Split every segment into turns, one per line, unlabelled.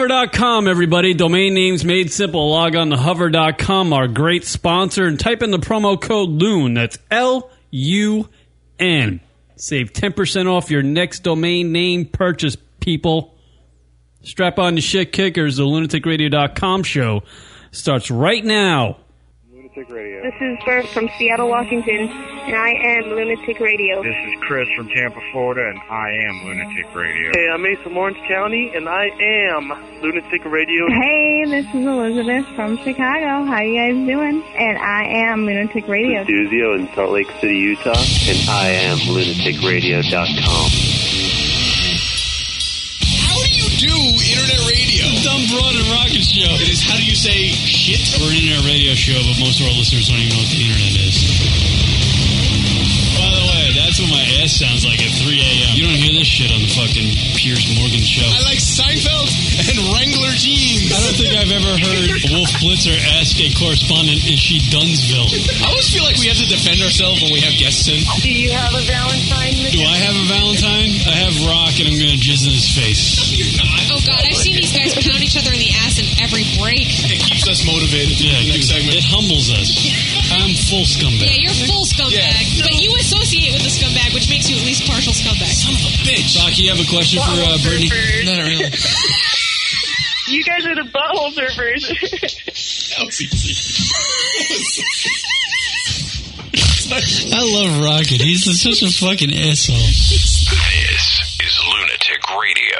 Hover.com, everybody. Domain names made simple. Log on to hover.com, our great sponsor, and type in the promo code LUN. That's L U N. Save 10% off your next domain name purchase, people. Strap on your shit kickers. The lunaticradio.com show starts right now.
Lunatic Radio.
This is Bert from Seattle, Washington, and I am Lunatic Radio.
This is Chris from Tampa, Florida, and I am Lunatic Radio.
Hey, I'm Ace from Orange County, and I am Lunatic Radio.
Hey, this is Elizabeth from Chicago. How you guys doing? And I am Lunatic Radio.
Duzio in Salt Lake City, Utah, and I am lunaticradio.com.
How do you do internet radio?
Dumb Broad and Rocket Show.
It is how do you say shit?
We're an internet radio show, but most of our listeners don't even know what the internet is. By the way, that's what my ass sounds like at 3 a.m. You don't hear this shit on the fucking Piers Morgan show.
I like Seinfeld and Wrangler jeans.
I don't think I've ever heard Wolf Blitzer ask a correspondent, is she Dunsville?
I always feel like we have to defend ourselves when we have guests in.
Do you have a Valentine?
Do I have a Valentine? I have Rock, and I'm going to jizz in his face.
You're not.
Oh God, I've seen these guys pound each other in the ass in every break.
It keeps us motivated. for
Yeah,
the next
it
segment.
humbles us. I'm full
Yeah,
scumbag.
you're full scumbag,
Yeah.
but you associate with the scumbag, which makes you at least partial scumbag.
Son of a bitch.
Rocky, you have a question for uh, Brittany?
Not really.
You guys are the butthole surfers.
That was easy. I love Rocket. He's such a fucking asshole.
This is Lunatic Radio.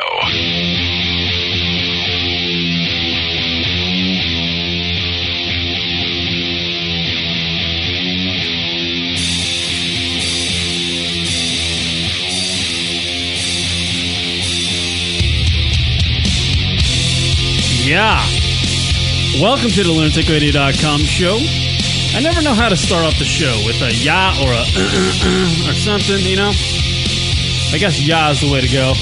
Yeah. Welcome to the lunaticradio.com show. I never know how to start off the show with a ya or a uh, or something, you know? I guess ya is the way to go.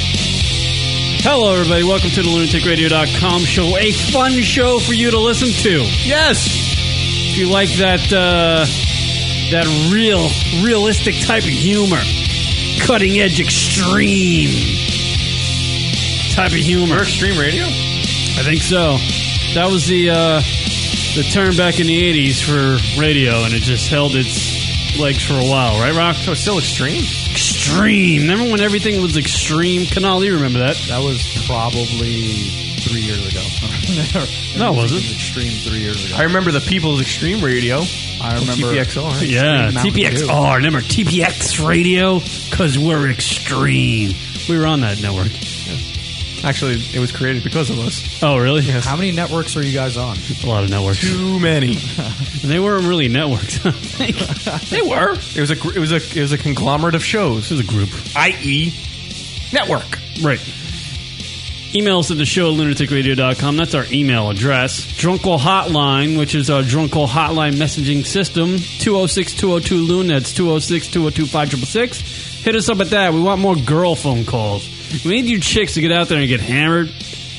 Hello, everybody. Welcome to the lunaticradio.com show. A fun show for you to listen to. Yes. If you like that, uh, that real, realistic type of humor, cutting edge, extreme type of humor.
Extreme Radio?
I think so. That was the uh, the term back in the '80s for radio, and it just held its legs for a while, right, Rock?
So it's still extreme?
Extreme. Remember when everything was extreme? Canal, you remember that?
That was probably three years ago.
No, it wasn't.
Extreme three years ago.
I remember the People's Extreme Radio.
I remember.
TPXR.
Extreme
Yeah,
Mountain Dew.
TPXR. Remember TPX Radio? Cause we're extreme. We were on that network.
Actually, it was created because of us.
Oh, really?
How many networks are you guys on?
A lot of networks.
Too many.
And they weren't really networks.
they were. It was a gr- it was a it was a conglomerate of shows. It was a group, i.e., network.
Right. Email us at the show at lunaticradio.com. That's our email address. Drunkle Hotline, which is our Drunkle Hotline messaging system, 206 202 Loon. That's 206 202 5666. Hit us up at that. We want more girl phone calls. We need you chicks to get out there and get hammered.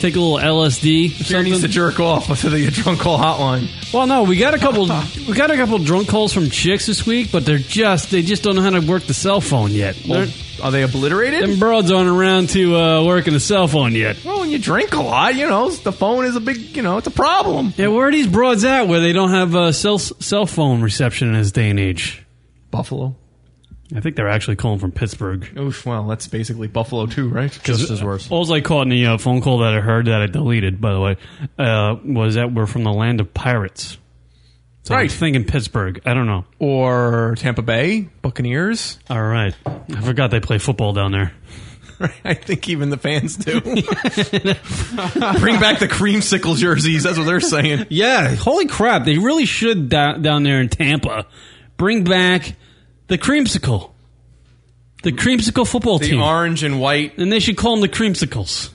Take a little LSD. or
Here needs to
Something.
jerk off to the drunk call hotline.
Well, no, we got a couple. we got a couple drunk calls from chicks this week, but they're just they just don't know how to work the cell phone yet. They're-
Are they obliterated?
them broads aren't around to uh, working the cell phone yet.
Well, when Oh, you drink a lot, you know the phone is a big, you know, it's a problem.
Yeah, where are these broads at where they don't have uh, cell cell phone reception in this day and age?
Buffalo.
I think they're actually calling from Pittsburgh.
Oof. Well, that's basically Buffalo too, right?
Just as worse.
All I caught in the uh, phone call that I heard that I deleted, by the way, uh, was that we're from the land of pirates. So I'm
Right.
thinking Pittsburgh. I don't know.
Or Tampa Bay Buccaneers.
All right. I forgot they play football down there.
I think even the fans do. Bring back the creamsicle jerseys. That's what they're saying.
Yeah, holy crap. They really should da- down there in Tampa bring back the creamsicle. The creamsicle football
The
team.
orange and white.
and they should call them the creamsicles.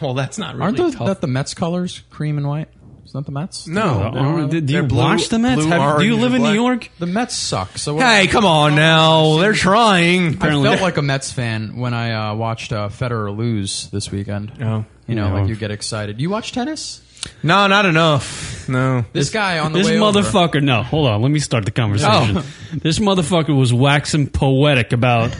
Well, that's not really
Aren't those,
tough.
that the Mets colors? Cream and white? Isn't that the Mets?
I
no.
don't know. do, do you
They're blue-
watch the Mets?
blue,
Have- do you
orange,
live in
and
New
black.
York?
The Mets suck. So what-
Hey, come on now. They're trying.
I
apparently-
felt like a Mets fan when I uh, watched uh, Federer lose this weekend.
Oh.
You know,
Yeah.
like you get excited. You watch tennis?
No, not enough. No.
This guy on the
This
way Over, Oh.
motherfucker. No, hold on. Let me start the conversation. This motherfucker was waxing poetic about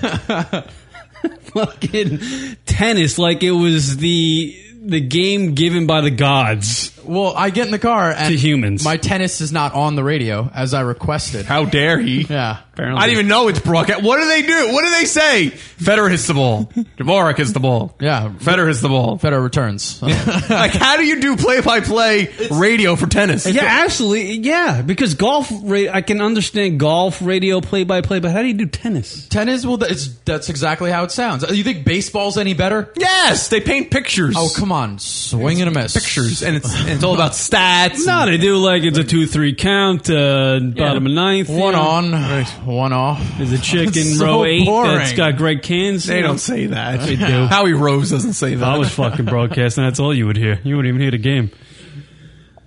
fucking tennis, like it was the the game given by the gods.
Well, I get in the car and
To humans.
My tennis is not on the radio as I requested.
How dare he?
Yeah.
Apparently.
I didn't even know it's broadcast. What do they do? What do they say? Federer hits the ball. Dvorak hits the ball.
Yeah.
Federer hits the ball.
Federer returns.
like, how do you do play-by-play radio for tennis?
Yeah, actually, yeah, because golf. Ra- I can understand golf radio play by play, but how do you do tennis?
tennis, well, it's, that's exactly how it sounds. Uh, You think baseball's any better?
Yes, they paint pictures.
Oh, come on. Swing and a miss.
pictures, and it's and it's all about stats.
No, they do like it's a two-three count, uh, bottom of ninth,
One
you know.
on, one off.
There's a chick in
That's so
row eight
boring.
that's got Greg Cans.
They don't say that.
They do.
Howie Rose doesn't say that.
I was fucking broadcasting. That's all you would hear. You wouldn't even hear the game.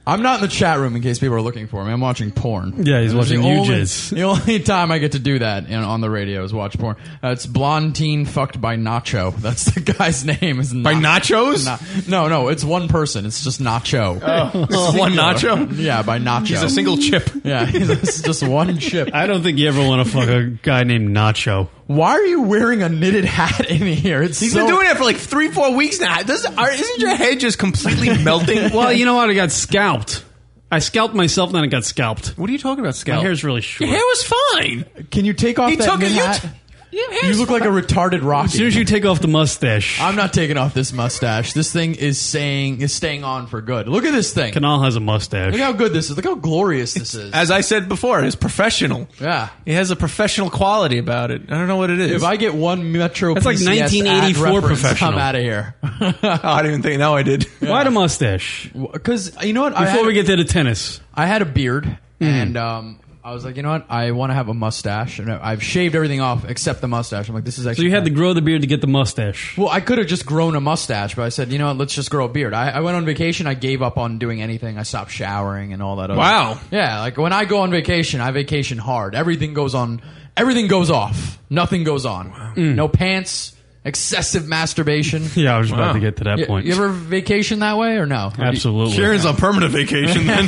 I'm not in the chat room in case people are looking for me. I'm watching porn.
Yeah, he's
It's
watching
the only,
UJs.
The only time I get to do that in, on the radio is watch porn. Uh, it's blonde teen fucked by Nacho. That's the guy's name. Is
by
Nacho.
nachos.
Na- no, no, it's one person. It's just Nacho.
This is one nacho.
Yeah, by Nacho.
He's a single chip.
yeah, he's it's just one chip.
I don't think you ever want to fuck a guy named Nacho.
Why are you wearing a knitted hat in here? It's
He's been doing it for like three, four weeks now. Does are, isn't your head just completely melting?
Well, you know what? I got scalped. I scalped myself, then I got scalped.
what are you talking about, Scout?
My hair's really short.
Your hair was fine.
Can you take off
He
that
took it.
knit
You
hat?
t-
you look like a retarded rocket.
as soon as you take off the mustache,
I'm not taking off this mustache. This thing is saying is staying on for good. Look at this thing.
Canal has a mustache.
Look how good this is. Look how glorious this is.
As I said before, it's professional.
yeah.
It has a professional quality about it. I don't know what it is.
If I get one Metro,
That's like
PCS ad
1984
reference,
professional.
I'm out of here.
I didn't even think. No, I did.
Why the mustache?
Because you know what? I
Before
had,
we get to the tennis, Mm-hmm.
I had a beard, and um, I was like, you know what? I want to have a mustache, and I- I've shaved everything off except the mustache. I'm like, this is
so
actually.
you had to
kinda-
grow the beard to get the mustache.
Well, I could have just grown a mustache, but I said, you know what? Let's just grow a beard. I, I went on vacation. I gave up on doing anything. I stopped showering and all that. Other
Wow.
Yeah, like when I go on vacation, I vacation hard. Everything goes on. Everything goes off. Nothing goes on. No pants. Excessive masturbation.
Mm. Yeah, I was about
Wow.
to get to that
You,
point.
you ever vacation that way or no?
Absolutely.
Karen's on permanent vacation. Then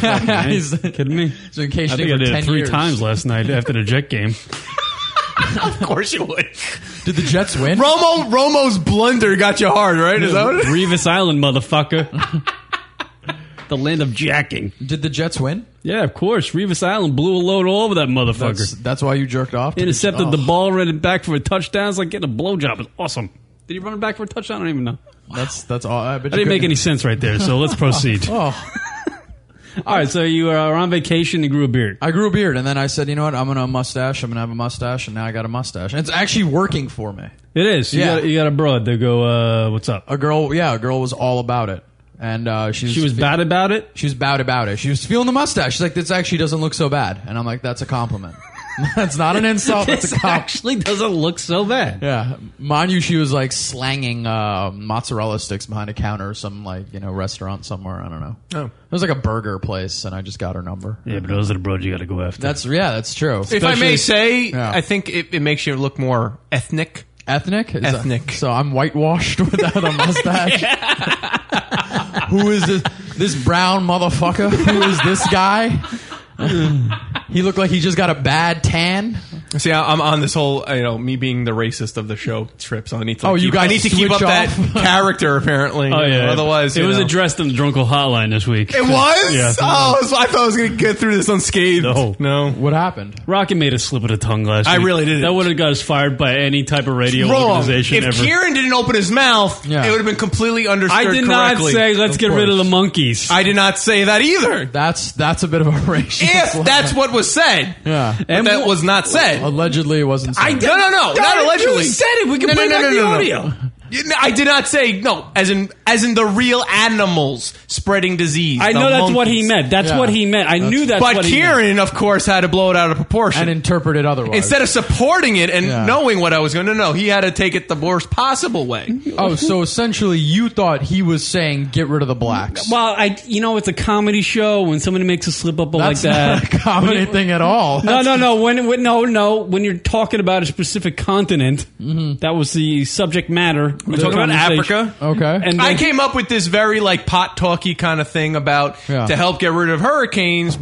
He's-
Hey, kidding me?
He's been vacationing
I think I
for
did
10
it three
years.
times last night after the Jet game.
of course you would.
Did the Jets win?
Romo Romo's blunder got you hard, right? Is that what it is?
Revis Island, motherfucker. the land of jacking.
Did the Jets win?
Yeah, of course. Revis Island blew a load all over that motherfucker.
That's, that's why you jerked off. to
Intercepted
oh.
the ball, ran it back for a touchdown. It's like getting a blowjob. It's awesome. Did he run it back for a touchdown? I don't even know.
That's that's all. uh, I
That didn't make any sense right there, so let's proceed. All
Oh,
right, so you are on vacation and grew a beard.
I grew a beard, and then I said, you know what? I'm gonna mustache. I'm gonna have a mustache, and now I got a mustache. And it's actually working for me.
It is. You,
Yeah.
got, you got a broad to go, uh, what's up?
A girl, yeah, a girl was all about it, and uh, she was
She was
fe-
bad about it.
She was bad about it. She was feeling the mustache. She's like, this actually doesn't look so bad. And I'm like, that's a compliment. that's not an insult. That's a
This
compliment.
actually doesn't look so bad.
Yeah, mind you, she was like slanging uh, mozzarella sticks behind a counter, or some like you know restaurant somewhere. I don't know.
Oh.
it was like a burger place, and I just got her number.
Yeah, but those are the broads you got to go after.
That's yeah, that's true.
If I may say,
Yeah.
I think it, it makes you look more ethnic.
ethnic, Is that-
Ethnic.
uh, so I'm whitewashed without a mustache. Who is this? This brown motherfucker. Who is this guy? he looked like he just got a bad tan.
See, I- I'm on this whole, you know, me being the racist of the show trip. So I need to.
Oh,
keep,
you guys
I need to keep up
switch
that
off?
character. Apparently,
Oh yeah.
Otherwise,
it
you
was
know.
addressed on the Drunkle Hotline this week.
It was.
Yeah.
Oh, so I thought I was going to get through this unscathed.
No.
no.
What happened?
Rocket made a slip of the tongue last.
I
week.
really didn't.
That would have got us fired by any type of radio
Wrong. If
organization ever.
Kieran didn't open his mouth,
Yeah.
it would have been completely understood.
I did not
correctly.
say let's
Of
get rid of
course.
the monkeys.
I did not say that either.
That's that's a bit of a racist.
If that's what was said,
yeah.
but that was not said.
Allegedly, it wasn't.
I
said.
no no no not
you
allegedly.
said it. We can
no,
play
no,
back
no, no,
the
no, no.
audio.
You- no, I did not say no. As in as in the real animals spreading disease.
I
the
know that's what
monkeys.
he meant. That's
Yeah.
what he meant. I knew that's
But
what he meant.
Kieran, of course, had to blow it out of proportion.
and interpreted otherwise.
Instead of supporting it and
Yeah.
knowing what I was going to know, he had to take it the worst possible way.
oh, so essentially, you thought he was saying get rid of the blacks.
Well, I you know it's a comedy show when somebody makes a slip up like
that's
that.
not a comedy thing at all.
No, no, no. When, when no, no. When you're talking about a specific continent,
Mm-hmm.
that was the subject matter. We're
talking about Africa?
Okay.
And
I
then,
came up with this very like pot talky kind of thing about
Yeah.
to help get rid of hurricanes.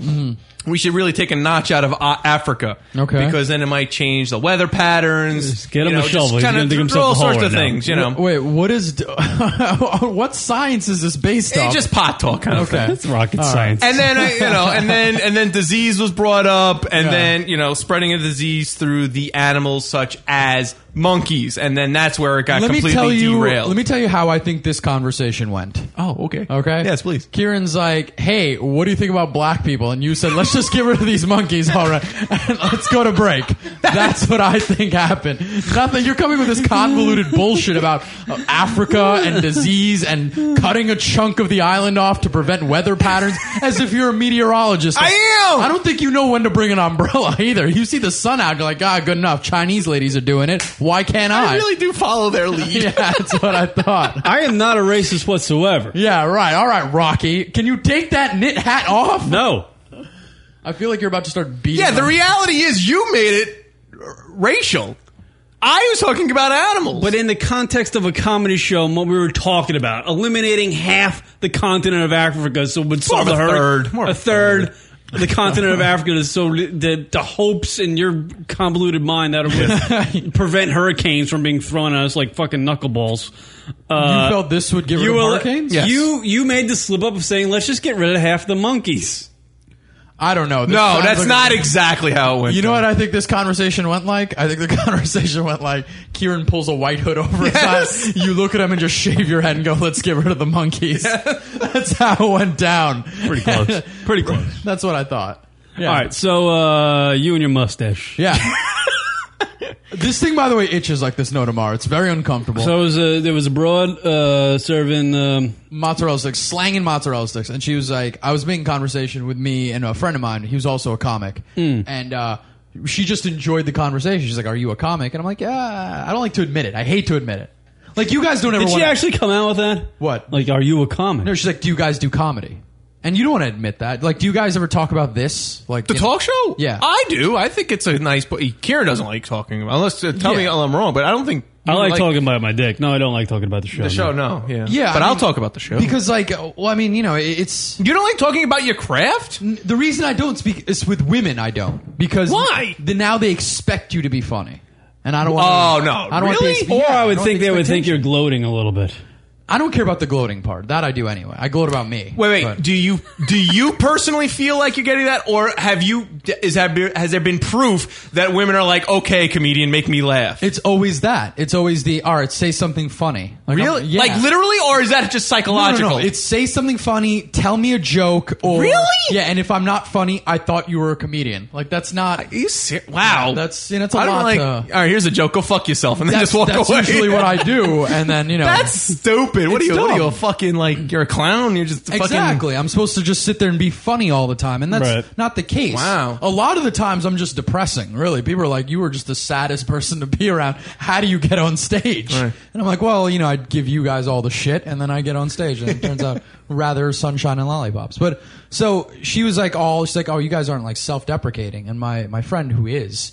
we should really take a notch out of uh, Africa.
Okay.
Because then it might change the weather patterns.
Just get him
you
a
know,
shovel. He's
Just kind
gonna
of
dig himself
all
a hole
sorts
right
of
now.
things, you know.
Wait, what is what science is this based on?
It's Eh, just pot talk kind of
Okay.
thing.
It's rocket science.
And then I, you know, and then and then disease was brought up, and
Yeah.
then you know, spreading a disease through the animals such as monkeys, and then that's where it got
let me
completely
tell you.
derailed.
Let me tell you how I think this conversation went.
oh, okay,
Okay.
yes, please.
Kieran's like, "Hey, what do you think about black people?" And you said, "Let's just get rid of these monkeys, all right? And let's go to break." That's what I think happened. Nothing. You're coming with this convoluted bullshit about uh, Africa and disease and cutting a chunk of the island off to prevent weather patterns, as if you're a meteorologist.
I am!
I don't think you know when to bring an umbrella either. You see the sun out, you're like, "Ah, good enough. Chinese ladies are doing it. Why can't I?"
I really do follow their lead.
yeah, that's what I thought.
I am not a racist whatsoever.
Yeah, right. All right, Rocky. Can you take that knit hat off?
No.
I feel like you're about to start beating.
Yeah, the
on-
reality is you made it r- racial. I was talking about animals.
But in the context of a comedy show, and what we were talking about, eliminating half the continent of Africa, so it would solve
of
the
a
hurricane.
third. More of
a
a
third. of The continent of Africa is so the, the hopes in your convoluted mind that it would prevent hurricanes from being thrown at us like fucking knuckleballs.
you
Uh,
felt this would give you rid
will-
of hurricanes?
You you made the slip up of saying let's just get rid of half the monkeys.
I don't know. This
no,
sounds
that's
like-
not exactly how it went.
You know
down.
what I think this conversation went like? I think the conversation went like Kieran pulls a white hood over
Yes.
his eyes. You look at him and just shave your head and go, "Let's get rid of the monkeys." That's how it went down.
Pretty close. Pretty close.
That's what I thought. Yeah.
All right, so uh, you and your mustache.
Yeah. this thing, by the way, itches like this. No tomorrow. It's very uncomfortable.
So it was a, there was a broad uh, serving. Um,
mozzarella sticks, slanging mozzarella sticks. And she was like, I was making conversation with me and a friend of mine. He was also a comic.
Hmm.
And, uh, she just enjoyed the conversation. She's like, "Are you a comic?" And I'm like, "Yeah, I don't like to admit it. I hate to admit it. Like you guys don't ever
did
want
she actually come out with that?
What?
Like, are you a comic?
No, she's like, "Do you guys do comedy?" And you don't want to admit that. Like, do you guys ever talk about this? Like
The
you know-
talk show?
Yeah.
I do. I think it's a nice. But Kieran doesn't like talking about. Unless uh, tell me
Yeah.
I'm wrong, but I don't think
I
you
like, talking about my dick. No, I don't like talking about the show.
the show. No, yeah,
Yeah,
But
I
I will
mean,
talk about the show
because, like, uh, well, I mean, you know, it- it's
you don't like talking about your craft.
the reason I don't speak is with women. I don't because
Why?
The, now they expect you to be funny, and I don't want.
Oh,
to,
no.
I don't
Really?
Want the expe-
Or
yeah,
I would
don't
think
want
they
the
would think
expectation.
you're gloating a little bit.
I don't care about the gloating part. That I do anyway. I gloat about me.
Wait, wait.
But-
Do you do you personally feel like you're getting that, or have you is have there- has there been proof that women are like, okay, comedian, make me laugh?
it's always that. It's always the all right. Say something funny. Like,
really,
I'm- yeah.
like literally, or is that just
No, no,
psychological?
no. It's say something funny. Tell me a joke. Or
Really?
Yeah. And if I'm not funny, I thought you were a comedian. Like that's not.
Are you ser- wow.
Yeah, that's- you know, it's a
I don't
lot uh,
like.
to-
all right, here's a joke. Go fuck yourself, and then
That's,
just walk
that's
away.
usually what I do. And then you know.
That's stupid. What are
It's
you? What are you
dumb.
a fucking like? You're a clown. You're just a fucking.
Exactly. I'm supposed to just sit there and be funny all the time, and that's
Right.
not the case.
Wow.
A lot of the times, I'm just depressing. Really, people are like, "You were just the saddest person to be around. How do you get on stage?"
Right.
And I'm like, "Well, you know, I'd give you guys all the shit, and then I get on stage, and it turns out rather sunshine and lollipops." But so she was like, "All she's like, oh, you guys aren't like self-deprecating," and my my friend who is.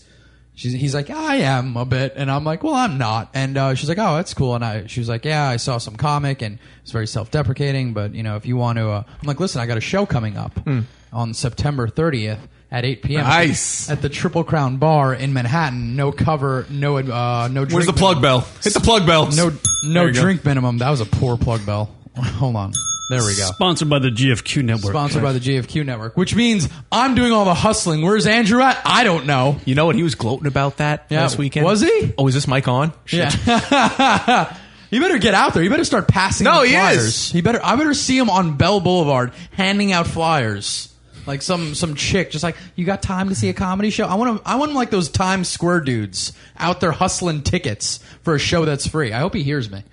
She's, he's like, I am a bit, and I'm like, well, I'm not. And uh, she's like, oh, that's cool. And I, she was like, yeah, I saw some comic, and it's very self-deprecating, but you know, if you want to, uh, I'm like, listen, I got a show coming up
Hmm.
on September 30th at 8 p.m.
Nice.
at the Triple Crown Bar in Manhattan. No cover, no uh, no. Drink
Where's the plug
minimum.
bell? Hit the plug bell.
No, no
There you go.
drink minimum. That was a poor plug bell. Hold on, there we go.
Sponsored by the GFQ network.
Sponsored by the GFQ network, which means I'm doing all the hustling. Where's Andrew at? I don't know.
You know what? He was gloating about that
Yeah.
last weekend.
Was he?
Oh, is this mic on? Shit.
Yeah. you better get out there. You better start passing.
No,
out
he
flyers.
is.
He better. I better see him on Bell Boulevard handing out flyers. Like some some chick, just like you got time to see a comedy show. I want to. I want him like those Times Square dudes out there hustling tickets for a show that's free. I hope he hears me.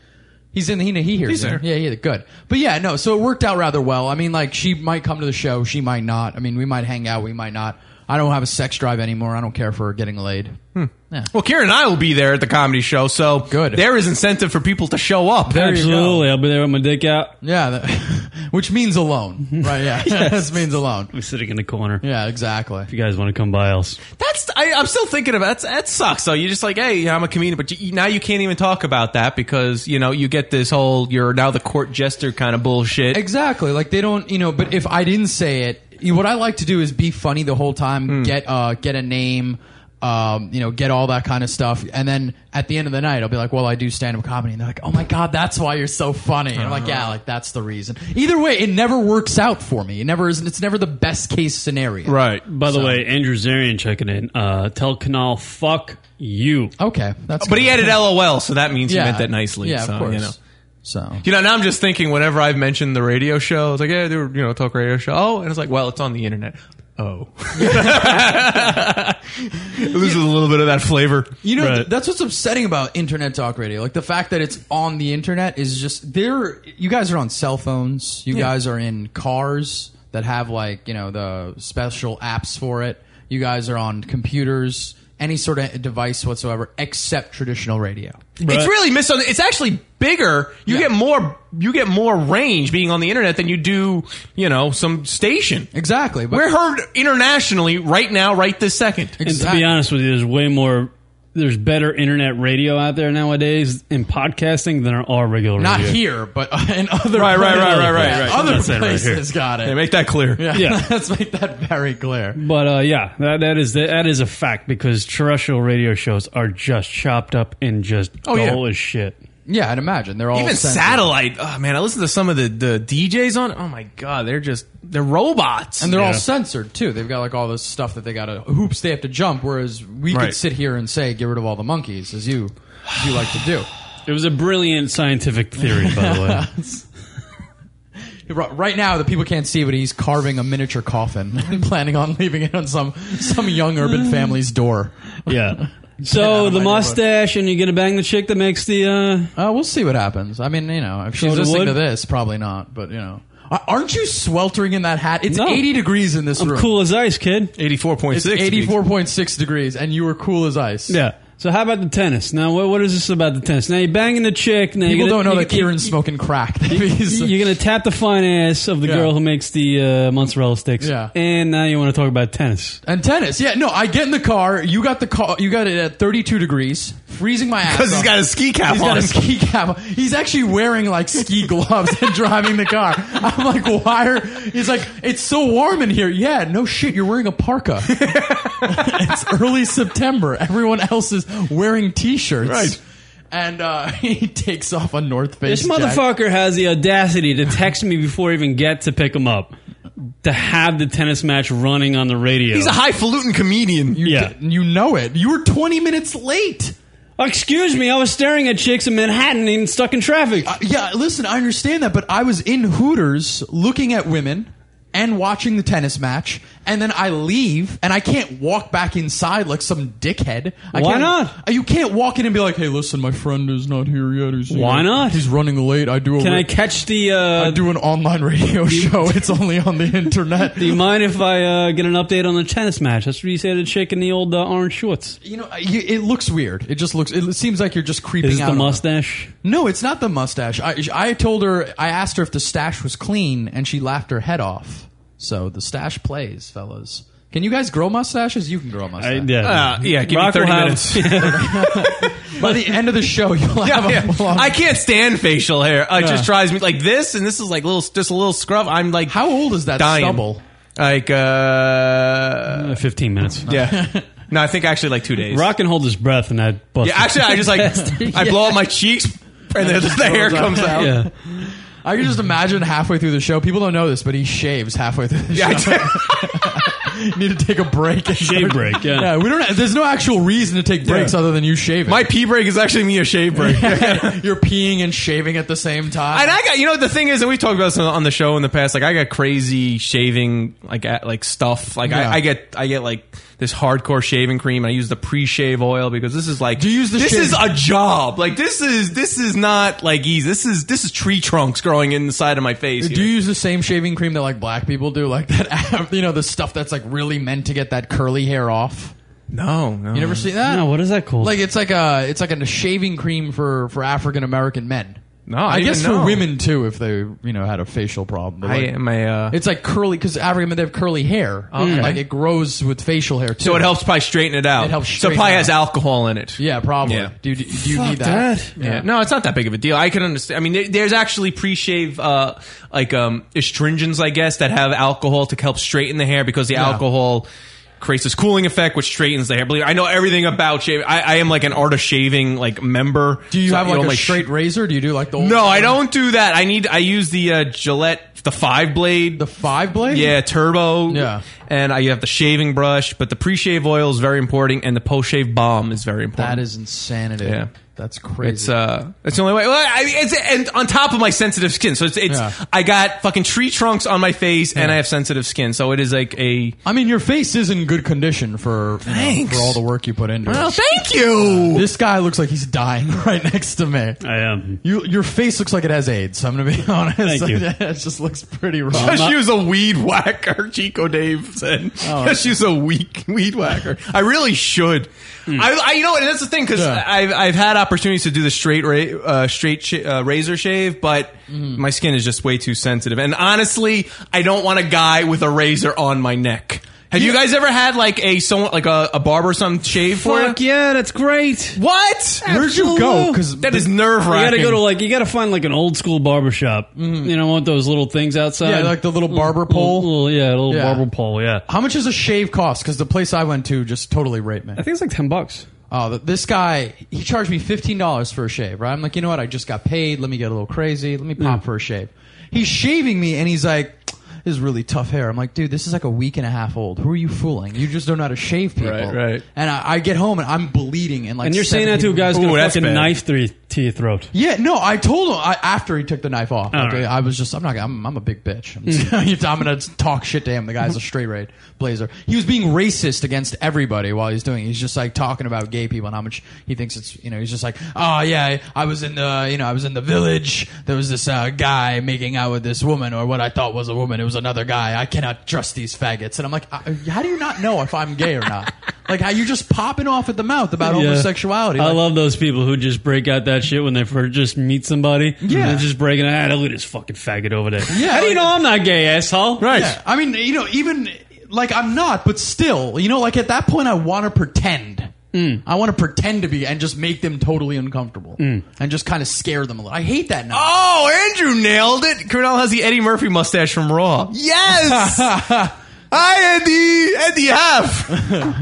He's in. He, he hears
He's
me.
there.
Yeah, yeah, good. But yeah, no. So it worked out rather well. I mean, like she might come to the show, she might not. I mean, we might hang out, we might not. I don't have a sex drive anymore. I don't care for getting laid. Yeah.
Well, Kieran and I will be there at the comedy show, so
Good.
There is incentive for people to show up.
There you go.
Absolutely, I'll be there with my dick out.
Yeah, that, which means alone, right? Yeah, this means alone.
I'm sitting in the corner.
Yeah, exactly.
If you guys want to come by, else
That's I, I'm still thinking about that's, that. Sucks. So you're just like, hey, I'm a comedian, but you, now you can't even talk about that because you know you get this whole you're now the court jester kind of bullshit.
Exactly. Like they don't, you know. But if I didn't say it, you- what I like to do is be funny the whole time.
Hmm.
Get uh, get a name. Um, you know, get all that kind of stuff, and then at the end of the night, I'll be like, "Well, I do stand-up comedy," and they're like, "Oh my god, that's why you're so funny." And I'm like,
Uh-huh.
"Yeah, like that's the reason." Either way, it never works out for me. It never is. It's never the best case scenario.
Right.
By the way, Andrew Zarian checking in. Uh, tell Canal, fuck you.
Okay, that's.
But he
good.
added LOL, so that means he meant that nicely.
Yeah,
so,
of course.
You know.
So
You know, now I'm just thinking. Whenever I've mentioned the radio show, it's like, yeah, they were, you know, talk radio show. Oh, and it's like, well, it's on the internet. Oh, it loses a little bit of that flavor.
You know,
Right.
th- that's what's upsetting about internet talk radio. Like the fact that it's on the internet is just there. You guys are on cell phones. You guys are in cars that have like you know the special apps for it. You guys are on computers, any sort of device whatsoever, except traditional radio.
It's really mis. It's actually bigger. You
Yeah.
get more. You get more range being on the internet than you do. You know, some station.
Exactly. But
We're heard internationally right now, right this second.
And to
Exactly.
be honest with you, there's way more. There's better internet radio out there nowadays in podcasting than our regular
not
radio.
here, but in other
Right, right, right, right, right,
yeah,
right.
Other
That's it right
places
here.
got it.
Yeah, make that clear.
yeah,
Yeah.
let's make that very clear.
But uh, yeah, that, that is that is a fact because terrestrial radio shows are just chopped up and just
Oh, yeah.
dull as shit.
Yeah, I'd imagine they're all
Even
censored.
satellite. Oh man, I listen to some of the, the DJs on. Oh my god, they're just they're robots.
And they're all
Yeah.
censored too. They've got like all this stuff that they got to hoops they have to jump. Whereas we could
Right.
sit here and say, "Get rid of all the monkeys," as you as you like to do.
It was a brilliant scientific theory, by the way.
R- Right now, the people can't see, but he's carving a miniature coffin and planning on leaving it on some some young urban family's door.
Yeah. So the mustache, and you're gonna bang the chick that makes the. Uh,
Uh, we'll see what happens. I mean, you know, if she's
Go to
listening
wood?
to this, probably not. But you know, Uh, aren't you sweltering in that hat? It's
No.
eighty degrees in this
I'm
room.
cool as ice, kid.
eighty four point
It's
six.
eighty-four point six degrees, and you were cool as ice.
Yeah. So how about the tennis? Now, what, what is this about the tennis? Now you're banging the chick. Now
People
you're
don't
gonna,
know
you're
that
gonna-
Kieran's smoking crack. He's-
You're gonna tap the fine ass of the
Yeah.
girl who makes the uh, mozzarella sticks.
Yeah.
And now you want to talk about tennis.
And tennis, yeah. No, I get in the car. You got the car. You got it at 32 degrees, freezing my ass.
Because he's
off.
got a ski cap
He's
on.
got a ski cap. on. He's actually wearing like ski gloves and driving the car. I'm like, why? Are, he's like, it's so warm in here. Yeah, no shit. You're wearing a parka. it's early September. Everyone else is wearing t-shirts.
Right.
And uh, he takes off a North Face.
This
jacket.
motherfucker has the audacity to text me before I even get to pick him up, to have the tennis match running on the radio.
He's a highfalutin comedian.
You
Yeah.
di- you know it. You were 20 minutes late.
Oh, Excuse me, I was staring at chicks in Manhattan and stuck in traffic.
Uh, yeah, listen, I understand that, but I was in Hooters looking at women and watching the tennis match, and then I leave, and I can't walk back inside like some dickhead. I
Why
can't-
not?
Uh, You can't walk in and be like, "Hey, listen, my friend is not here yet." He's, you
Why
know,
not?
He's running late. I do. A
Can
ra-
I catch the? Uh,
I do an online radio show. It's only on the internet.
Do you mind if I uh, get an update on the tennis match? That's what you said to the chick in the old uh, orange shorts.
you know, uh, you, it looks weird. It just looks. It seems like you're just creeping
Is it
out.
the
on her.
mustache?
No, it's not the mustache. I, I told her, I asked her if the stash was clean, and she laughed her head off. So the stash plays, fellas. Can you guys grow mustaches? You can grow mustaches.
Uh, yeah, give
Rock
me
will
30
have-
minutes.
By the end of the show, you'll
Yeah,
have
yeah.
a long.
I can't stand facial hair. Uh, It
Yeah.
just drives me like this, and this is like little, just a little scrub. I'm like,
How old is that
dying.
stubble?
Like, uh,
Uh, Fifteen minutes.
yeah. No, I think actually like two days.
Rock can hold his breath in that. Busted.
Yeah, actually, I just like I blow out my cheeks, and then the hair
blows out.
comes out.
Yeah.
I can just imagine halfway through the show. People don't know this, but he shaves halfway through the
Yeah, I
show.
do.
Need to take a break. and
Shave
start-
break, yeah.
we don't. There's no actual reason to take breaks other than you shaving.
my pee break is actually me a shave break.
you're peeing and shaving at the same time.
And I got you know the thing is, and we talked about this on- on the show in the past. Like I got crazy shaving like at, like stuff. Like
Yeah.
I, I get I get like this hardcore shaving cream. I use the pre shave oil because this is like
Do you use the
this
shave-
is a job. Like this is this is not like easy. This is this is tree trunks growing inside of my face.
Do you use the same shaving cream that like black people do, like that? You know, the stuff that's like really meant to get that curly hair off.
no, no.
You never see that?
No, what is that called?
Like it's like a it's like a shaving cream for for African American men.
No, I,
I guess
even know.
for women too, if they you know had a facial problem. But,
I
like,
am a. Uh,
It's like curly because African men they have curly hair.
Okay.
Like it grows with facial hair too.
so it helps probably straighten it out.
It helps
So it
straighten
probably
it
has
out.
alcohol in it.
Yeah, probably.
Yeah.
Do, do, do you need that?
that.
Yeah. no, it's not that big of a deal. I can understand. I mean, there- there's actually pre-shave uh, like um, astringents, I guess, that have alcohol to help straighten the hair because the alcohol creates this cooling effect, which straightens the hair. Believe I know everything about shaving. I, I am like an art of shaving like member.
Do you
So
have like
know,
a
my sh-
straight razor? Do you do like the old
no, I don't do that. I need. I use the uh, Gillette, the five blade,
the five blade?
yeah, turbo.
Yeah.
and I have the shaving brush, but the pre-shave oil is very important, and the post-shave balm is very important.
that is insanity.
Yeah.
that's crazy.
It's uh, it's the only way. Well, I, it's and on top of my sensitive skin, so it's it's.
Yeah.
I got fucking tree trunks on my face, and
Yeah.
I have sensitive skin, so it is like a.
I mean, your face is in good condition for you know,
Thanks.
for all the work you put into
Well,
it.
thank you.
This guy looks like he's dying right next to me.
I am.
You, your face looks like it has AIDS. I'm gonna be honest.
Thank you.
it just looks pretty wrong.
She was a weed whacker, Chico Dave said.
Oh.
She's a weak weed whacker. I really should.
Hmm.
I, I, you know, what, and that's the thing because
Yeah.
I've I've had opportunities to do the straight ra- uh, straight sh- uh, razor shave, but
Mm-hmm.
my skin is just way too sensitive. And honestly, I don't want a guy with a razor on my neck. Have you guys ever had like a someone like a, a barber or some shave for you?
yeah, that's great.
What?
Where'd you go? Because
That is nerve
You gotta
wracking.
go to like you gotta find like an old school barbershop. You know, want those little things outside?
Mm-hmm. Yeah, like the little barber pole.
Little, little- yeah, a little
Yeah.
barber pole. Yeah,
how much does a shave cost? Because the place I went to just totally raped me.
I think it's like ten bucks.
Oh, th- this guy, he charged me $15 for a shave, right? I'm like, you know what? I just got paid. Let me get a little crazy. Let me pop for a shave. He's shaving me and he's like, this is really tough hair. I'm like, dude, this is like a week and a half old. Who are you fooling? You just don't know how to shave people.
Right, right.
And I, I get home and I'm bleeding. And like,
And you're saying that to
17
a guy's gonna
Ooh, that's
fucking
bad.
knife through your- to your throat.
yeah, no, I told him I, after he took the knife off.
All
Like,
right.
I was just, I'm not, I'm, I'm a big bitch. I'm, just- I'm gonna talk shit to him. The guy's a straight red blazer. He was being racist against everybody while he's doing. it. He's just like talking about gay people and how much he thinks it's, you know, he's just like, oh yeah, I, I was in the, you know, I was in the village. There was this uh, guy making out with this woman, or what I thought was a woman. It was another guy. I cannot trust these faggots. And I'm like, I, how do you not know if I'm gay or not? Like, how you just popping off at the mouth about
Yeah.
homosexuality?
I
Like,
love those people who just break out that shit when they first just meet somebody.
Yeah.
and they're just breaking out. "Ah, Look at this fucking faggot over there.
Yeah,
how do
like-
you know I'm not gay, asshole? Right.
Yeah, I mean, you know, even like I'm not, but still, you know, like at that point, I want to pretend.
Hmm.
I want to pretend to be and just make them totally uncomfortable
Hmm.
and just kind of scare them a little. I hate that now.
Oh, Andrew nailed it. Cornell has the Eddie Murphy mustache from Raw. Yes. Hi, Eddie. Eddie half.
Uh,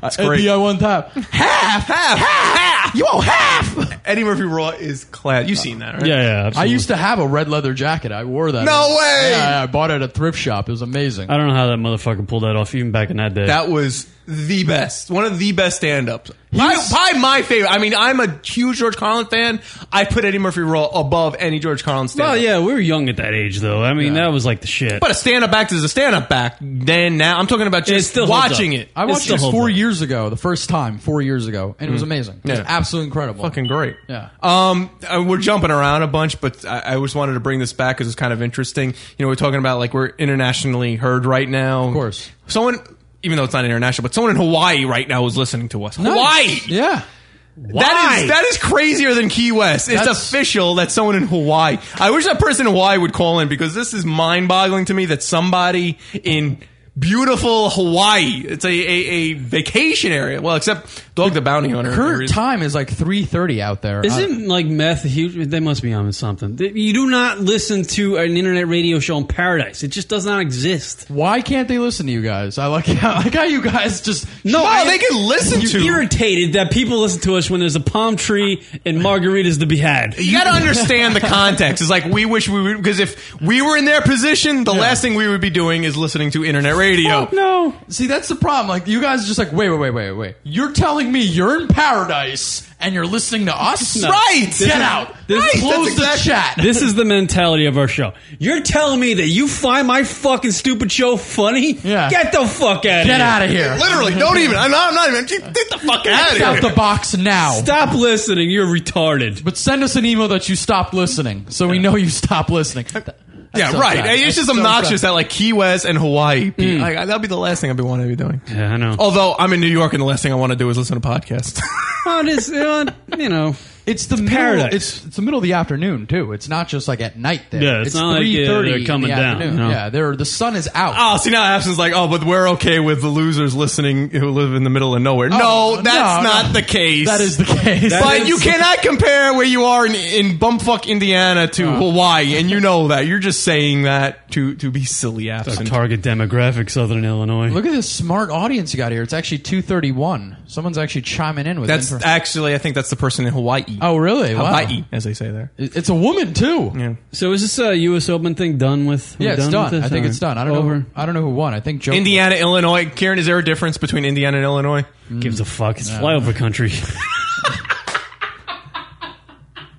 That's great.
I want that.
half, half, half.
You want half?
Eddie Murphy Raw is clad. You've seen that, right?
Oh! Yeah, yeah. Absolutely.
I used to have a red leather jacket. I wore that.
No way!
Yeah, I bought it at a thrift shop. It was amazing.
I don't know how that motherfucker pulled that off, even back in that day.
That was the best. One of the best stand-ups. Probably, probably my favorite. I mean, I'm a huge George Carlin fan. I put Eddie Murphy Raw above any George Carlin stand-up.
well, yeah, we were young at that age, though. I mean, that was like the shit.
But a stand-up act is a stand-up act. Then now, I'm talking about
It
just
still holds
watching
up.
it.
I
It
watched
still
it
holds
four
up. Hmm.
years ago, the first time, four years ago, and it was amazing. It was
Yeah.
absolutely incredible.
Fucking great.
Yeah.
Um, uh, we're jumping around a bunch, but I, I just wanted to bring this back because it's kind of interesting. You know, we're talking about like we're internationally heard right now. Of
course.
Someone, even though it's not international, but someone in Hawaii right now is listening to us. Hawaii.
Yeah.
That is that is crazier than Key West. It's
That's-
official that someone in Hawaii. I wish that person in Hawaii would call in because this is mind boggling to me that somebody in beautiful Hawaii, it's a, a, a vacation area. Well, except Dog the Bounty Hunter.
Current
areas.
time is like 3.30 out there. I-
Isn't like meth huge? They must be on to something. They- You do not listen to an internet radio show in paradise. It just does not exist.
Why can't they listen to you guys? I like how, I like how you guys just
No,
Wow,
I-
they can listen to.
You're irritated that people listen to us when there's a palm tree and margaritas to be had.
you got to understand the context. It's like we wish we would because if we were in their position, the last thing we would be doing is listening to internet radio.
No.
see that's the problem. Like you guys are just like wait wait wait wait wait. You're telling me you're in paradise and you're listening to us?
Right.
Get out.
This-
right.
that's
Close
exactly-
the chat.
This is the mentality of our show. You're telling me that you find my fucking stupid show funny?
Yeah.
Get the fuck out of here.
Get out of here.
Literally, don't even. I'm not, I'm not even. Get the fuck out
Get
of here.
out the box now.
Stop listening. You're retarded.
But send us an email that you stopped listening, so we know you stopped listening.
Yeah,
so
right.
sad.
It's
That's
just
so
obnoxious
sad.
that like Key West and Hawaii. be-
Mm.
Like, that'll be the last thing I'd be wanting to be doing.
Yeah, I know.
Although I'm in New York, and the last thing I want to do is listen to podcasts.
Oh, it is, uh, you know.
It's the middle,
paradise.
It's, it's the middle of the afternoon too. It's not just like at night. There.
Yeah, it's not like, yeah, they're
3:30 in the
coming down,
afternoon.
you know?
Yeah, they're, the sun is out.
Oh, see now Abson's like, oh, but we're okay with the losers listening who live in the middle of
Oh,
nowhere. no, that's
no,
not
no.
the case.
that is the case. Uh.
but you cannot compare where you are in, in bumfuck Indiana to Hawaii, and you know that. You're just saying that to to be silly, Abson.
target demographic, Southern Illinois.
Look at this smart audience you got here. It's actually two thirty one. Someone's actually chiming in with
That's
info-
actually, I think that's the person in Hawaii.
oh really? Wow.
Hawaii, as they say there.
It's a woman too.
Yeah.
so is this uh, U.S. Open thing done with? we're
Yeah, it's done.
with
I
this?
think
All
it's
right.
done. I don't
Over.
know. I don't know who won. I think Joe.
Indiana, Illinois. Karen, is there a difference between Indiana and Illinois?
Gives a fuck. It's flyover country.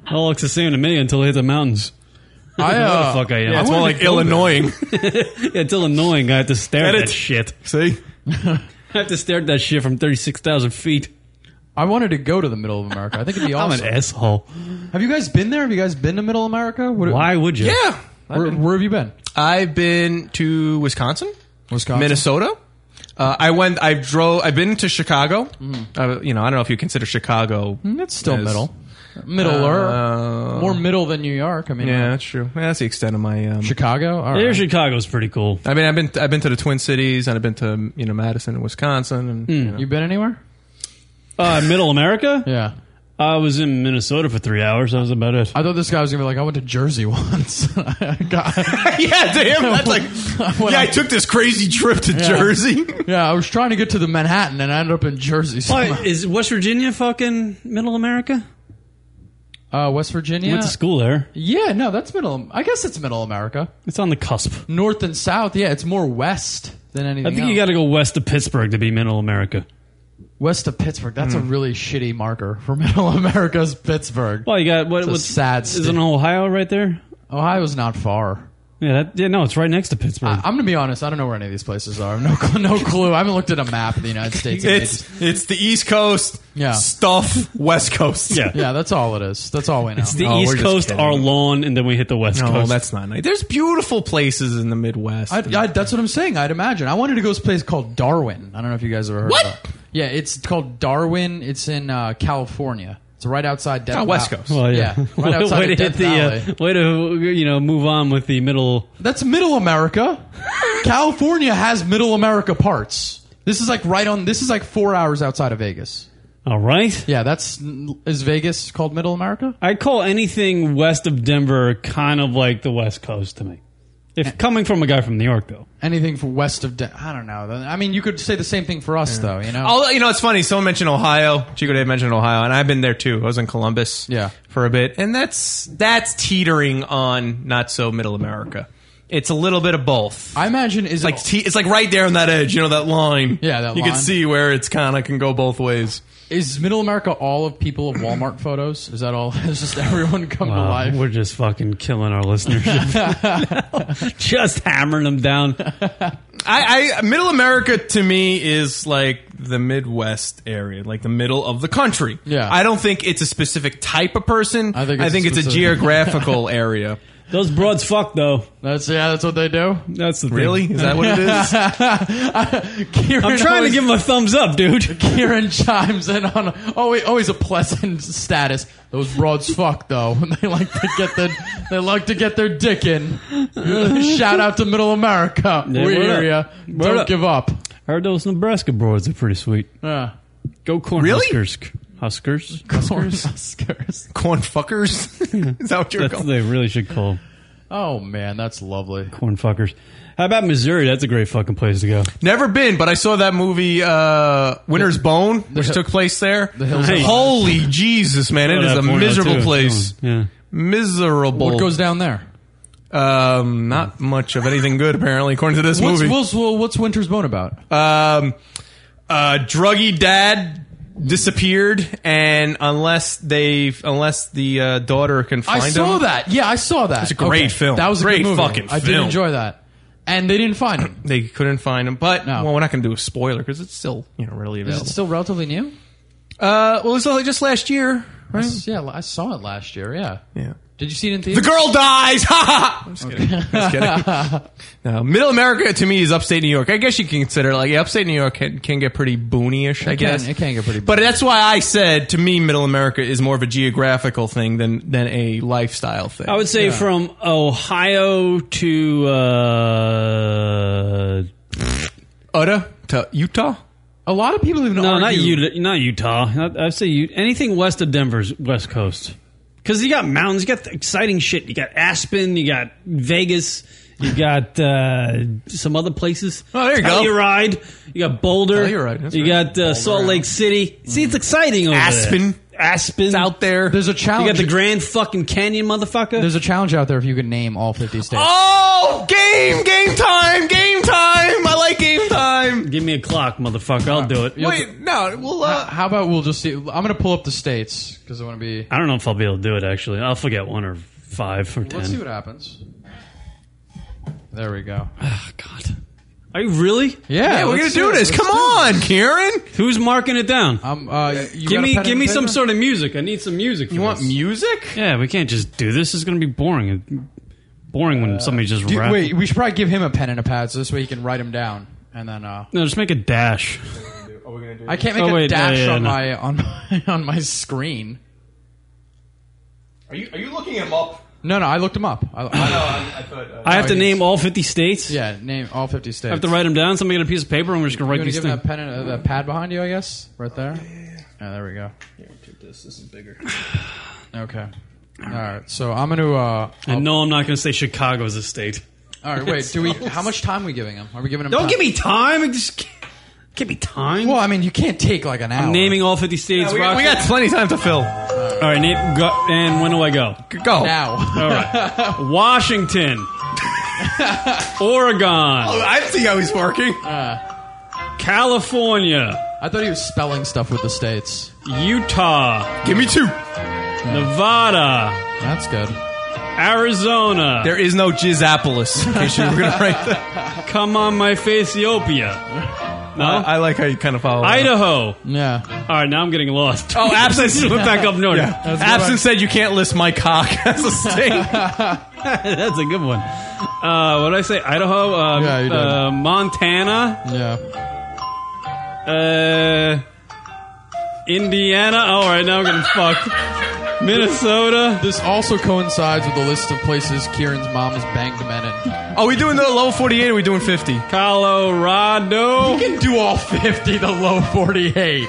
All looks the same to me until they hit the mountains.
I,
I don't know
uh,
the fuck I am.
it's
I wanted
more like
to go there.
Illinois.
Yeah, it's annoying. I have to stare at
That
that
is-
shit.
See?
I have to stare at that shit from thirty six thousand feet.
I wanted to go to the middle of America. I think it'd be
I'm an
awesome.
asshole.
Have you guys been there? Have you guys been to Middle America? What-
Why would you?
Yeah.
Where, where have you been?
I've been to Wisconsin,
Wisconsin?
Minnesota. Uh, I went. I drove. I've been to Chicago. Uh, you know, I don't know if you consider Chicago.
Mm. It's still
as-
middle, middle
Uh,
more middle than New York. I mean, uh,
Yeah, that's true. Yeah, That's the extent of my. Um,
Chicago. All
Air
right.
Chicago's pretty cool.
I mean, I've been I've been to the Twin Cities and I've been to you know Madison and Wisconsin and you know.
Mm. You been anywhere?
Uh, Middle America.
Yeah.
I was in Minnesota for three hours. That was about it.
I thought this guy was gonna be like, I went to Jersey once. I got-
yeah, damn, that's like
When
yeah.
I-
I took this crazy trip to Jersey.
yeah, I was trying to get to the Manhattan and I ended up in Jersey. somehow.
Why, is West Virginia fucking Middle America?
Uh, West Virginia.
Went to school there.
Yeah, no, that's middle. I guess it's middle America.
It's on the cusp.
North and south. Yeah, it's more west than anything.
I think you
else.
got to go west of Pittsburgh to be Middle America.
west of Pittsburgh. That's
Hmm.
a really shitty marker for middle America's Pittsburgh.
Well, you got what?
It's a
what's
sad
Isn't
state.
Ohio right there?
Ohio's not far.
Yeah, that, yeah. No, it's right next to
Hmm.
Pittsburgh.
I, I'm gonna be honest. I don't know where any of these places are. No, cl- no clue. I haven't looked at a map of the United States.
It's it's the East Coast
Yeah.
stuff, West Coast.
yeah.
yeah, that's all it is. That's all we know.
It's the
Oh, we're
East
just
Coast,
kidding.
our lawn, and then we hit the West
No,
Coast.
that's not nice. There's beautiful places in the Midwest.
I, I, that's what I'm saying. I'd imagine. I wanted to go to this place called Darwin. I don't know if you guys ever heard
What?
of it. Yeah, it's called Darwin. It's in uh, California. It's right outside Death
Oh, West
Valley.
Coast.
Well,
yeah.
yeah.
Right outside
way
of
to
Death
hit the
Valley.
uh, way to you know move on with the middle.
That's Middle America. California has Middle America parts. This is like right on. This is like four hours outside of Vegas.
All right.
Yeah, that's is Vegas called Middle America?
I'd call anything west of Denver kind of like the West Coast to me. If coming from a guy from New York though.
Anything for west of? De- I don't know. I mean, you could say the same thing for us, though. You know.
Although, you know, it's funny. Someone mentioned Ohio. Chico Dave mentioned Ohio, and I've been there too. I was in Columbus,
Yeah.
for a bit, and that's that's teetering on not so middle America. It's a little bit of both.
I imagine is
It's like
it,
te- it's like right there on that edge. You know that line.
Yeah, that
you can
line.
see where it's kind of can go both ways.
Is Middle America all of people of Walmart photos? Is that all? Is just everyone come to
Uh,
life?
we're just fucking killing our listenership. just hammering them down.
I, I middle America to me is like the Midwest area, like the middle of the country.
Yeah.
I don't think it's a specific type of person.
I think it's
I think it's a
specific-
geographical area.
Those broads fuck though.
That's yeah, that's what they do.
That's the thing.
Really? Is that what it is?
Kieran
I'm trying to
always-
give him a thumbs up, dude.
Kieran chimes in on always always a pleasant status. Those broads fuck though. They like to get the they like to get their dick in. Shout out to Middle America.
Yeah,
we
word
hear ya.
up. Word
Don't
up.
give up.
Heard those Nebraska broads are pretty sweet.
Yeah.
Go corn
Really?
huskers. Huskers.
Huskers. Huskers.
corn fuckers. Is that what you're
That's what
calling?
they really should call 'em.
Oh man, that's lovely.
corn fuckers. How about Missouri? That's a great fucking place to go.
Never been, but I saw that movie uh, Winter's Bone, which took place there. The
hills
Hey. are-
Holy Jesus, man! It
Oh,
is
that
a
porno,
miserable
too.
place.
Yeah.
Miserable.
What goes down there?
um, not much of anything good, apparently, according to this
What's,
movie.
what's, what's Winter's Bone about?
um, uh, druggy dad disappeared, and unless they, unless the uh, daughter can
I
find him,
saw that. Yeah, I saw that. It's
a great film.
That was a
Great
good movie.
fucking
I did
film.
enjoy that. And they didn't find him.
they couldn't find him. But
No.
well, we're not going to do a spoiler because it's still you know really
Is
available.
it still relatively new?
uh, well, it was like just last year, right?
Yeah, I saw it last year. Yeah.
Yeah.
Did you see it in
The
theaters?
girl dies. Ha ha! I'm just kidding. Just kidding. No, Middle America to me is upstate New York. I guess you can consider it like yeah, upstate New York can, can get pretty boonyish. I
It can-
guess
it can get pretty
But that's why I said to me, Middle America is more of a geographical thing than than a lifestyle thing.
I would say from Ohio to uh,
Utah to Utah.
a lot of people even
no, not
argue-
Utah, not Utah. I'd- I'd say U- anything west of Denver's west coast, because you got mountains, you got the exciting shit. You got Aspen, you got Vegas, you got uh, some other places.
Oh, there you go.
Telluride, you got Boulder,
Telluride, that's
you
right.
got uh, Salt Lake City. See, it's exciting over there.
Aspen.
Aspen
It's out there.
There's a
You
challenge.
got the Grand fucking Canyon, motherfucker.
There's a challenge out there if you can name all 50 states.
oh game game time game time. I like game time.
Give me a clock, motherfucker. I'll do it.
Wait no well uh,
How about we'll just see? I'm gonna pull up the states because I want to be.
I don't know if I'll be able to do it. Actually, I'll forget one or five or 10
Let's see what happens. There we go. Yeah,
Oh, God, are you really?
yeah we're gonna
let's
do
it.
this.
Let's
Come
do it.
on, Karen.
Who's marking it down?
Um, uh, you got
give
a
me,
pen
give
and
me some
paper?
sort of music. I need some music. For
You want
this.
music?
Yeah, we can't just do this. It's going to be boring. Boring
Uh,
when somebody just
Do-
rap.
wait, we should probably give him a pen and a pad so this way he can write them down. And then uh,
No, just make a dash.
I can't make
Oh, wait,
a
no,
dash
yeah,
on
no.
my on my on my screen.
Are you are you looking him up?
No, no, I looked them up. I, I,
I, I thought. uh,
I have to
it
name
is.
all fifty states.
yeah, name all fifty states.
I have to write them down. Somebody get a piece of paper, and we're just going to
You
write
want to
these
give him
things.
that pen and uh, that pad behind you? I guess right there. Yeah, there we go.
this. This is bigger.
Okay. All right. So I'm gonna. Uh,
And no, I'm not going to say Chicago is a state.
all right. Wait. Do we? How much time are we giving him? Are we giving him?
Don't
time?
give me time. I just give me time.
Well, I mean, you can't take like an hour.
I'm naming all fifty states.
we, got, we
Roxy.
got plenty of time to fill.
All right, Nate, go, and when do I go?
Go.
now.
All right, Washington, Oregon,
Oh, I see how he's working.
California,
Uh. I thought he was spelling stuff with the states.
Utah,
Give me two.
Nevada,
That's good.
Arizona.
There is no Jizzapolis. In case you were gonna write that.
Come on, my faceopia. No,
I, I like how you kind of follow. that.
Idaho.
Yeah.
All right, now I'm getting lost.
Oh, absence.
Let's look back up north.
Yeah. Absent said you can't list my cock as a state.
That's a good one. Uh, what did I say? Idaho, uh,
Yeah, you did.
uh, Montana,
Yeah.
uh, Indiana. Oh, All right, now I'm getting fucked. Minnesota.
This also coincides with the list of places Kieran's mom has banged men in.
Are we doing the low 48 or are we doing 50?
Colorado,
can do all 50, the low 48.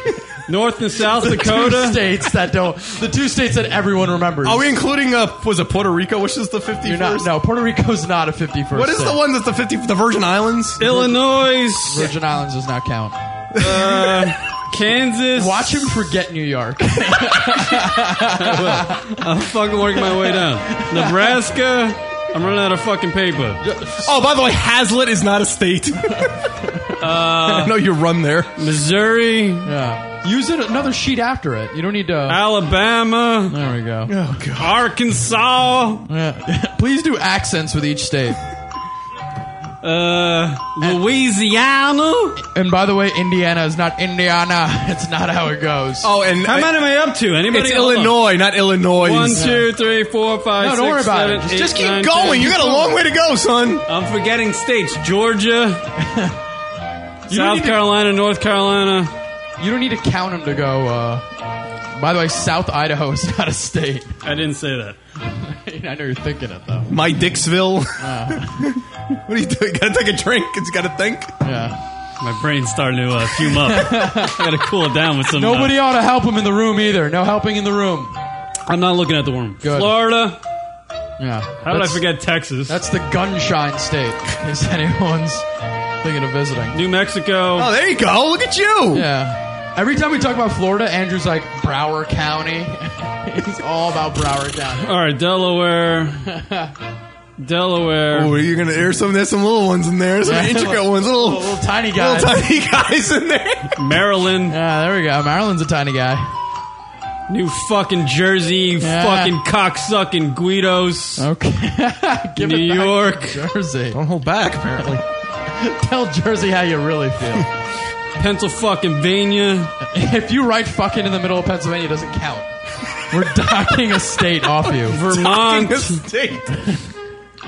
North and South
Two
Dakota.
states that don't. The two states that everyone remembers.
Are we including, uh, was it Puerto Rico, which is the 51st?
You're not, no, Puerto Rico's not a 51st.
What is
state.
the one that's the 50, the Virgin Islands?
Illinois,
Virgin Islands does not count.
Kansas.
Watch him forget New York.
I'm fucking working my way down. Nebraska. I'm running out of fucking paper.
Oh, by the way, Hazlitt is not a state. I
Uh,
know you run there.
Missouri,
yeah. Use it another sheet after it. You don't need to.
Alabama,
There we go.
Oh, God.
Arkansas,
Yeah. Please do accents with each state.
uh, Louisiana.
And by the way, Indiana is not Indiana. It's not how it goes.
Oh, and
How
I-
many am I up to? Anybody?
it's
Hold on.
Illinois, not Illinois.
One, two, three, four, five,
No, don't worry
six,
about it.
seven,
Just-
eight,
Just keep
nine,
going.
ten.
You got a long way to go, son.
I'm forgetting states. Georgia,
don't need
South
to-
Carolina, North Carolina,
You don't need to count them to go. Uh, by the way, South Idaho is not a state.
I didn't say that.
I know you're thinking it though.
My Dixville. what are you doing? Gotta take a drink. It's gotta think.
Yeah.
My brain's starting to uh, fume up. I gotta cool it down with some. uh,
Nobody ought to help him in the room either. No helping in the room.
I'm not looking at the worm.
Good.
Florida.
Yeah.
How did I
That's-
forget Texas?
That's the gunshine state. In case anyone's thinking of visiting.
New Mexico.
Oh, there you go. Look at you.
Yeah. Every time we talk about Florida, Andrew's like Broward County. He's all about Broward County.
All right, Delaware. Delaware.
Oh, you're gonna there's some there's some little ones in there, some
Yeah.
intricate ones,
Little,
little little,
little tiny guy.
tiny guys in there.
Maryland.
yeah, there we go. Maryland's a tiny guy.
New fucking Jersey.
Yeah.
Fucking cocksucking Guidos.
Okay. Give it
New
back.
York.
Jersey.
Don't hold back, apparently.
Tell Jersey how you really feel.
Pennsylvania.
If you write fucking in the middle of Pennsylvania, it doesn't count. We're docking a state off you.
Vermont,
State.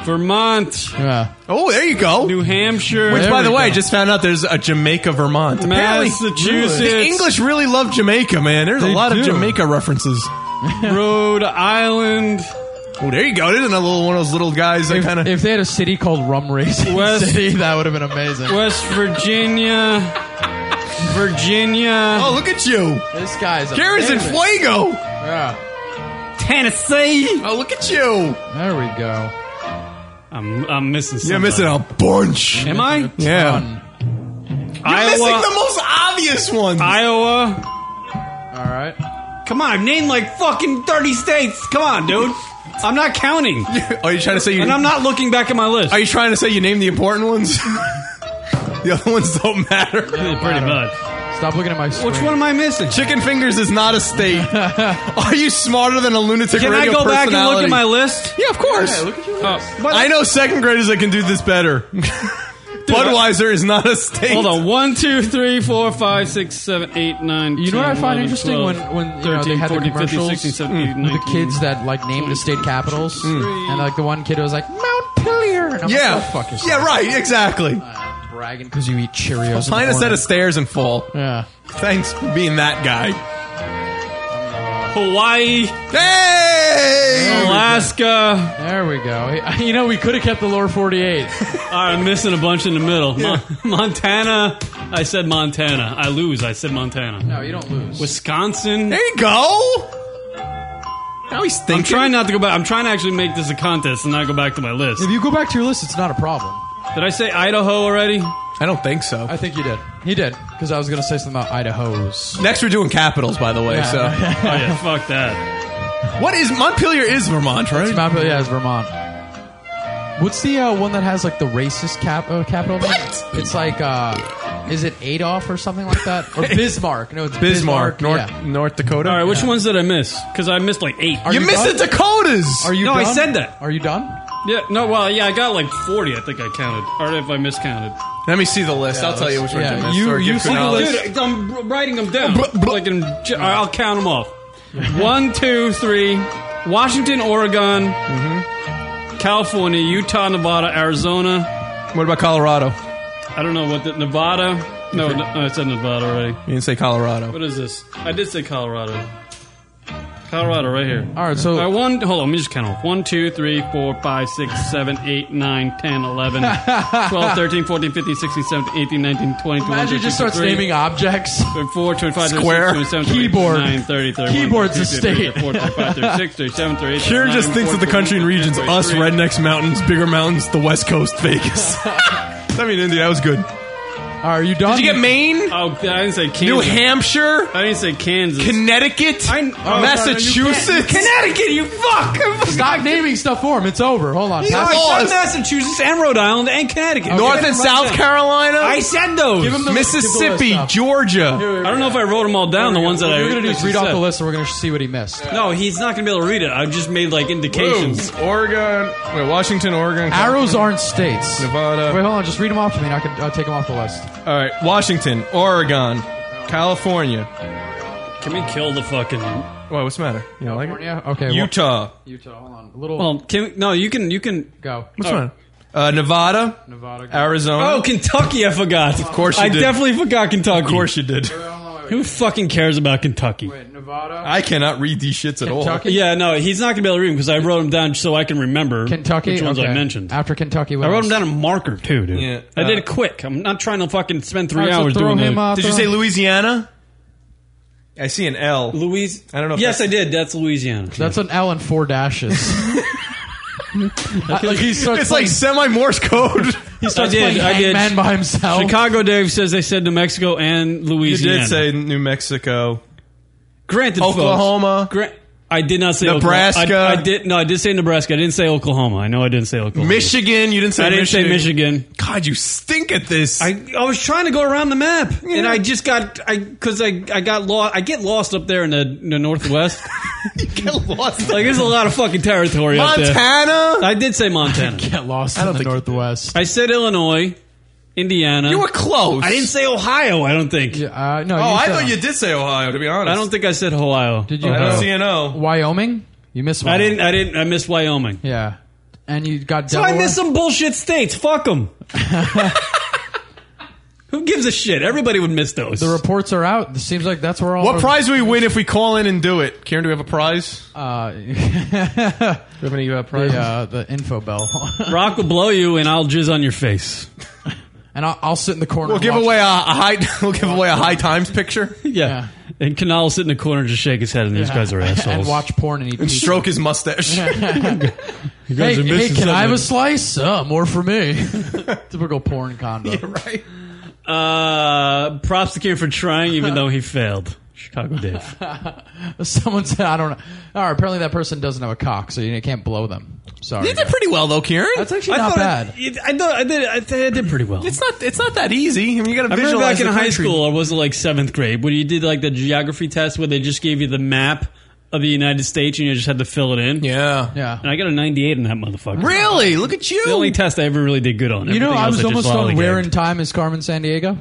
Vermont,
Yeah.
Oh, there you go.
New Hampshire.
Which, by
we
the way, I
go.
just found out there's a Jamaica, Vermont. Apparently,
Massachusetts.
The English really love Jamaica, man. There's
They
a lot
do.
of Jamaica references.
Rhode Island,
Oh, there you go. There's another little one of those little guys that
If,
kind of.
if they had a city called Rum Racing
West-
City, that would have been amazing.
West Virginia, Virginia,
Oh, look at you.
This guy's
Karen's in
amazing.
Fuego.
Yeah.
Tennessee.
Oh, look at you.
There we go.
I'm, I'm missing something.
You're missing a bunch.
Am I?
Yeah.
Done.
You're missing the
Iowa,
most obvious ones.
Iowa.
All right.
Come on, name like fucking 30 states. Come on, dude. I'm not counting.
Are you trying to say you?
And I'm not looking back at my list.
Are you trying to say you name the important ones? the other ones don't matter.
Pretty much.
Stop looking at my screen.
Which one am I missing?
Chicken fingers is not a state. Are you smarter than a lunatic?
Can I
radio
go back and look
personality?
at my list?
Yeah, of course.
Oh, but-
I know second graders that can do this better. Budweiser is not a state.
Hold on. One, two, three, four, five, six, seven, eight, nine.
You know
10,
what I find
11,
interesting
12,
when when you know,
13,
they had
14,
the
15,
commercials Mm.
16, 17, 18,
with
19.
the kids that like named the state capitals, and like the one kid was like Mount Pillier, and I'm
Yeah.
like, oh, fuck yourself.
yeah, right. Exactly.
Yeah, bragging because you eat Cheerios.
Find
in the
a set
morning.
of stairs and fall.
Yeah.
Thanks for being that guy.
Hawaii,
Hey!
Alaska.
There we go. You know, we could have kept the lower 48.
All right, I'm missing a bunch in the middle. Mon- Montana. I said Montana. I lose. I said Montana.
no, you don't lose.
Wisconsin.
There you go. Now he's thinking.
I'm trying not to go back. I'm trying to actually make this a contest and not go back to my list.
if you go back to your list, it's not a problem.
Did I say Idaho already?
I don't think so.
I think you did. He did because I was going to say something about Idaho's.
Next, we're doing capitals, by the way.
Oh yeah, fuck that.
So, what is Montpelier is Vermont, right?
Mount Pillier yeah, is Vermont. What's the uh, one that has like the racist cap uh, capital? name?
What?
It's like, uh, is it Adolf or something like that, or Bismarck? No, it's
Bismarck,
Bismark.
North
yeah.
North Dakota.
All right, which ones did I miss? Because I missed like eight.
you
you
missed
done?
the Dakotas.
Are you?
No, I
done?
said that.
Are you done?
Yeah, no, well, yeah, I got like 40, I think I counted. Or if I miscounted.
Let me see the list. I'll tell you which
yeah,
one you missed.
you-
or
you
give
see the
Kunal.
list.
Dude, I'm writing them down.
Blah, blah.
Like in, j- I'll count them off. One, two, three. Washington, Oregon, California, Utah, Nevada, Arizona.
Mm-hmm. What about Colorado?
I don't know what the Nevada. No, no, I said Nevada already.
You didn't say Colorado.
What is this? I did say Colorado. Colorado, right here.
All right, so
I one. Hold on, let me just count off. 1, 2, 3, 4, 5, 6, 7, 8, 9, 10, 11, 12, 13, 14, 15, 16, 17, 18, 19, 20, 21,
imagine it just starts
23,
naming objects.
24, 25, 26,
Square.
27,
Keyboard.
29, 30, 31,
Keyboard's
32,
a state.
34, 35, 36, 37, 38,
Kieran
39,
just thinks that the
40,
country and
41,
regions, us
43.
rednecks, mountains, bigger mountains, the West Coast, Vegas. I mean, India, that was good.
Are you done?
Did you get Maine,
Oh, I didn't say Kansas.
New Hampshire,
I didn't say Kansas.
Connecticut,
I- oh, no,
Massachusetts?
Connecticut, you fuck!
Stop naming stuff for him. It's over. Hold on.
I
Pass-
lost.
said Massachusetts and Rhode Island and Connecticut.
North
Okay.
and South Carolina,
I said those.
Give him the
Mississippi,
give the list up.
Georgia.
I don't know if I wrote them all down. The ones that I
We're gonna do is read off
said.
the list, and we're gonna see what he missed.
No, he's not going to be able to read it. I just made like indications.
Oregon, wait, Washington, Oregon,
Arrows aren't states.
Nevada.
Wait, hold on. Just read them off to me, and I can I'll take them off the list.
All right, Washington, Oregon, California.
Can we kill the fucking?
Wait, what's the matter? You don't like it?
California? Okay. well-
Utah.
Utah. Hold on. A little.
Well, can no, you can, you can.
go.
What's the matter? Uh, Nevada,
Nevada. Go.
Arizona.
Oh, Kentucky! I forgot. Of
course you
I
did.
definitely forgot Kentucky.
of course you did.
Who fucking cares about Kentucky?
Wait, Nevada.
I cannot read these shits at all.
Kentucky.
Yeah, no, he's not going to be able to read them because I wrote them down so I can remember
Kentucky.
which ones
okay.
I mentioned. I
After Kentucky, what
wrote
else?
them down in marker too, dude.
Yeah.
I did
Uh,
it quick. I'm not trying to fucking spend
All
three
right, so
hours
throw
doing
him
that.
up.
Did you say Louisiana? I see an L.
Louis,
I don't know if
Yes, I
that's-
did. That's Louisiana.
That's an L and four dashes. like he starts
It's like semi Morse code.
he starts
I did,
playing
I did.
Hangman by himself.
Chicago Dave says they said New Mexico and
you
Louisiana.
did say New Mexico,
Granted, folks,
Oklahoma,
Gra- I did not say
Nebraska.
Oklahoma. I, I did no. I did say Nebraska. I didn't say Oklahoma. I know I didn't say Oklahoma.
Michigan. You didn't say
I didn't
Michigan.
say Michigan.
God, you stink at this.
I, I was trying to go around the map, and I just got I because I I got lost. I get lost up there in the, in the northwest.
get lost.
like there's a lot of fucking territory up there.
Montana.
I did say Montana.
Get lost in the Northwest.
I said Illinois. Indiana.
You were close.
I didn't say Ohio. I don't think.
Yeah, uh, no.
Oh,
you
I
said-
thought you did say Ohio. To be honest,
I don't think I said Ohio.
Did you?
I
Ohio.
don't
know
see an O.
Wyoming. You missed. Wyoming.
I didn't. I didn't. I missed Wyoming.
Yeah, and you got.
So I
Delaware?
missed some bullshit states. Fuck them. Who gives a shit? Everybody would miss those.
The reports are out. It seems like that's where all.
What prize do we win if we call in and do it? Karen, do we have a prize? Do
Uh, the,
we have any uh, prizes?
uh, the info bell,
Rock will blow you, and I'll jizz on your face.
and I'll, I'll sit in the corner.
We'll
and
give
watch
away Uh, a, a high. We'll give away a high times picture.
Yeah.
Yeah.
And Canal will sit in the corner and just shake his head, and these guys are assholes.
and watch porn and eat.
And
pizza.
stroke his mustache.
You
Hey,
guys
hey,
are missing
can I have a
something.
slice? Uh, more for me. Typical porn combo.
right.
Uh, props to Kieran for trying, even though he failed. Chicago Dave.
Someone said, "I don't know." All right, apparently that person doesn't have a cock, so you can't blow them. Sorry.
You did pretty well though, Kieran.
That's actually
I
not
thought
bad.
I, I, know- I did. I, did- I did pretty well.
It's not. It's not that easy. I mean, you got to
I remember
visualize
back in
the
high
country.
school, or was it like seventh grade, when you did like the geography test where they just gave you the map of the United States and you just had to fill it in?
Yeah.
yeah.
And I got a 98 in that motherfucker.
Really? Look at
The only
you.
test I ever really did good on.
You know,
Everything
I
else
was
just
almost on
lollygagged.
Where in Time is Carmen San Diego,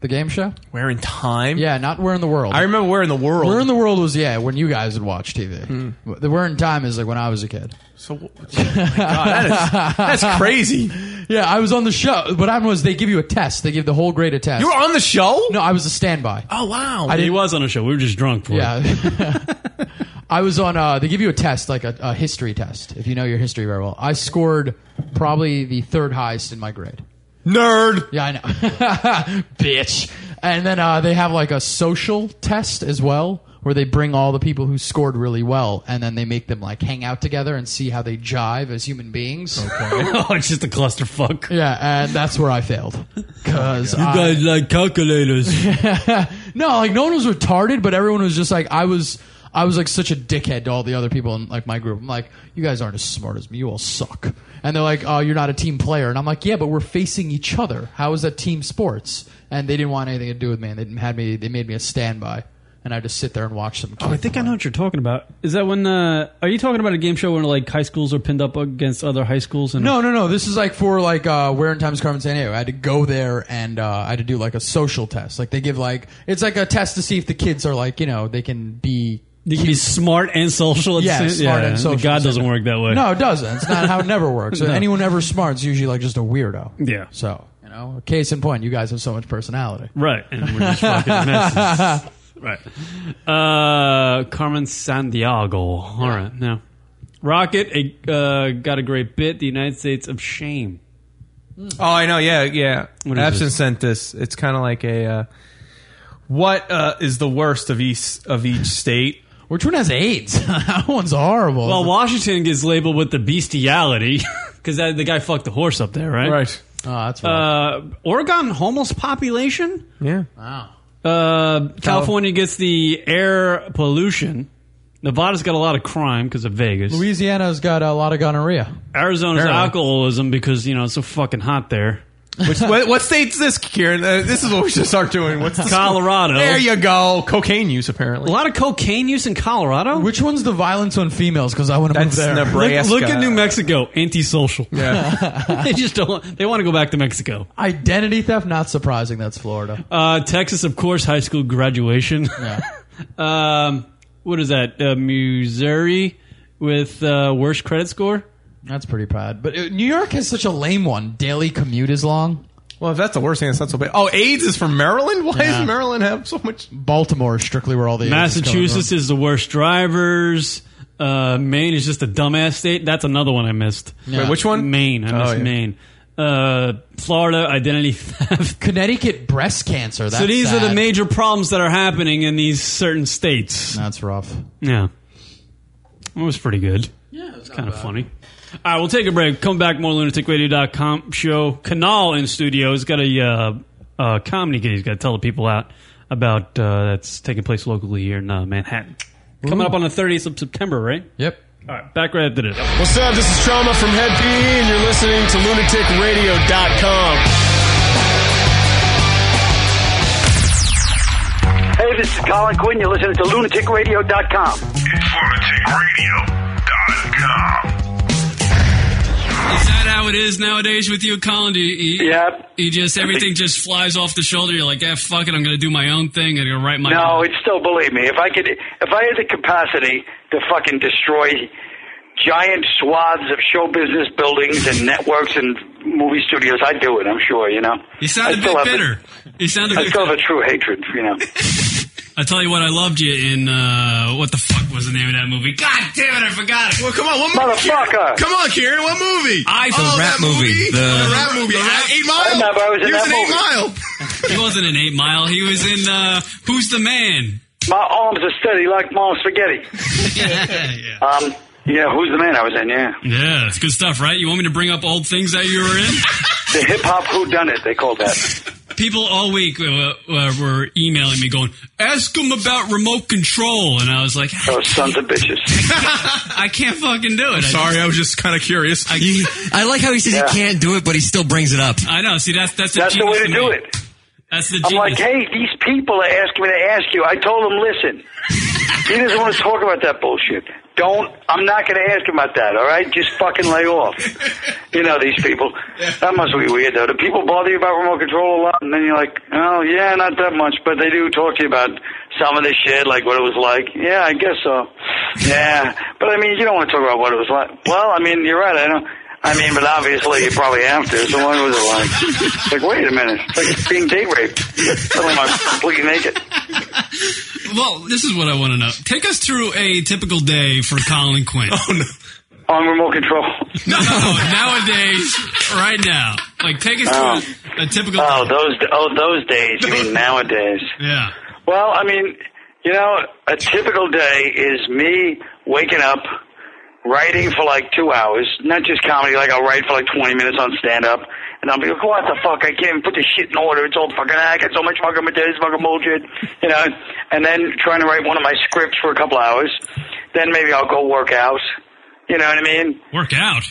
the game show.
We're in time.
Yeah, not Where in the World.
I remember we're in the world. Hmm.
Where in the World was yeah when you guys would watch TV. The Where in Time is like when I was a kid.
so, oh my God, that is, that's crazy.
Yeah, I was on the show. What happened was they give you a test. They give the whole grade a test.
You were on the show.
no, I was a standby.
Oh wow.
I
He
didn't-
was on a show. We were just drunk for it.
Yeah. I was on. Uh, they give you a test, like a, a history test, if you know your history very well. I scored probably the third highest in my grade.
Nerd.
Yeah, I know, bitch. And then uh, they have like a social test as well, where they bring all the people who scored really well, and then they make them like hang out together and see how they jive as human beings.
oh, it's just a clusterfuck.
Yeah, and that's where I failed because I
Guys like calculators.
no, like no one was retarded, but everyone was just like I was. I was like such a dickhead to all the other people in like my group. I'm like, you guys aren't as smart as me. You all suck. And they're like, oh, you're not a team player. And I'm like, yeah, but we're facing each other. How is that team sports? And they didn't want anything to do with me. And they didn't- had me. They made me a standby, and I just sit there and watch them.
I think I know what you're talking about. Is that when? Uh, are you talking about a game show where like high schools are pinned up against other high schools? And
No, no, no. This is like for like uh, where in times Carmen San Diego. I had to go there and uh, I had to do like a social test. Like they give like it's like a test to see if the kids are like you know they can be
you can be smart and social. At
Yeah,
the same,
smart and social.
God doesn't work that way.
No, it doesn't. It's not how it never works. Anyone ever smart's usually like just a weirdo.
Yeah.
So you know, case in point, you guys have so much personality.
Right. And we're just fucking messes. Right. Uh, Carmen Sandiego. All right. Now, Rocket a, uh, got a great bit. The United States of Shame.
Oh, I know. Yeah, yeah.
What is
Absent
this?
sent this. It's kind of like a. Uh, what uh, is the worst of each of each state?
Which one has AIDS? that one's horrible.
Well, Washington gets labeled with the bestiality because the guy fucked the horse up there, right?
oh, that's right.
Uh, Oregon homeless population.
Yeah.
wow.
Uh, California gets the air pollution. Nevada's got a lot of crime because of Vegas.
Louisiana's got a lot of gonorrhea.
Arizona's
Apparently.
alcoholism because you know it's so fucking hot there.
Which, what, what state's this, Kieran? Uh, this is what we should start doing. What's the
Colorado.
There you go. Cocaine use, apparently.
A lot of cocaine use in Colorado.
Which one's the violence on females? Because I want to move
That's
there.
look,
Nebraska.
look at New Mexico, antisocial.
Yeah.
they just don't. They want to go back to Mexico.
Identity theft, not surprising. That's Florida.
Uh, Texas, of course, high school graduation.
Yeah.
um, what is that? Uh, Missouri with uh, worst credit score.
That's pretty bad. But uh, New York has such a lame one. Daily commute is long.
well, if that's the worst thing, that's not so bad. Oh, AIDS is from Maryland? Why
Yeah.
does Maryland have so much?
Baltimore is strictly where all the AIDS is coming from.
Massachusetts is the worst drivers. Uh, Maine is just a dumbass state. That's another one I missed.
Yeah.
Wait, which one?
Maine. I missed
Oh, yeah.
Maine. Uh, Florida identity theft.
Connecticut breast cancer. That's
so these are the
sad.
major problems that are happening in these certain states.
That's rough.
Yeah. It was pretty good.
Yeah, it's
Kind of funny. All right, we'll take a break. Come back, more lunaticradio.com show. Canal in studio has got a uh, uh, comedy gig. He's got to tell the people out about uh, that's taking place locally here in uh, Manhattan. Coming up on the 30th of September, right?
Yep.
All right, back right after this.
What's up? This is Trauma from Head PE, and you're listening to lunaticradio.com.
Hey, this is Colin Quinn. You're listening to lunaticradio.com.
Informaticradio.com.
Is that how it is nowadays with you, Colin? Do you, you,
Yep.
you just everything just flies off the shoulder. You're like, yeah, fuck it. I'm going to do my own thing. I'm going to write my.
No, it's still believe me. If I could, if I had the capacity to fucking destroy giant swaths of show business buildings and networks and movie studios, I'd do it. I'm sure. You know.
You sound
I
a
still
bit
have the-
bitter. You sound a
I
bit.
still have a true hatred. You know.
I tell you what, I loved you in uh, what the fuck was the name of that movie? God damn it, I forgot it. Well, come on, what
motherfucker?
Come on, Kieran. What movie?
I
oh, that The, rap movie. Eight Mile. He was in
he wasn't
Eight Mile.
in Eight Mile. He was in uh, Who's the Man?
My arms are steady like mom's spaghetti. Um. Yeah. Who's the man? I was in. Yeah.
Yeah, it's good stuff, right? You want me to bring up old things that you were in?
The hip hop who done it? They called that.
People all week uh, uh, were emailing me going, ask them about remote control. And I was like,
oh, sons of bitches.
I can't fucking do it. I
Sorry, I was just kind of curious. I like how he says he can't do it, but he still brings it up.
I know. See, that's that's,
That's the way to do it.
That's the
I'm like, hey, these people are asking me to ask you. I told them, listen, he doesn't want to talk about that bullshit. Don't. I'm not going to ask him about that. All right, just fucking lay off. You know these people. That must be weird though. Do people bother you about remote control a lot? And then you're like, oh yeah, not that much, but they do talk to you about some of the shit, like what it was like. Yeah, I guess so. Yeah, but I mean, you don't want to talk about what it was like. Well, I mean, you're right. I don't. I mean, but obviously you probably have to. So what was it like? It's like, wait a minute. It's like being date raped. Suddenly I'm completely naked.
Well, this is what I want to know. Take us through a typical day for Colin Quinn. Oh, no.
On remote control.
No, nowadays, right now. Like, take us through a typical
Oh, those oh those days. You mean nowadays?
Yeah.
Well, I mean, you know, a typical day is me waking up, writing for like two hours, not just comedy. Like I'll write for like twenty minutes on stand up, and I'll be like, "What the fuck? I can't even put this shit in order. It's all fucking I got so much fucking material, it's fucking bullshit." You know, and then trying to write one of my scripts for a couple hours. Then maybe I'll go work out. You know what I mean?
work out.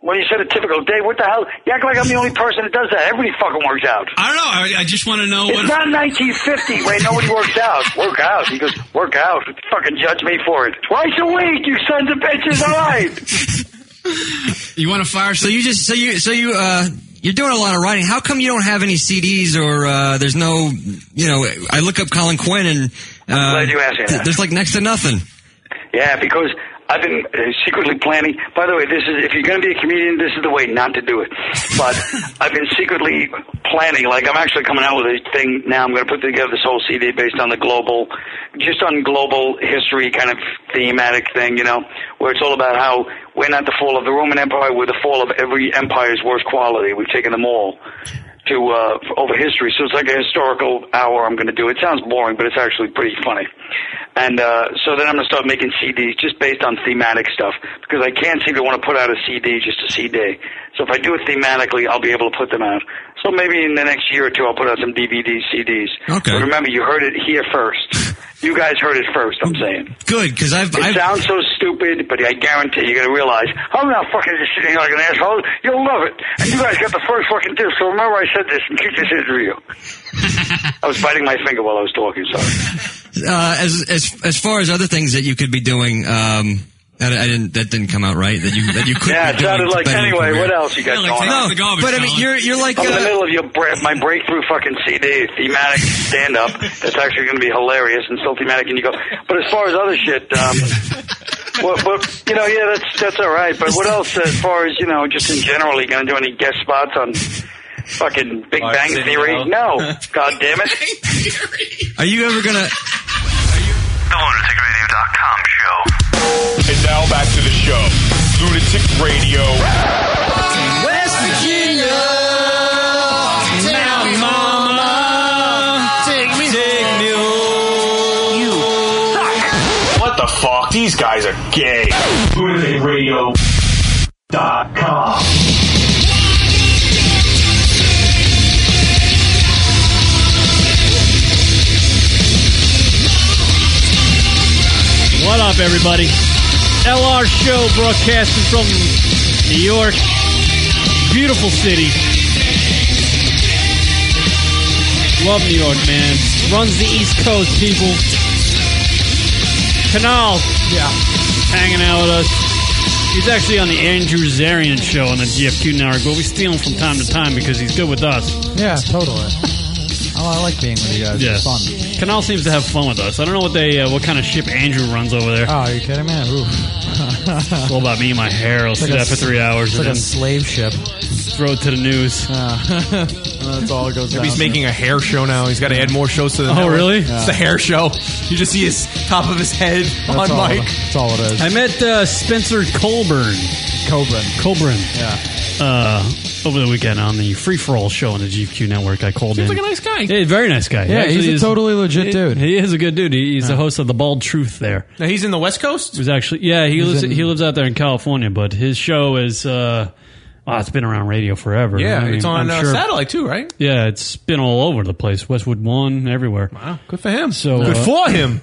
When you said a typical day, what the hell? You act like I'm the only person that does that. Everybody fucking works out.
I don't know. I, I just want to know
It's
what.
not 1950 where nobody works out. Work out. He goes, work out. Fucking judge me for it. Twice a week, you sons of bitches. All right.
You want to fire?
So you just so you so you uh
you're doing a lot of writing. How come you don't have any CDs or uh, there's no you know? I look up Colin Quinn and uh,
glad you asked me that.
there's like next to nothing.
Yeah, because I've been uh, secretly planning. By the way, this is if you're going to be a comedian, this is the way not to do it. But I've been secretly planning. Like I'm actually coming out with a thing now. I'm going to put together this whole CD based on the global, just on global history kind of thematic thing. You know, where it's all about how we're not the fall of the Roman Empire, we're the fall of every empire's worst quality. We've taken them all. To uh, over history, so it's like a historical hour. I'm going to do. It sounds boring, but it's actually pretty funny. And uh, so then I'm going to start making CDs just based on thematic stuff because I can't seem to want to put out a CD just a CD. So if I do it thematically, I'll be able to put them out. So maybe in the next year or two, I'll put out some DVD CDs.
Okay.
But remember, you heard it here first. You guys heard it first. I'm saying.
Good because I've,
It
I've
sounds so stupid, but I guarantee you're going to realize I'm not fucking just sitting here like an asshole. You'll love it. And you guys got the first fucking disc. So remember, I said this in this interview. I was biting my finger while I was talking. Sorry.
uh, as as as far as other things that you could be doing. Um, I, I didn't. That didn't come out right. That you that you could.
Yeah,
be
it
doing
sounded like.
better in your
Anyway,
career.
what else you got going on?
no, but I mean, you're you're like.
I'm in the
Uh,
middle of your bre- my breakthrough fucking CD, thematic stand up. That's actually going to be hilarious and still thematic. And you go, but as far as other shit, um, what, what, you know, yeah, that's that's all right. But what else? As far as you know, just in general, you going to do any guest spots on fucking Big Bang
City,
Theory? No, God damn it.
are you ever gonna?
LunaticRadio.com show.
And now back to the show. Lunatic Radio.
West Virginia. Now, mama, take me, take me home. You suck.
What the fuck? These guys are gay. LunaticRadio.com.
What up, everybody? LR Show broadcasting from New York. Beautiful city. Love New York, man. Runs the East Coast, people. Canal. Yeah. Hanging out with us.
He's actually on the Andrew Zarian show on the GFQ Network, but we steal him from time to time because he's good with us.
Yeah, totally. Oh, I like being with you guys.
Yeah.
It's fun.
Canal seems to have fun with us. I don't know what they, uh, what kind of ship Andrew runs over there.
Oh, are you kidding me? Oof.
It's all about me and my hair. I'll
It's
sit
like a
out for three
s-
hours
it's
and
like a
then
slave ship. Uh,
Throw it to the news.
that's all it goes
Maybe he's
down
making a hair show now. He's got to add more shows to the.
Oh,
network.
really?
It's the hair show. You just see his top of his head on
all.
mic.
That's all it is.
I met uh, Spencer Colburn.
Coburn.
Colburn.
Yeah.
Uh, over the weekend on the Free For All show on the GQ network, I called
Seems
in.
like a nice guy.
Yeah, very nice guy. He
Yeah, he's
actually
a
is-
totally legit
he-
dude.
He is a good dude. He- He's the host of the Bald Truth there.
Now he's in the West Coast.
He was actually yeah he
He's
lives
in-
he lives out there in California, but his show is uh, oh, it's been around radio forever.
Yeah,
I mean,
it's on
I'm
uh,
sure-
satellite too, right?
Yeah, it's been all over the place. Westwood One, everywhere.
Wow, good for him.
So uh,
Good for him.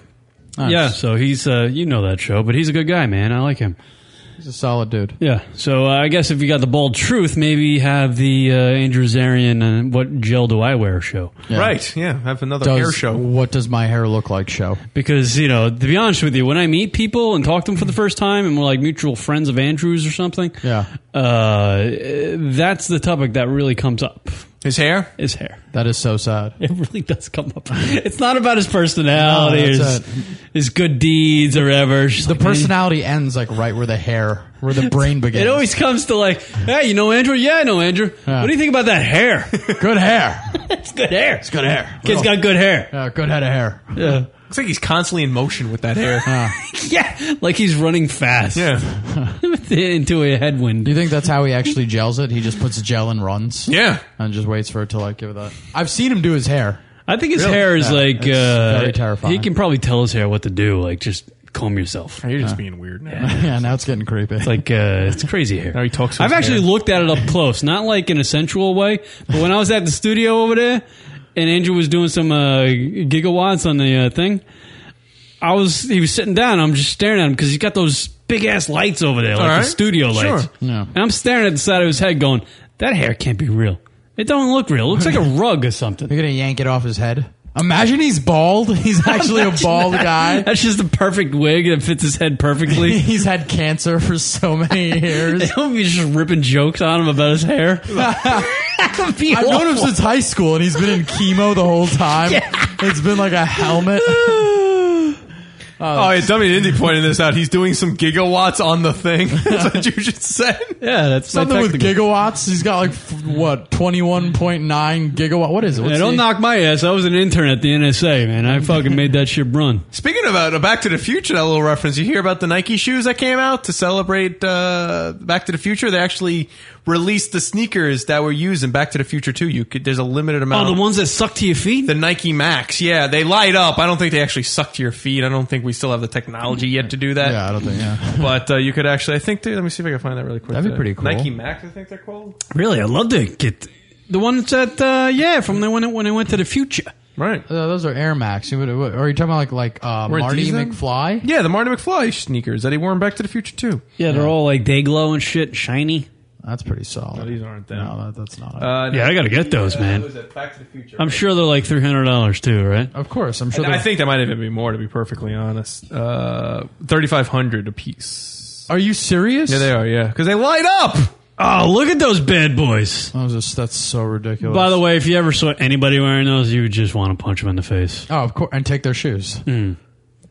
Yeah, so he's uh, you know that show, but he's a good guy, man. I like him.
He's a solid dude.
Yeah. So uh, I guess if you got the bald truth, maybe have the uh, Andrew Zarian uh, "What Gel Do I Wear" show.
Right. Yeah. Have another
Does-
hair show.
What does my hair look like? Show.
Because you know, to be honest with you, when I meet people and talk to them for the first time, and we're like mutual friends of Andrew's or something,
Yeah.
uh, that's the topic that really comes up.
His hair.
His hair.
That is so sad.
It really does come up. It's not about his personality,
No,
or
that's
his, his good deeds, or ever.
The personality ends like right where the hair, where the brain begins.
It always comes to like, hey, you know Andrew? Yeah, I know Andrew. What do you think about that hair?
Good hair.
it's good hair. It's
good hair.
Kid's
Oh.
got good hair.
Yeah, good head of hair.
Yeah.
Looks like he's constantly in motion with that hair.
yeah, like he's running fast.
Yeah.
into a headwind.
Do you think that's how he actually gels it? He just puts gel and runs.
Yeah,
and just waits for it to like give it that. I've seen him do his hair.
I think his hair is
Yeah,
like
it's
uh,
very terrifying.
He can probably tell his hair what to do. Like just comb yourself.
Oh, You're just
Yeah.
being weird. Now.
yeah, now it's getting creepy. It's
like uh, it's crazy hair.
he talks.
I've actually looked at it up close, not like in a sensual way, but when I was at the studio over there and Andrew was doing some uh, gigawatts on the uh, thing, I was he was sitting down. I'm just staring at him because he's got those big ass lights over there, like
All right.
the studio
Sure.
lights.
Yeah.
And I'm staring at the side of his head, going, "That hair can't be real. It don't look real. It looks like a rug or something."
You're gonna yank it off his head. Imagine he's bald. He's actually a
Imagine
bald
that.
guy.
That's just the perfect wig that fits his head perfectly.
He's had cancer for so many years.
He'll be just ripping jokes on him about his hair. I've
I've known him since high school, and he's been in chemo the whole time. It's been like a helmet.
Oh, yeah, Dummy Indy pointed this out. He's doing some gigawatts on the thing. That's what you just said.
Yeah, that's
Something with gigawatts. He's got like f- what twenty one point nine gigawatt. What is it? What's
Yeah, don't
the-
knock my ass. I was an intern at the NSA, man. I fucking made that shit run.
Speaking about uh, Back to the Future, that little reference, you hear about the Nike shoes that came out to celebrate uh, Back to the Future? They actually released the sneakers that were used in Back to the Future 2. You could, there's a limited amount.
Oh, the ones that suck to your feet?
The Nike Max. Yeah, they light up. I don't think they actually suck to your feet. I don't think we still have the technology yet to do that.
Yeah, I don't think. Yeah,
But uh, you could actually, I think, dude, let me see if I can find that really quick.
That'd be
Uh,
pretty cool.
Nike Max, I think they're called.
Really, I love to get the ones that, uh, yeah, from the when it, when it went to the future.
Right.
Uh, those are Air Max. You would- Are you talking about like like uh,
Weren't
Marty
these them?
McFly?
Yeah, the Marty McFly sneakers that he wore in Back to the Future 2.
Yeah, they're all like day glow and shit, shiny.
That's pretty solid.
These aren't them.
No, that, that's not. it.
Uh,
Yeah, I gotta get those,
uh,
man.
what is it? Back to the Future.
I'm sure they're like three hundred dollars too, right?
of course, I'm sure.
And I
they're-
think that might even be more, to be perfectly honest. Uh, Thirty-five hundred a piece.
Are you serious?
Yeah, they are. Yeah, because they light up.
Oh, look at those bad boys!
That was just, that's so ridiculous.
By the way, if you ever saw anybody wearing those, you would just want to punch them in the face.
oh, of course, and take their shoes.
Hmm.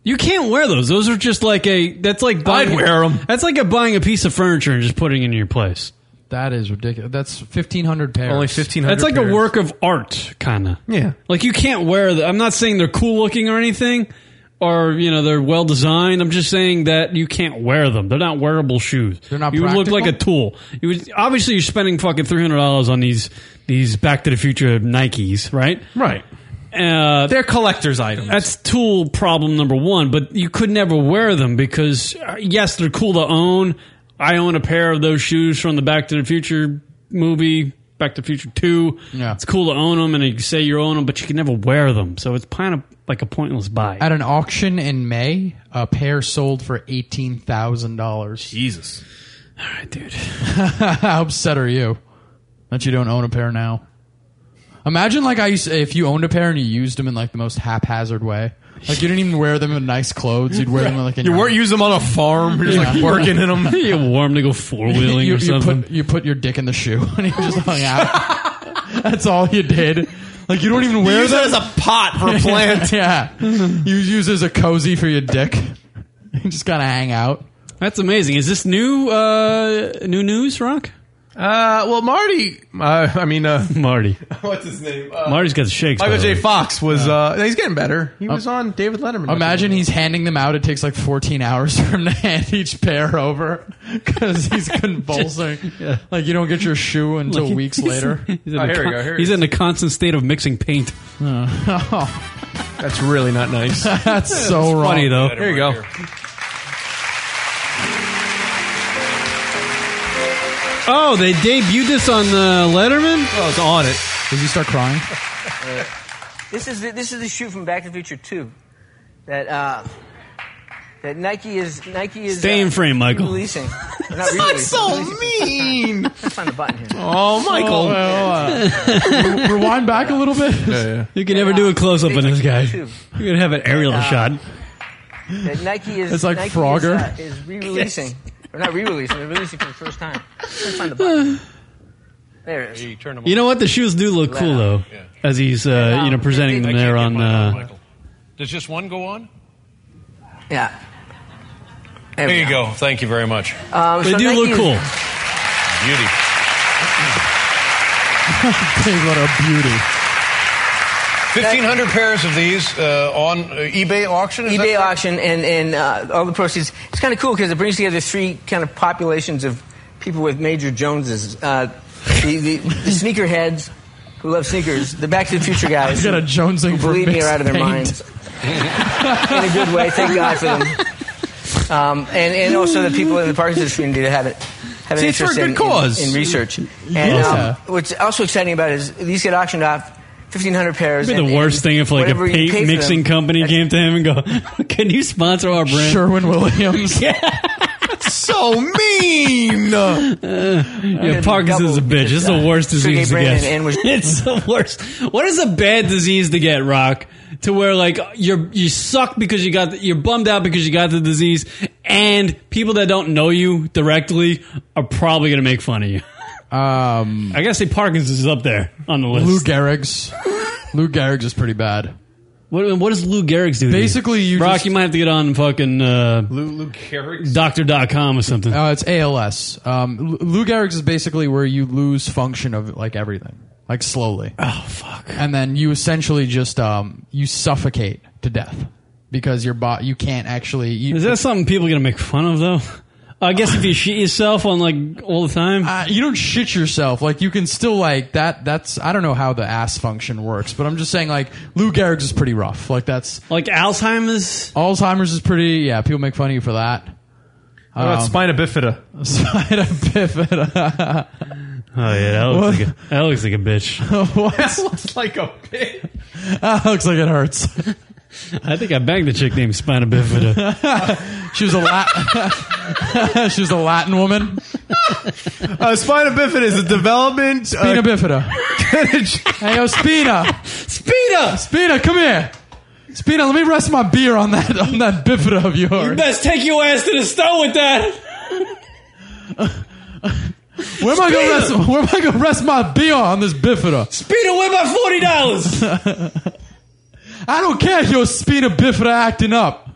You can't wear those. Those are just like a. That's like buying.
I'd wear 'em.
That's like a buying a piece of furniture and just putting it in your place.
That is ridiculous. That's fifteen hundred pairs.
Only fifteen hundred.
That's like a work of art, kind of.
Yeah.
Like you can't wear. The, I'm not saying they're cool looking or anything, or you know they're well designed. I'm just saying that you can't wear them. They're not wearable shoes.
They're not
You
practical?
look like a tool. You would, obviously you're spending fucking three hundred dollars on these these Back to the Future Nikes, right?
Right.
Uh,
They're collector's items.
that's tool problem number one. But you could never wear them because uh, yes, they're cool to own. I own a pair of those shoes from the Back to the Future movie, Back to the Future Two.
Yeah.
it's cool to own them, and you say you own them, but you can never wear them. So it's kind of like a pointless buy.
At an auction in May, a pair sold for eighteen thousand dollars.
Jesus.
All right, dude.
How upset are you that you don't own a pair now? Imagine like I used if you owned a pair and you used them in like the most haphazard way. Like you didn't even wear them in nice clothes. You'd wear them in, like in
You
your-
weren't using them on a farm. You're just like working in them.
you warm to go four wheeling
you, you
or something.
Put, you put your dick in the shoe and you just hung out. That's all you did. Like you don't even
You
wear
use
them
it as a pot for a plant.
yeah, you use it as a cozy for your dick. You just kind of hang out.
That's amazing. Is this new? Uh, new news, Rock?
Uh, well, Marty. Uh, I mean, uh,
Marty.
What's his name? Uh,
Marty's got the shakes. by
Michael
the
J.
way.
Fox was. Uh, he's getting better. He was on David Letterman.
Oh, Imagine he's handing them out. It takes like 14 hours for him to hand each pair over because he's convulsing.
yeah.
Like you don't get your shoe until
Like,
weeks
he's-
later.
Oh,
He's in, a con- he's in a constant state of mixing paint.
Oh, That's really not nice.
Oh. That's so
It's funny
wrong.
though.
There you go.
Oh, they debuted this on uh, Letterman.
Oh, it's on it.
Did you start crying?
This is the, this is the shoot from Back to the Future Two, that uh, that Nike is Nike is
Stay in
uh,
frame, Michael.
Releasing. Not
That's so
mean.
Let's find the button here.
Oh,
Michael.
Oh, well, uh, re- rewind back a little bit.
You can never do a close up on this guy. You can have an aerial
Uh,
shot.
That Nike is
It's like
Nike
Frogger.
is, uh, is re-releasing or not re-releasing, they're releasing for the first time. Let's find the button. There it is. You, turn
You know what? The shoes do look cool though, as he's uh, you know presenting them there on. Uh,
Does just one go on?
Yeah.
There,
we
you go. Thank you very much.
Um, They so do Nike look is- cool.
Beauty.
Dave, what a beauty.
1,500 pairs of these uh, on uh, eBay auction? Is that
eBay
correct?
auction and and uh, all the proceeds. It's kind of cool because it brings together three kind of populations of people with major Joneses. Uh, the, the, the sneakerheads who love sneakers, the Back to the Future
I've
guys.
got a Jonesing
who
for
believe me are
mixed
out of their
paint.
minds in a good way. Thank God for them. Um, and and also the people in the Parkinson's community that have it. Have an
See, it's for
interest
a good
in,
cause.
in, in research. And
Yeah.
um, what's also exciting about it is these get auctioned off, fifteen hundred pairs.
It'd be
and-
the worst
and
thing if like a
whatever you pay
paint
for them-
mixing company came to him and go, "Can you sponsor our brand?"
Sherwin Williams.
yeah.
so mean.
Uh,
yeah, Parkinson's a bitch. It's the worst disease to get. it's the worst. What is a bad disease to get, Rock? To where like you're you suck because you got the, you're bummed out because you got the disease, and people that don't know you directly are probably gonna make fun of you.
Um,
I gotta say Parkinson's is up there on the list.
Lou Gehrig's. Lou Gehrig's is pretty bad.
What, what does Lou Gehrig's do? to you?
Basically, you
Rock,
just-
you might have to get on fucking uh,
Lou Lou Gehrig's
doctor.com or something.
Uh, it's ALS. Um, L- Lou Gehrig's is basically where you lose function of like everything, like slowly. Oh
fuck!
And then you essentially just um, you suffocate to death because your body you can't actually. You,
Is that something people are gonna make fun of though? I guess if you shit yourself on like all the time,
uh, you don't shit yourself. Like you can still like that. That's I don't know how the ass function works, but I'm just saying like Lou Gehrig's is pretty rough. Like that's
like Alzheimer's.
Alzheimer's is pretty. Yeah, people make fun of you for that.
What about
Um,
spina bifida?
Spina bifida.
Oh yeah, that looks like a, that looks like a bitch.
what?
looks like a pig.
that looks like it hurts.
I think I banged a chick named Spina Bifida.
she was a Latin. she was a Latin woman.
Uh, spina bifida is a development.
Spina
uh,
bifida. hey, yo, Spina.
Spina.
Spina, come here. Spina, let me rest my beer on that on that bifida of yours.
You best take your ass to the store with that.
where am I gonna
Spina!
rest? Where am I gonna rest my beer on this bifida?
Spina, where my forty dollars?
I don't care if your Spina bifida acting up.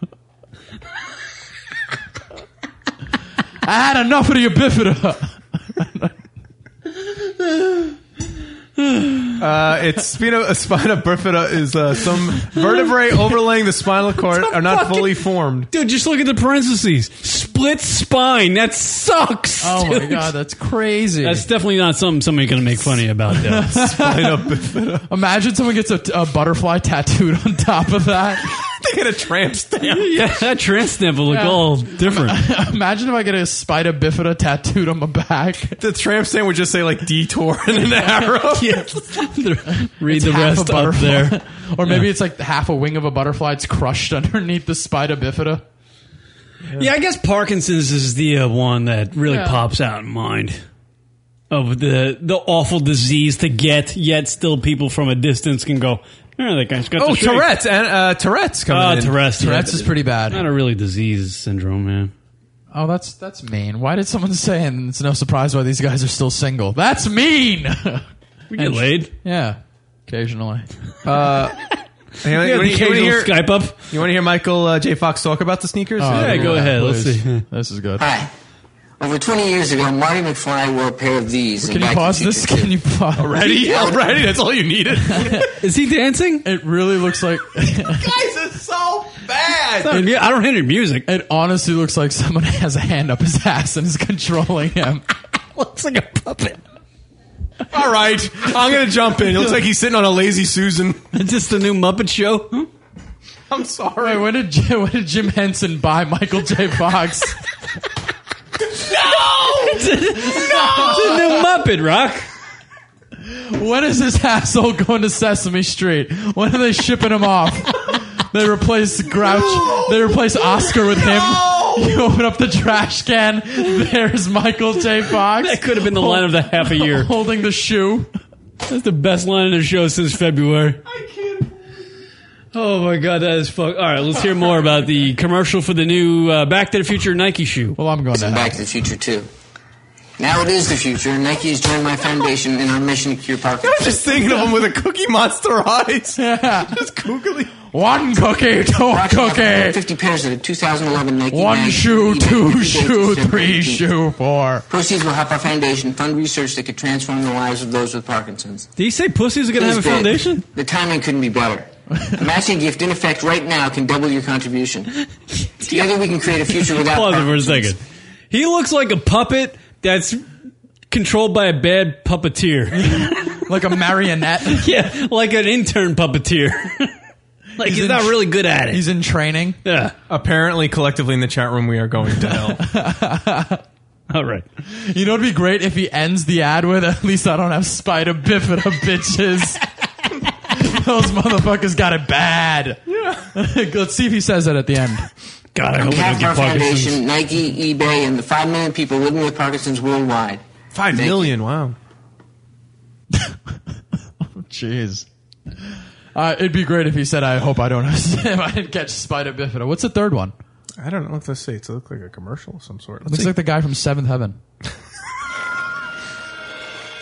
I had enough of your bifida.
Uh, it's spina, uh, spina bifida is uh, some vertebrae overlaying the spinal cord are not
fucking-
fully formed.
Dude, just look at the parentheses. Split spine. That sucks.
Oh my
dude.
god, that's crazy.
That's definitely not something somebody's gonna make funny about though.
Spina bifida.
Imagine someone gets a, a butterfly tattooed on top of that.
They get a tramp stamp.
yeah, that trans stamp will look
Yeah.
all different.
Imagine if I get a spider bifida tattooed on my back.
The tramp stamp would just say like detour and an arrow.
Read
It's
the
half a
rest up
butterfly.
there.
or maybe it's like half a wing of a butterfly. It's crushed underneath the spider bifida.
Yeah, I guess Parkinson's is the uh, one that really
Yeah.
pops out in mind. of the the awful disease to get, yet still people from a distance can go. Oh, that guy's got
Oh,
the shake."
Tourette's and uh, Tourette's coming
Ah,
in.
Tourette's.
Tourette's is pretty bad.
Not a really disease syndrome, man.
Oh, that's that's mean. Why did someone say? And it's no surprise why these guys are still single. That's mean. we
get laid.
Yeah, occasionally.
Uh, you
Yeah,
wanna-
the
you wanna
occasional
hear-
Skype up.
You want to hear Michael uh, J. Fox talk about the sneakers?
Oh, Yeah, go yeah, ahead. Let's please.
see.
This is good.
Hi. Over 20 years ago, Marty McFly wore a pair of these.
Can you pause this? Can you pause?
Already? Already?
That's all you needed.
Is he dancing?
It really looks like.
guys are so bad.
I don't hear music.
It honestly looks like someone has a hand up his ass and is controlling him.
looks like a puppet.
All right, I'm gonna jump in. It looks like he's sitting on a lazy Susan.
Is this the new Muppet Show?
I'm sorry.
Wait, when did Jim, when did Jim Henson buy Michael J. Fox?
No!
It's a new Muppet Rock.
When is this asshole going to Sesame Street? When are they shipping him off? They replace Grouch. They replace Oscar with him. You open up the trash can. There's Michael J. Fox. That
could have been the line of the half a year.
Holding the shoe.
That's the best line in the show since February. Oh my god, that is fuck. All right, let's hear more about the commercial for the new uh, Back to the Future Nike shoe.
Well, I'm going
to Back to the Future too. Now it is the future. Nike has joined my foundation in our mission to cure Parkinson's.
I'm just thinking of him with a Cookie Monster eyes. Just googly.
One cookie, two
cookie. 50 pairs of the 2011 Nike
One
bag.
shoe,
Nike
two
Nike
shoe,
Nike
three
Nike.
shoe, four.
Proceeds will help our foundation fund research that could transform the lives of those with Parkinson's.
Did you say pussies are going to have a
Please, Dave,
foundation?
The timing couldn't be better. A matching gift in effect right now can double your contribution. Together we can create a future without
Pause it for a
Parkinson's.
second. He looks like a puppet that's controlled by a bad puppeteer,
like a marionette.
yeah, like an intern puppeteer. like he's,
in
not
tr-
really good at it.
He's in training.
Yeah.
Apparently, collectively in the chat room, we are going to hell.
All right.
You know, it'd be great if he ends the ad with, at least I don't have spider bifida bitches. Those motherfuckers got it bad. Let's see if he says that at the end.
God,
On behalf of our foundation, Nike, eBay, and the 5 million people living with Parkinson's worldwide.
Five million. Wow.
Jeez. Uh, it'd be great if he said, I hope I don't have, I didn't catch spider bifida. What's the third one?
I don't know what to say. It's look like a commercial of some sort.
Looks like the guy from Seventh Heaven.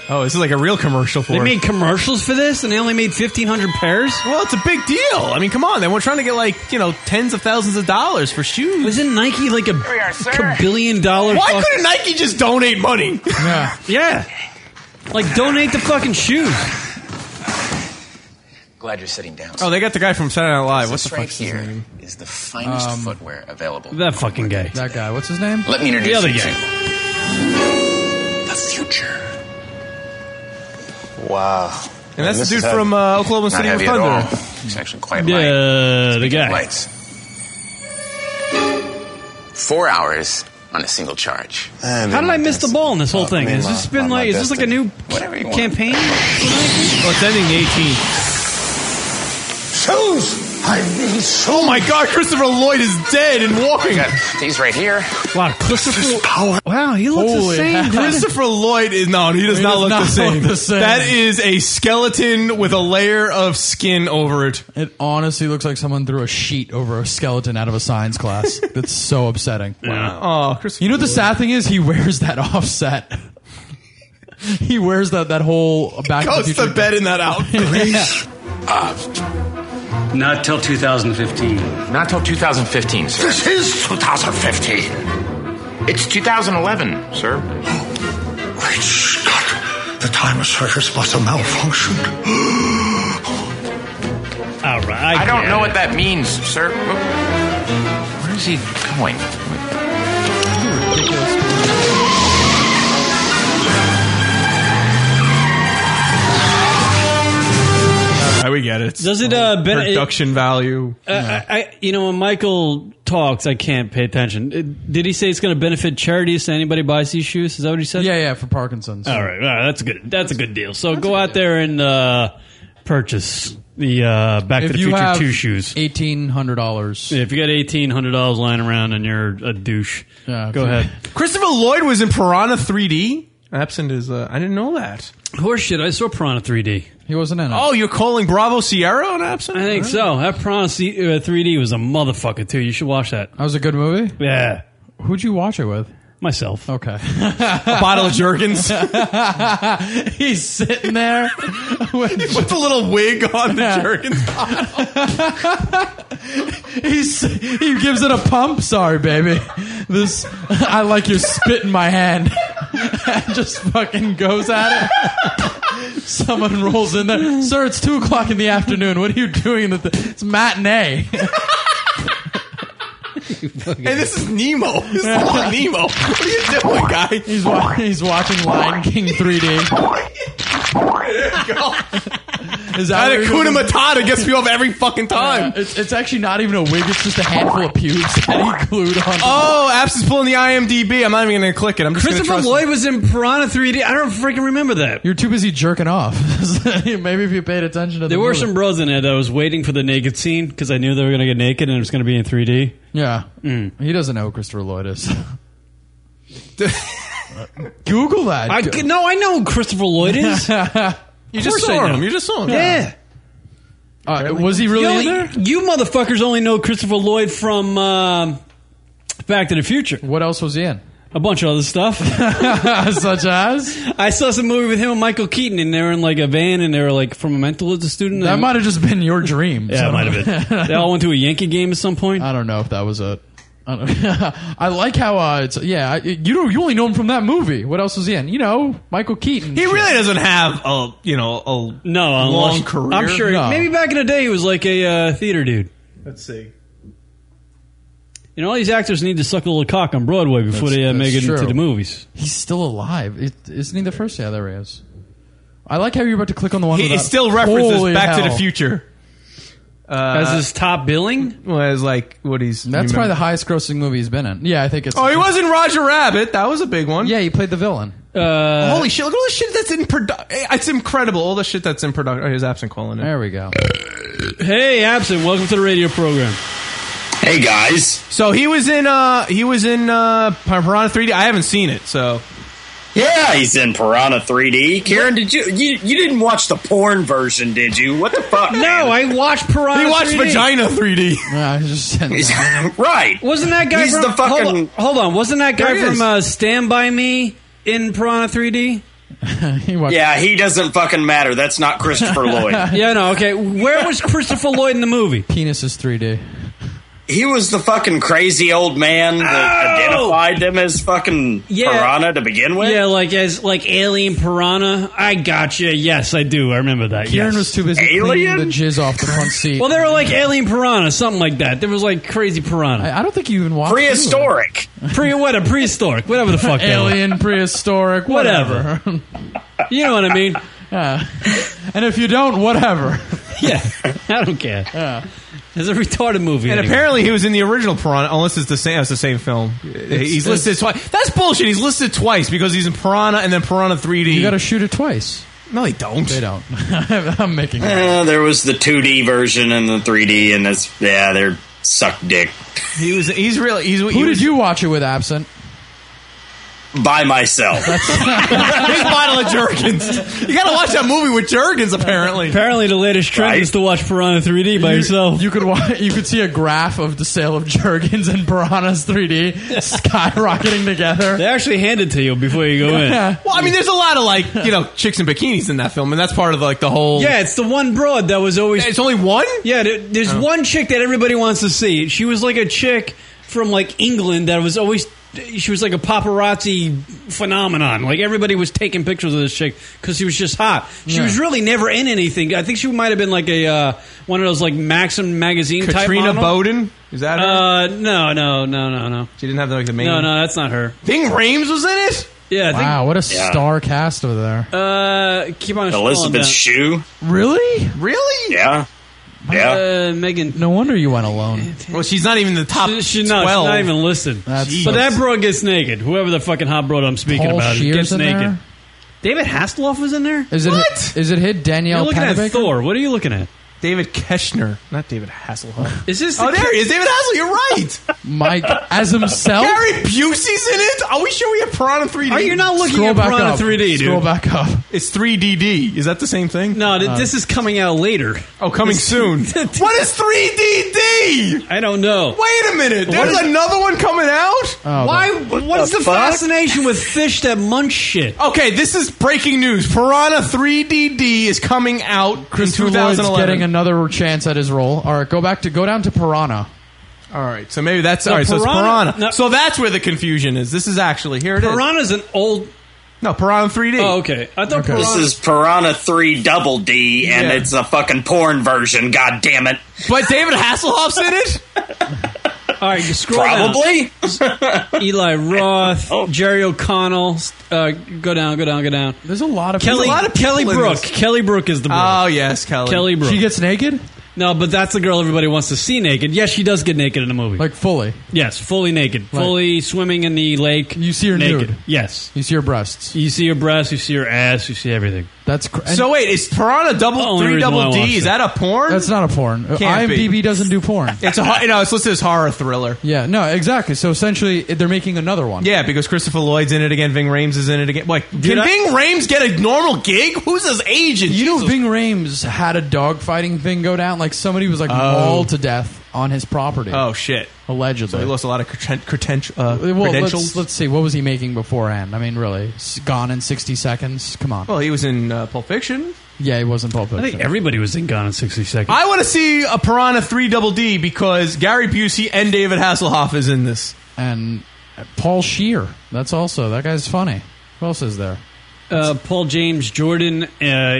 Oh, this is like a real commercial for
They
it.
made commercials for this, and they only made fifteen hundred pairs.
Well, it's a big deal. I mean, come on. They were trying to get like you know tens of thousands of dollars for shoes.
Isn't Nike like a, like a billion dollar?
Why
fuck-
couldn't Nike just donate money?
Yeah.
Yeah. Like donate the fucking shoes.
Glad you're sitting down.
Oh, they got the guy from Saturday Night Live. What's the
This right
fuck is his
here
name?
is the finest
Um,
footwear available.
That fucking guy.
That guy. What's his name?
Let me introduce
The other
you
guy.
to the future. Wow.
And that's
this
the
is
dude
heavy.
from uh, Oklahoma City
Not
with
heavy at
Thunder.
all. It's actually quite light.
Yeah, the guy.
Lights. Four hours on a single charge.
How did I miss the ball in this whole thing?
I mean,
Has this
Oh, my-
been
my- my
like? Is this like a
destiny.
new
Whatever you want.
campaign? Well,
it's ending the 18th.
Shoes! I mean,
Oh my God, Christopher Lloyd is dead and walking.
These right here.
Wow, Christopher. Wow, he looks the
Holy
same.
heck.
dude.
Christopher Lloyd is no, he does
He
not,
does
look,
not
the same.
look the same.
That is a skeleton with a layer of skin over it.
It honestly looks like someone threw a sheet over a skeleton out of a science class. That's so upsetting.
Oh, Christopher.
You know what the sad thing is? He wears that offset. he wears that that whole back
goes
to the
to
future.
bed in that outfit.
Not till 2015. Not till 2015, sir.
This is 2015. It's 2011, sir. Great Scott. The time circuits must have malfunctioned.
All right.
I don't
get
know
it.
what that means, sir. Where is he going?
All right, we get it.
Does it, uh, ben-
production value?
Uh, I, I, you know, when Michael talks, I can't pay attention. Uh, Did he say it's going to benefit charities? So anybody buys these shoes? Is that what he said?
Yeah, yeah, for Parkinson's.
All right, all right, that's a good. That's a good deal. So go out there and uh, purchase the uh, Back
If
to the
you
Future
have
two shoes.
eighteen hundred dollars.
If you got eighteen hundred dollars lying around and you're a douche, go ahead.
Christopher Lloyd was in Piranha 3D. Absent is. Uh, I didn't know that.
Horseshit! I saw Piranha 3D.
He wasn't in it.
Oh, you're calling Bravo Sierra on Absent?
I think so. That Piranha C- uh, 3D was a motherfucker too. You should watch that.
That was a good movie.
Yeah.
Who'd you watch it with?
Myself.
Okay.
a bottle of Jergens.
He's sitting there with,
with a little wig on the Jergens
He's, he gives it a pump. Sorry, baby. This I like your spit in my hand. and just fucking goes at it. Someone rolls in there. Sir, it's two o'clock in the afternoon. What are you doing? At the, it's matinee.
and this is Nemo. This is all Nemo. What are you doing, guy?
He's, wa- he's watching Lion King 3D. Is that
And
what
Hakuna
it is?
Matata gets me off every fucking time.
Yeah, it's, it's actually not even a wig. It's just a handful of pubes that he glued on.
Oh, Absent's pulling the IMDb. I'm not even going to click it. I'm just gonna
Christopher
trust
Lloyd was in Piranha 3D. I don't freaking remember that.
You're too busy jerking off. Maybe if you paid attention to the
There were
movie.
some bros in it that I was waiting for the naked scene because I knew they were going to get naked and it was going to be in 3D.
Yeah.
Mm.
He doesn't know who Christopher Lloyd is. Google that.
I c- no, I know who Christopher Lloyd is.
You
Of
just
course
saw
I know.
him. You just saw him.
Yeah.
Uh, was he
you,
really in
only-
there?
you motherfuckers only know Christopher Lloyd from um, Back to the Future.
What else was he in?
A bunch of other stuff.
Such as?
I saw some movie with him and Michael Keaton, and they were in like a van, and they were like from a mental as a student.
That
And-
might have just been your dream.
Yeah, it might have been. They all went to a Yankee game at some point.
I don't know if that was it. I, don't I like how uh, it's yeah. I- You don't, you only know him from that movie. What else was he in? You know, Michael Keaton.
He really doesn't have a you know a
No,
long
unless-
career.
I'm sure.
No.
Maybe back in the day, he was like a uh, theater dude.
Let's see.
You know, all these actors need to suck a little cock on Broadway before
That's-
they uh,
that's
make it
true.
into the movies.
He's still alive. It, isn't he the first? Yeah, there he is. I like how you're about to click on the one.
He,
without-
it still references
Holy
Back to the
hell.
Future. Uh,
As his top billing,
well, as like what he's.
That's
you
probably the
remember.
highest grossing movie he's been in. Yeah, I think it's.
Oh, he was in Roger Rabbit. That was a big one.
Yeah, he played the villain.
Uh,
Holy shit! Look at all the shit that's in production. It's incredible. All the shit that's in production. Oh, here's Absent calling it.
There we go.
hey, absent, welcome to the radio program.
Hey guys. So he was in. uh He was in uh Piranha 3D. I haven't seen it, so
Yeah, he's in Piranha 3D. Karen, did you, you you didn't watch the porn version, did you? What the fuck? No,
I watched Piranha.
We watched
3D.
Vagina
3D.
Yeah, I just said that.
right.
Wasn't that guy
He's
from
the fucking-
hold, on, hold on, wasn't that guy
There he
from
is.
uh, Stand By Me in Piranha 3D?
Yeah, he doesn't fucking matter. That's not Christopher Lloyd.
yeah, no, okay. Where was Christopher Lloyd in the movie?
Penis is 3D.
He was the fucking crazy old man that
Oh!
identified them as fucking
Yeah.
Piranha to begin with.
Yeah, like as like Alien Piranha. I gotcha. Yes, I do. I remember that.
Kieran
yes.
was too busy cleaning the jizz off the front seat.
Well, they were like Alien Piranha, something like that. There was like crazy piranha.
I, I don't think you even watched it.
Prehistoric.
Pre what a prehistoric, whatever the fuck. they were.
Alien, prehistoric,
Whatever.
whatever.
You know what I mean?
Yeah. And if you don't, whatever.
Yeah, I don't care. It's a retarded movie.
And
anyway.
apparently he was in the original Piranha, unless it's the same. It's the same film. he's listed twice. That's bullshit. He's listed twice because he's in Piranha and then Piranha 3D.
You got to shoot it twice.
No, they don't.
They don't. I'm making it.
Eh, there was the 2D version and the 3D, and that's yeah, they're suck dick.
He was. He's really. He's.
Who did you watch it with, Absent?
By myself.
His bottle of Jergens. You got to watch that movie with Jergens. Apparently.
Apparently, the latest trend is to watch Piranha 3D by yourself.
You could watch, you could see a graph of the sale of Jergens and Piranhas 3D skyrocketing together.
They actually hand it to you before you go in.
Yeah.
Well, I mean, there's a lot of like you know chicks in bikinis in that film, and that's part of like the whole.
Yeah, it's the one broad that was always.
It's only one. Oh.
Yeah, there, there's one chick that everybody wants to see. She was like a chick from like England that was always. She was like a paparazzi phenomenon. Like everybody was taking pictures of this chick because she was just hot. She
Yeah.
was really never in anything. I think she might have been like a uh, one of those like Maxim magazine type.
Katrina
model.
Bowden. Is that her?
Uh, no, no, no, no, no.
She didn't have like the main.
No, no, that's not her.
Bing Rames was in it.
Yeah. I think,
Wow, what a star cast over there.
Uh, keep on. scrolling
Elizabeth
down.
Shue.
Really?
Really?
Yeah. Yeah.
Uh, Megan.
No wonder you went alone.
Well, she's not even the top
She, she, no, she's
twelve.
not even listed.
That's-
but that broad gets naked. Whoever the fucking hot broad I'm speaking
Paul
about
Scheer's
gets
in
naked.
there?
David Hasselhoff was in there.
Is it
What?
is it hit
You're
Danielle
looking at
Panabaker?
Thor. What are you looking at?
David Keschner, not David Hasselhoff.
Is this
Oh,
the
there
Ke-
he is. David Hasselhoff. You're right.
Mike as himself?
Gary Busey's in it. Are we sure we have Piranha 3D?
Are you not looking
Scroll
at
back
Piranha
up.
3D, dude?
Scroll
back up.
It's 3DD. Is that the same thing?
No, th-
Uh,
this is coming out later.
Oh, coming soon. what is 3DD?
I don't know.
Wait a minute.
What
There's
is-
another one coming out.
Why? What's the, fascination with fish that munch shit?
Okay, this is breaking news. Piranha 3DD is coming out
Christopher
in
Lloyd's
2011.
getting another chance at his role. All right, go back to go down to Piranha.
All right, so maybe that's
No,
all right. so it's
Piranha-
Piranha. So that's where the confusion is. This is actually here. It is.
Piranha's an old.
No, Piranha 3D.
Oh, okay. I thought
This is Piranha 3 Double D, and
Yeah.
it's a fucking porn version, god damn it.
But David Hasselhoff's in it?
All right, you scroll
Probably.
down. Oh. Eli Roth, Jerry O'Connell. Uh, go down, go down, go down.
There's a lot of
Kelly.
people- a lot of
Kelly
people in
Brook.
this.
Kelly Brook is the. Brook.
Oh, yes, Kelly.
Kelly Brook.
She gets naked?
No, but that's the girl everybody wants to see naked. Yes, she does get naked in the movie.
Like fully.
Yes, fully naked, fully swimming in the lake. You
see her
naked.
nude.
Yes,
you see her breasts.
You see her breasts. You see her ass. You see everything.
That's cr-
So wait, is Piranha double
Only
three
reason why I
double
watched
D? Is
it.
that a porn?
That's not a porn.
Can't be.
IMDb doesn't do porn.
It's a hor- you know it's listed as horror thriller.
yeah, no, exactly. So essentially, they're making another one.
Yeah, because Christopher Lloyd's in it again. Ving Rhames is in it again. Like, can
I-
Ving Rhames get a normal gig? Who's his agent?
You know, Bing Rames had a dog fighting thing go down. Like somebody was like
Oh.
mauled to death on his property.
Oh shit!
Allegedly,
so he lost a lot of creten- creten- uh,
Well, let's,
credentials.
let's see. What was he making beforehand? I mean, really, S- Gone in sixty seconds. Come on.
Well, he was in uh, Pulp Fiction.
yeah, he wasn't Pulp
I
Fiction.
think everybody was in Gone in sixty seconds.
I want to see a Piranha three double D because Gary Busey and David Hasselhoff is in this.
and Paul Shear. That's also that guy's funny. Who else is there?
Uh, Paul James Jordan, uh,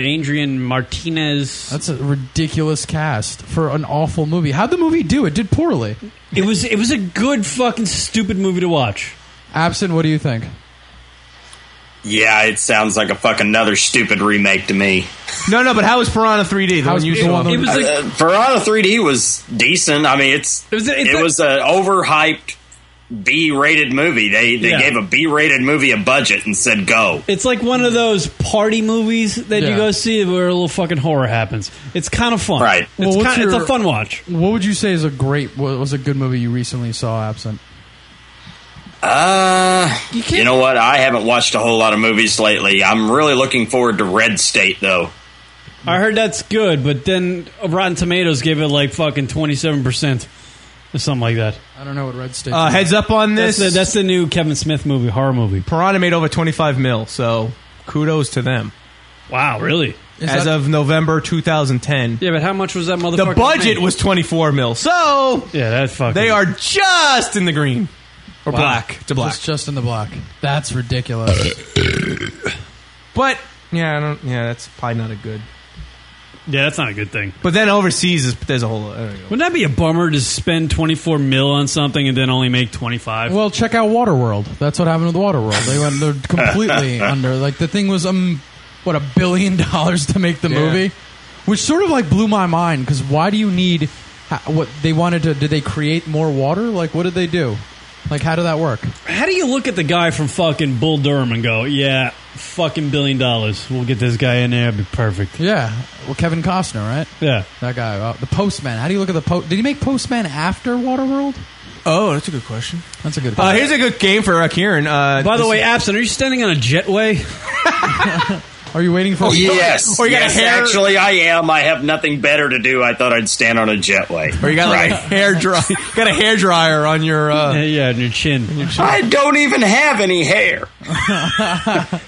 Adrian Martinez.
That's a ridiculous cast for an awful movie. How'd the movie do? It did poorly.
It was it was a good fucking stupid movie to watch.
Absent. What do you think?
Yeah, it sounds like a fucking another stupid remake to me.
No, no, but how is Piranha 3D? The
How's
one you
the
saw?
one that- It was
Uh, Piranha 3D was decent. I mean, it's it was,
it's a-
an overhyped B-rated movie. They they
Yeah.
gave a B-rated movie a budget and said go.
It's like one of those party movies that you
Yeah.
go see where a little fucking horror happens. It's kind of fun,
Right.
It's,
Well, what's
kind, it's
your-
a fun watch.
What would you say is a great? What was a good movie you recently saw? Absent.
Uh, you, know what? I haven't watched a whole lot of movies lately. I'm really looking forward to Red State though.
I heard that's good, but then Rotten Tomatoes gave it like fucking twenty seven percent or something like that.
I don't know what Red State.
Uh, heads up on
That's
this.
the, that's the new Kevin Smith movie, horror movie.
Piranha made over 25 mil, so kudos to them.
Wow, Oh, really? Is
As
that-
of November 2010.
Yeah, but how much was that motherfucker?
The budget
made?
was 24 mil, so
yeah, that fucking
they are just in the green or
Wow.
black to black.
Just, just in the black. That's ridiculous.
But yeah, I don't. Yeah, that's probably not a good.
Yeah, that's not a good thing.
But then overseas, is, there's a whole. I don't know.
Wouldn't that be a bummer to spend twenty four mil on something and then only make twenty five?
well, check out Waterworld. That's what happened with Waterworld. They went they're completely under. Like the thing was um, what a billion dollars to make the
Yeah.
movie, which sort of like blew my mind. Because why do you need? ha- What they wanted to? Did they create more water? Like what did they do? Like how did that work?
How do you look at the guy from fucking Bull Durham and go, yeah, fucking billion dollars. We'll get this guy in there. It'll be perfect.
Yeah, well, Kevin Costner, right?
Yeah,
that guy, uh, the Postman. How do you look at the post? Did he make Postman after Waterworld?
Oh, that's a good question.
That's a good.
Uh, here's a good game for uh, Kieran. Uh,
By the
this-
way, Abson, are you standing on a jetway? Oh,
Are you waiting for?
yes,
or Oh, you got a
yes,
hair-
actually, I am. I have nothing better to do. I thought I'd stand on a jetway.
or you got like a
Right.
hair dry, got a hair dryer on your uh,
yeah, on your chin.
I don't even have any hair.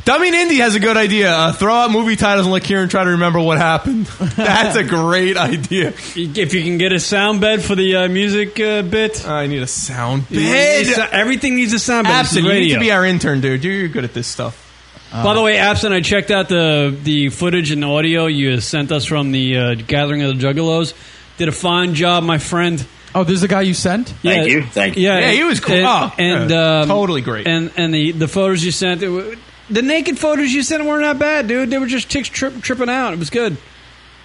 Dummy and Indy has a good idea. Uh, throw out movie titles and let Kieran try to remember what happened. That's a great idea.
If you can get a sound bed for the uh, music uh, bit,
I need a sound
You need a sou- everything needs a sound bed. This is
Absent, you need
radio. Uh,
to be our intern, dude. You're, you're good at this stuff.
By the way, Abson, I checked out the the footage and audio you sent us from the uh, Gathering of the Juggalos. Did a fine job, my friend.
Oh, there's a guy you sent.
Thank you, thank you.
Yeah,
Yeah, he was cool.
And,
Oh,
and,
yeah.
um,
Totally great.
And and the the photos you sent, it, wa- the naked photos you sent weren't that bad, dude. They were just chicks trip, tripping out. It was good.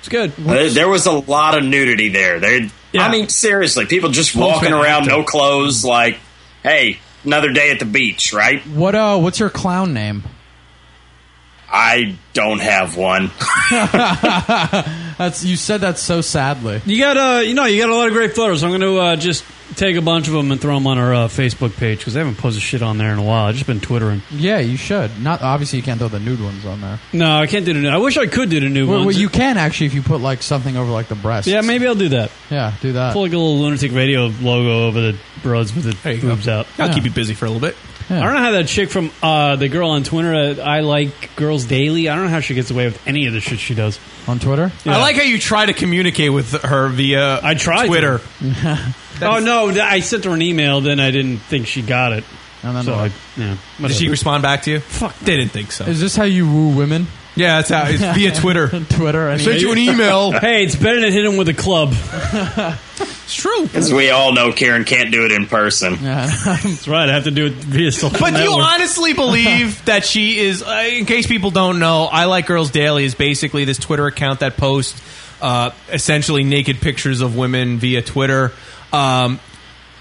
It's good.
There, there was a lot of nudity there. There, I mean, seriously, people just walking around, no clothes. Like, hey, another day at the beach, right?
What? Uh, what's your clown name?
I don't have one.
That's you said that so sadly.
You got uh, you know, you got a lot of great photos. I'm going to uh, just take a bunch of them and throw them on our uh, Facebook page because I haven't posted shit on there in a while. I've just been twittering.
Yeah, you should. Not obviously you can't throw the nude ones on there.
No, I can't do the new. I wish I could do the new
well,
ones.
well, you can actually if you put like something over like the breast.
yeah, maybe I'll do that.
Yeah, do that.
Pull like a little lunatic radio logo over the broads with the boobs out.
I'll keep you busy for a little bit.
I don't know how that chick from uh, the girl on Twitter. Uh, I like girls daily. I don't know how she gets away with any of the shit she does
on Twitter.
I like how you try to communicate with her via I
tried to.
Twitter.
oh no, th- I sent her an email. Then I didn't think she got it.
And then
so
what?
I, yeah.
Did she
Whatever.
respond back to you? Fuck, they didn't think so.
Is this how you woo women?
Yeah, that's how it's via Twitter.
Twitter.
I sent you an email.
hey, it's better than hit him with a club.
it's true.
As we all know, Karen can't do it in person.
That's right. I have to do it via social.
But do you
network.
honestly believe that she is? Uh, in case people don't know, I like girls daily is basically this Twitter account that posts uh, essentially naked pictures of women via Twitter. Um,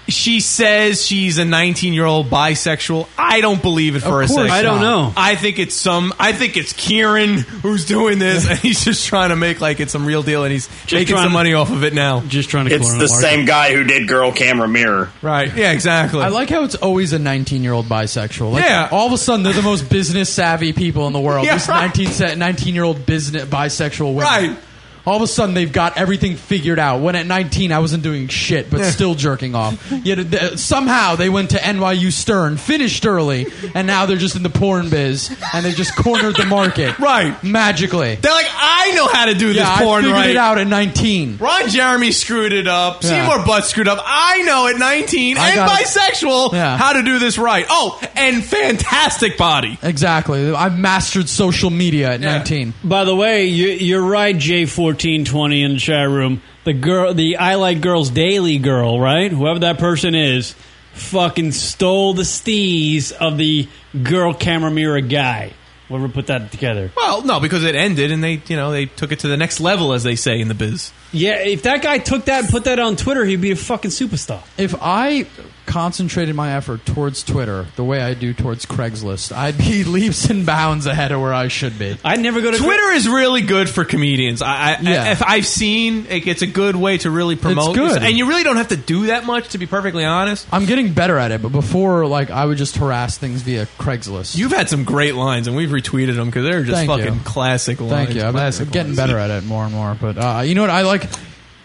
she says she's a 19 year old bisexual. I don't believe it for
Of
a
course
second.
I don't know.
I think it's some. I think it's Kieran who's doing this, and he's just trying to make like it's some real deal, and he's making
trying
some
to-
money off of it now.
Just trying
It's the same guy who did Girl Camera Mirror.
Right. Yeah, exactly.
I like how it's always a 19 year old bisexual. Like,
Yeah.
All of a sudden, they're the most business savvy people in the world.
Yeah,
These
right.
19, 19 year old business bisexual women.
Right.
All of a sudden, they've got everything figured out. When at 19, I wasn't doing shit, but
Yeah.
still jerking off. Yet uh, th- somehow they went to NYU Stern, finished early, and now they're just in the porn biz, and they've just cornered the market.
Right.
Magically.
They're like, I know how to do
yeah,
this porn
I figured
right.
it out at 19.
Ron Jeremy screwed it up.
Yeah.
Seymour Butt screwed up. I know at 19
I
and
got it.
bisexual
Yeah.
how to do this right. Oh, and fantastic body.
Exactly. I've mastered social media at 19.
By the way, you, you're right, J fourteen twenty in the chat room. The girl, the I like girls daily girl, right? Whoever that person is, fucking stole the steez of the girl camera mirror guy. Whoever put that together.
Well, no, because it ended and they, you know, they took it to the next level, as they say in the biz.
Yeah, if that guy took that and put that on Twitter, he'd be a fucking superstar.
If I concentrated my effort towards Twitter the way I do towards Craigslist, I'd be leaps and bounds ahead of where I should be.
I never go to
Twitter is really good for comedians. I, I
Yeah.
if I've seen, like, it's a good way to really promote.
good.
and you really don't have to do that much, to be perfectly honest.
I'm getting better at it, but before, like, I would just harass things via Craigslist.
You've had some great lines, and we've retweeted them because they're just
Thank
fucking
you.
classic lines.
Thank you. I'm, I'm
classic
getting
lines.
better at it more and more. But uh, you know what? I like.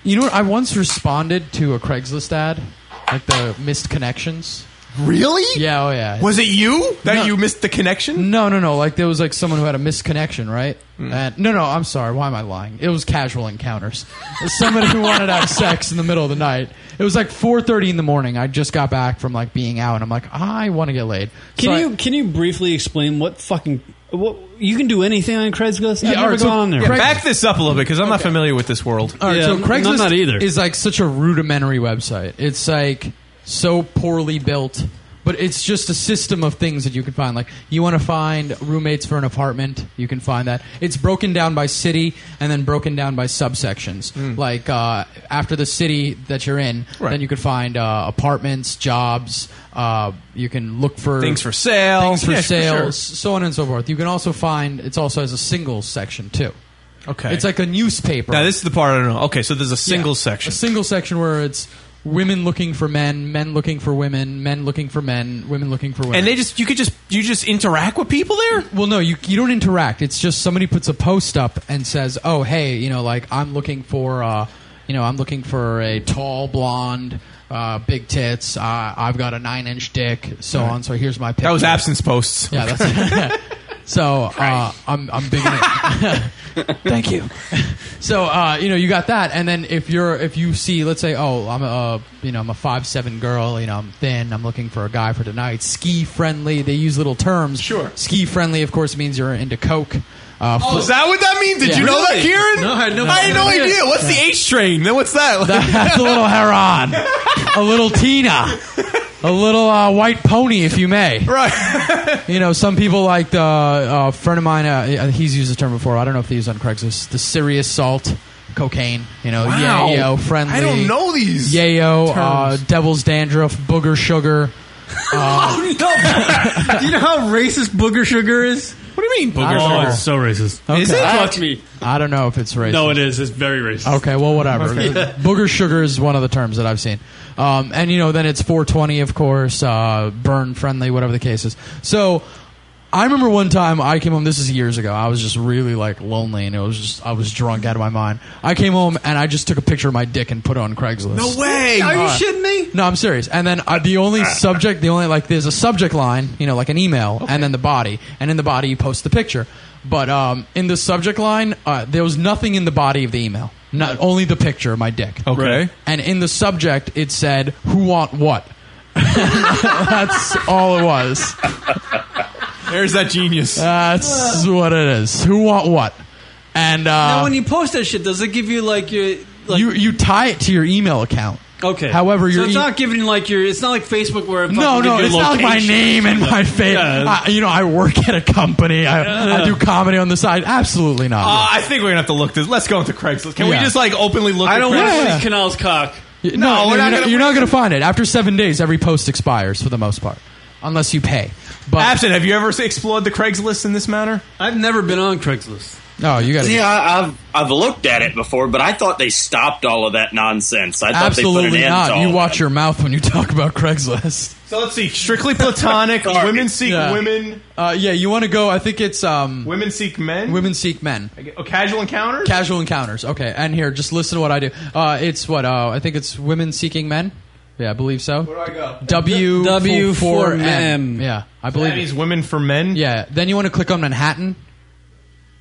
You know what? I once responded to a Craigslist ad, like the missed connections.
Really?
Yeah. Oh yeah.
Was it you that you missed the connection?
No, no, no. Like there was like someone who had a missed connection, right?
Hmm.
And, no, no. I'm sorry. Why am I lying? It was casual encounters. It was Somebody who wanted to have sex in the middle of the night. It was like 4:30 in the morning. I just got back from like being out, and I'm like, I want to get laid.
Can
So I-
you can you briefly explain what fucking what you can do anything on Craigslist? I've
Yeah, all
never
right, so
gone on there.
Yeah, back this up a little bit because I'm not familiar with this world.
All right,
Yeah,
so
n-
Craigslist
I'm not either.
is like such a rudimentary website. It's like so poorly built, but it's just a system of things that you can find. Like you want to find roommates for an apartment, you can find that. It's broken down by city and then broken down by subsections. Like uh, after the city that you're in,
Hmm. Right.
then you can find uh, apartments, jobs. Uh, you can look for
Things for sale.
things for
Yeah, sure,
sale,
sure.
s- so on and so forth. You can also find it's also has a singles section too.
Okay.
it's like a newspaper.
Now this is the part I don't know. Okay, so there's a single
Yeah.
section.
A single section where it's women looking for men, men looking for women, men looking for men, women looking for women.
And they just you could just you just interact with people there?
well, no, you you don't interact. It's just somebody puts a post up and says, "Oh, hey, you know, like I'm looking for, uh, you know, I'm looking for a tall blonde." Uh, big tits. Uh, I've got a nine-inch dick. So on. So here's my picture.
That was absence posts.
Yeah, that's so. Uh, I'm I'm big. In it. Thank you. So uh, you know you got that, and then if you're if you see, let's say, oh, I'm a you know I'm a five seven girl, you know I'm thin, I'm looking for a guy for tonight, ski friendly. They use little terms. Sure. Ski friendly, of course, means you're into coke. Uh,
Oh,
fl-
is that what that means? Did
Yeah.
you know that,
Really?
Kieran?
No, I had no
had no
idea.
idea. What's the H train? Then what's that?
That's a little heron, a little Tina, a little uh, white pony, if you may.
Right.
you know, some people like the uh, friend of mine. Uh, he's used the term before. I don't know if they use it on Craigslist. The serious salt, cocaine. You know,
Wow.
yayo, friendly.
I don't know these
Yayo, uh,
terms.
devil's dandruff, booger sugar. Uh,
Do you know how racist booger sugar is? What do you mean,
I
booger
don't know.
sugar? Oh, It's so racist.
Is it?
Fuck me.
I don't know if it's racist.
No, it is. It's very racist.
Okay, well, whatever.
Okay.
Booger sugar is one of the terms that I've seen. Um, and, you know, then it's 420, of course, uh, burn friendly, whatever the case is. So I remember one time I came home, this is years ago. I was just really, like, lonely, and it was just, I was drunk out of my mind. I came home, and I just took a picture of my dick and put it on Craigslist.
No way! Are you
Uh,
shitting me?
No, I'm serious. And then uh, the
Ah.
only subject, the only, like, there's a subject line, you know, like an email, and then the body. And in the body, you post the picture. But um, in the subject line, uh, there was nothing in the body of the email. Not only the picture of my dick.
Okay. Right.
And in the subject, it said, "Who want what?" That's all it was.
There's that genius.
That's what it is. Who want what? And uh,
now, when you post that shit, does it give you like your like?
you you tie it to your email account.
okay.
However,
so
your
it's
e-
not giving like your. It's not like Facebook where it
No,
fucking
no,
gives
it's
you
not my
location.
name and my face.
Yeah.
I- you know, I work at a company. I,
Yeah.
I do comedy on the side. Absolutely not.
Uh, I think we're gonna have to look this. Let's go into Craigslist. Can we
Yeah.
just like openly look?
I
at
don't wanna
Craigslist?
see
Canal's cock.
Y-
No, we're
you're
not
not,
gonna-
you're not going to find it. After seven days, every post expires for the most part, unless you pay. But
Absent. Have you ever explored the Craigslist in this manner?
I've never been on Craigslist.
No, you got
Yeah, I, I've I've looked at it before, but I thought they stopped all of that nonsense. I thought they put
absolutely
an end to
not.
all
You watch your mouth when you talk about Craigslist.
So let's see. Strictly platonic. women seek
Yeah.
women.
Uh, yeah, you want to go? I think it's um,
women seek men.
Women seek men.
Oh, casual encounters.
Casual encounters. Okay, and here, just listen to what I do. Uh, it's what uh, I think it's women seeking men. Yeah, I believe so. Where do I go? W
W for
M.
men.
Yeah, I believe
That
it.
is
women for men.
Yeah. Then you want to click on Manhattan.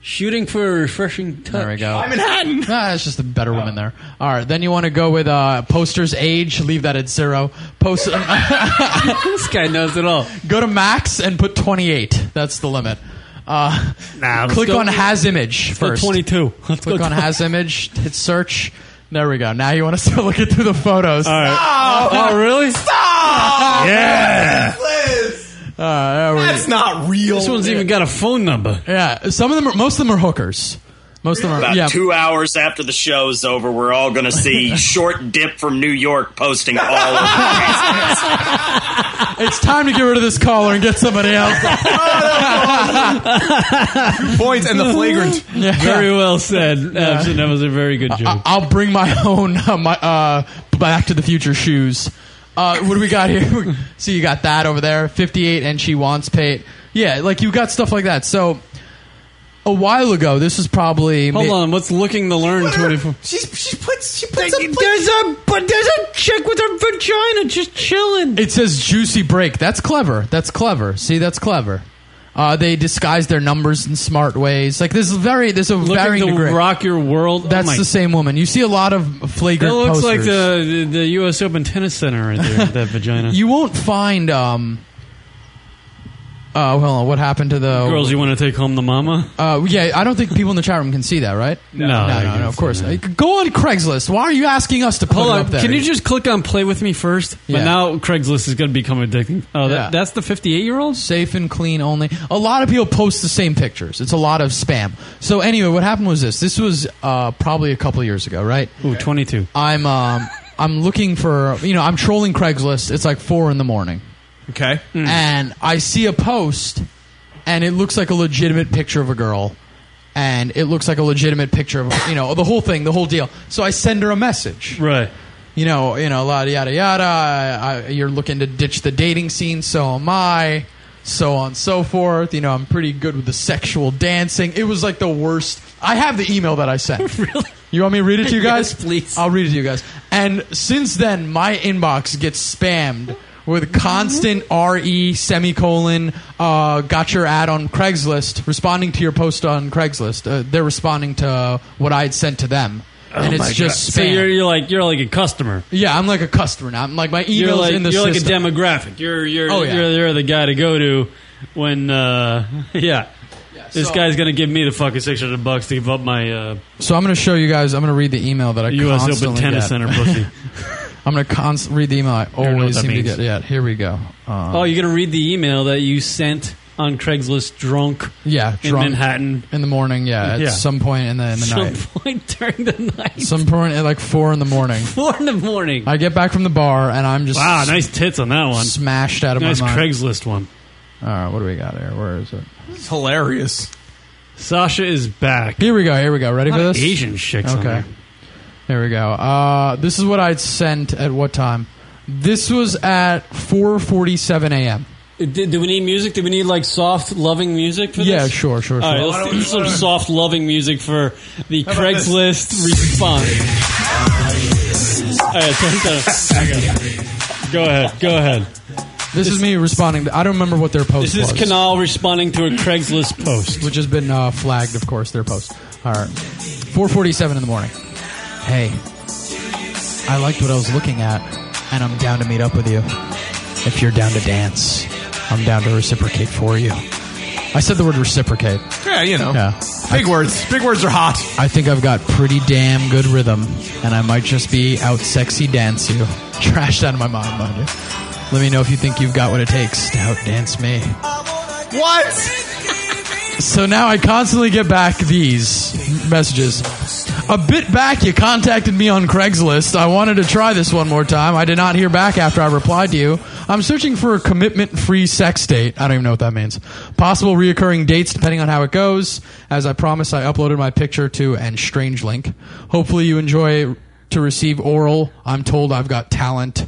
Shooting for a refreshing touch.
There we go.
I'm
Manhattan. Oh.
Ah, it's just a better woman there. All right. Then you want to go with uh, posters age. Leave that at zero. Post. this
guy knows it all.
Go to max and put twenty eight. That's the limit. Uh,
let's
click
go-
on has image
let's go
first.
22. Let's
click
go
on
20.
has image. Hit search. There we go. Now you want to start looking through the photos.
All right.
Stop!
Oh, really?
Stop!
Yeah.
That's not real.
This one's even got a phone number.
Yeah. Some of them. Are, most of them are hookers. Most of them are.
About
yeah.
two hours after the show's over, we're all going to see Short Dip from New York posting all of
It's time to get rid of this caller and get somebody else.
Two points and the flagrant.
Yeah.
Very well said.
Yeah. Uh,
Absent, that was a very good joke.
I- I'll bring my own uh, my uh, Back to the Future shoes. Uh, what do we got here? so you got that over there, fifty-eight, and she wants Pate. Yeah, like you got stuff like that. So a while ago, this is probably
Hold on, what's looking to learn? Twenty four.
She's, she puts she
There's a but there's a chick with her vagina just chilling.
It says juicy break. That's clever. That's clever. See, that's clever. Uh, they disguise their numbers in smart ways. Like there's very there's a
Looking
varying
to
degree.
rock your world.
That's
oh
the same woman. You see a lot of
That
flagrant.
looks
posters.
like the, the the U.S. Open tennis center right there. that vagina.
You won't find. um Oh, hold on. What happened to the
Girls, you want to take home the mama?
Uh, yeah, I don't think people in the chat room can see that, right?
No. No,
no, no,
they
no,
can
of course. not. Go on Craigslist. Why are you asking us to put
Hold
it
on.
up there?
Can you just click on play with me first?
Yeah.
But now Craigslist is going to become addicting. Oh, that, that's the 58 year old?
Safe and clean only. A lot of people post the same pictures. It's a lot of spam. So, anyway, what happened was this. This was uh, probably a couple years ago, right?
Ooh, 22.
I'm, um, I'm looking for, you know, I'm trolling Craigslist. It's like 4 in the morning.
Okay.
and I see a post, and it looks like a legitimate picture of a girl, and it looks like a legitimate picture of you know the whole thing, the whole deal. So I send her a message,
right?
You know, you know, la di yada yada. I, I, you're looking to ditch the dating scene, so am I. So on so forth. You know, I'm pretty good with the sexual dancing. It was like the worst. I have the email that I sent. really? You want me to read it to you guys?
Yes, please.
I'll read it to you guys. And since then, my inbox gets spammed with constant re semicolon uh, got your ad on Craigslist responding to your post on Craigslist. Uh, they're responding to what I had sent to them, and
Oh
it's just
Oh So
spam.
you're, you're like you're like a customer.
yeah, I'm like a customer now. I'm like my email's
You're like
in the
you're
system.
like a demographic. You're you're
Oh, yeah.
you're, you're the guy to go to when uh, yeah. This
so-
guy's gonna give me the fucking six hundred bucks to give up my uh,
so I'm going to show you guys. I'm going to read the email that I
U.S. Open
constantly
Tennis
get.
Center pussy.
I'm going to const- read the email I
know what
always
that
seem
means.
to get. Yeah, here we go. Um,
oh, you're gonna read the email that you sent on Craigslist drunk.
yeah,
in
drunk
Manhattan.
in the morning. Yeah, at
Yeah.
some point in the in the
Some
night.
point during the night,
Some point at like four in the morning.
four in the morning.
I get back from the bar and I'm just
wow, nice tits on that one.
smashed out of
nice
my mind.
Craigslist one.
All right, what do we got here? Where is it?
It's hilarious.
Sasha is back.
Here we go. Here we go. Ready
A
for
lot of
this?
Asian chicks on
Okay.
there.
Here we go. Uh, this is what I sent at what time? This was at 4:47 a.m.
Did, do we need music? Do we need like soft, loving music for this?
Yeah, sure, sure,
All right,
sure.
let's do some soft, loving music for the
How about this?
Craigslist response. All right, so- okay. go ahead, go ahead.
This is me responding. I don't remember what their post
This is
was.
Canal responding to a Craigslist post,
which has been uh, flagged, of course. Their post. All right, 4:47 in the morning. Hey, I liked what I was looking at, and I'm down to meet up with you. If you're down to dance, I'm down to reciprocate for you. I said the word reciprocate.
Yeah, you know.
Yeah.
Big words. Big words are hot.
I think I've got pretty damn good rhythm, and I might just be out sexy dance you. Trashed out of my mind, mind you. Let me know if you think you've got what it takes to out dance me.
What?
So now I constantly get back these messages. A bit back, you contacted me on Craigslist. I wanted to try this one more time. I did not hear back after I replied to you. I'm searching for a commitment free sex date. I don't even know what that means. Possible reoccurring dates depending on how it goes. As I promised, I uploaded my picture to and Strange Link. Hopefully, you enjoy to receive oral. I'm told I've got talent.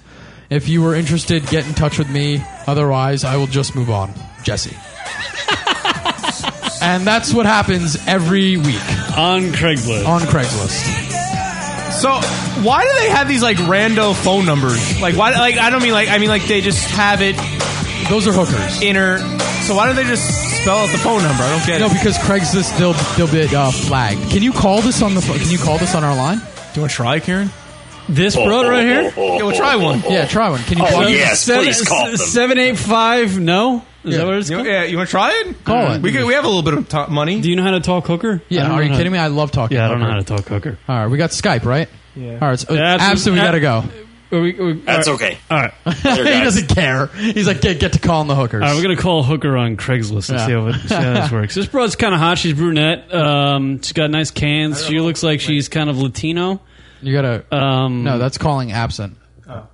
If you were interested, get in touch with me. Otherwise, I will just move on. Jesse. And that's what happens every week
on Craigslist.
On Craigslist.
So why do they have these like rando phone numbers? Like why? Like I don't mean like I mean like they just have it.
Those are hookers.
Inner. So why don't they just spell out the phone number? I don't get
No,
it.
because Craigslist they'll they'll be uh, flagged. Can you call this on the pho- Can you call this on our line? Do
you want to try, Karen?
This
broad right here? Yeah,
we'll try one.
Yeah, try one.
Oh,
Can you? Oh, call
Seven eight five. No, is that what it's
You-
called?
yeah, you want to try it?
Call it.
We, could, we have a little bit of to- money. Do
you know how to talk hooker? I
Yeah,
don't
are you
know.
kidding me? I love talking.
Yeah, I don't know
hooker.
how to talk hooker.
All right, we got Skype, right? Yeah. All right, so
Yeah,
Abson,
Abson-
we gotta go.
Are we- are we- That's all right. okay. All right.
he doesn't care. He's like, get, get to calling the hookers.
All right, we're gonna call Hooker on Craigslist and
Yeah.
see, how it, see how this works. This broad's kind of hot. She's brunette. Um, she's got nice cans. She looks like she's kind of Latino.
You gotta.
Um,
no, that's calling absent.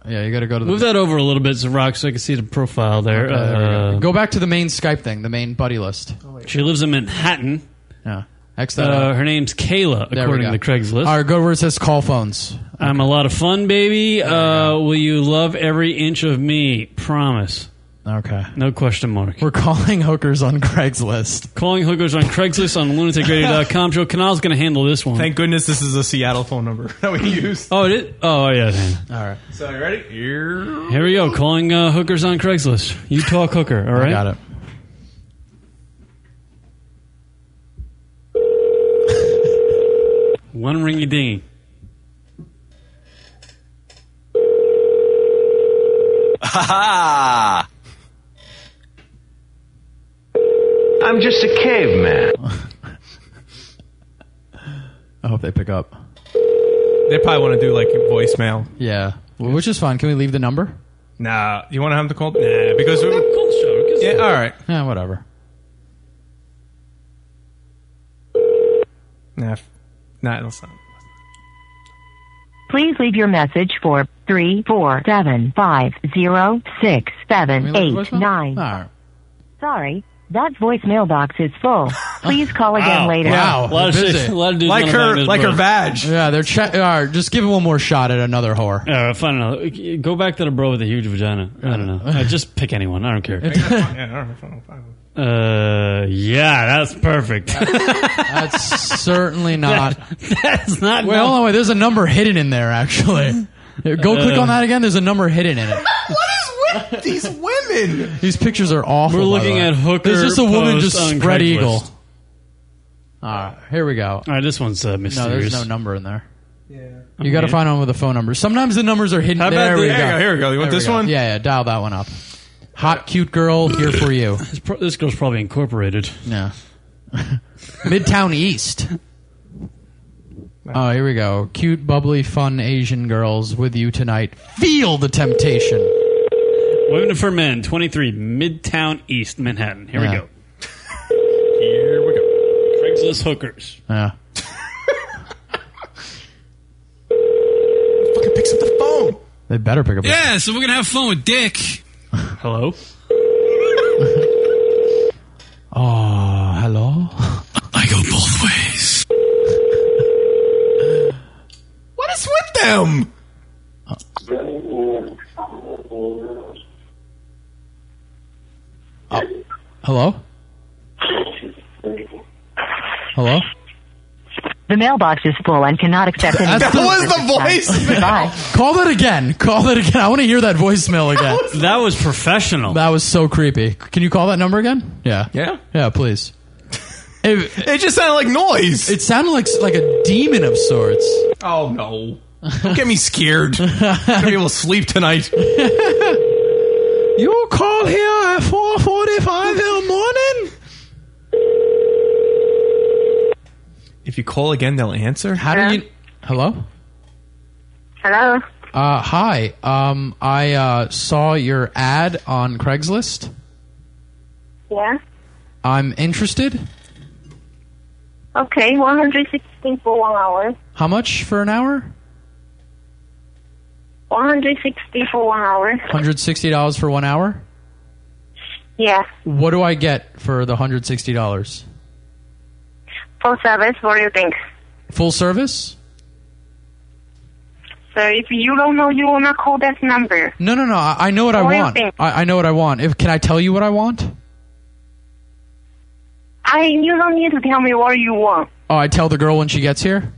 Yeah, you gotta go to the.
move that over a little bit, Rock, so I can see the profile there.
Okay, there we go.
Uh,
go back to the main Skype thing, the main buddy list.
She lives in Manhattan.
Yeah. X that
Uh,
out.
her name's Kayla,
There we
according to
go.
Craigslist.
All right, go to where it says call phones.
I'm a lot of fun, baby. Uh, will you love every inch of me? Promise.
Okay.
No question mark.
We're calling hookers on Craigslist.
Calling hookers on Craigslist on lunaticradio.com. Joe Canal's going to handle this one.
Thank goodness this is a Seattle phone number that we use.
Oh, it is? Oh, yeah. man.
All right.
So you ready? Here.
Here we go. Calling uh, hookers on Craigslist. You talk hooker, all right?
got it.
One ringy dingy.
Ha I'm just a caveman.
I hope they pick up.
They probably want to do like voicemail.
Yeah. Well, which is fine. Can we leave the number?
Nah, you want to have the call? Nah, because we yeah, all right.
Yeah, whatever.
Nah, f- nah, it'll sound.
Please leave your message for three four seven five zero six seven Can we eight leave a voicemail? nine. Sorry, that voicemail box is full. Please call again
Wow.
later.
Wow. Busy.
badge.
Yeah, they're che- all right, just give it one more shot at another whore.
All right, find another. Go back to the bro with a huge vagina. I don't know. Uh, just pick anyone. I don't care.
yeah, all right, fine, fine.
Uh, yeah, that's perfect.
That's certainly not.
that's not.
Wait, hold on. Wait, there's a number hidden in there. Actually, Here, go
Uh,
click on that again. There's a number hidden in it.
what is with these women?
These pictures are awful. by
We're
the
looking
way.
at hooker
There's just a woman
posts
just
on
spread
Craigslist.
eagle. All right, here we go.
All right, this one's uh,
No,
mysterious.
there's no number in there.
Yeah.
You got to find one with a phone number. Sometimes the numbers are hidden.
How about
there
the-
we
here
go.
we go, here we go. You want
There
this
go.
one?
Yeah, yeah. Dial that one up. Hot, cute girl here for you.
This, pro- this girl's probably incorporated.
Yeah. Midtown East. Oh, here we go. Cute, bubbly, fun Asian girls with you tonight. Feel the temptation.
Women for Men, 23, Midtown East, Manhattan. Here
Yeah.
we go. Here we go. Craigslist hookers.
Yeah.
Fucking picks up the phone.
They better pick up.
Yeah, so we're gonna have fun with Dick.
Hello.
Oh, hello. I go both ways.
What is with them?
Hello. Hello.
The mailbox is full and cannot accept any.
That was
visitors
the
at this time.
voicemail.
Goodbye.
Call that again. Call that again. I want to hear that voicemail again.
That was professional.
That was so creepy. Can you call that number again? Yeah.
Yeah.
Yeah, please. It,
just sounded like noise.
It sounded like like a demon of sorts.
Oh no! Don't get me scared. I'm gonna be able to sleep tonight.
You call here at four forty-five in the morning.
If you call again, they'll answer. How
do you? Hello.
Hello.
Uh, hi. Um, I uh, saw your ad on Craigslist.
Yeah.
I'm interested.
Okay. One hundred sixteen for one hour.
How much for an hour?
One hundred sixty for one hour.
Hundred sixty dollars for one hour.
Yeah.
What do I get for the hundred sixty dollars?
Full service. What do you think?
Full service?
So if you don't know, you wanna call that number.
No, no, no. I, I know what I
What do you
want.
think?
I, I know what I want. If can I tell you what I want?
I. You don't need to tell me what you want.
Oh, I tell the girl when she gets here?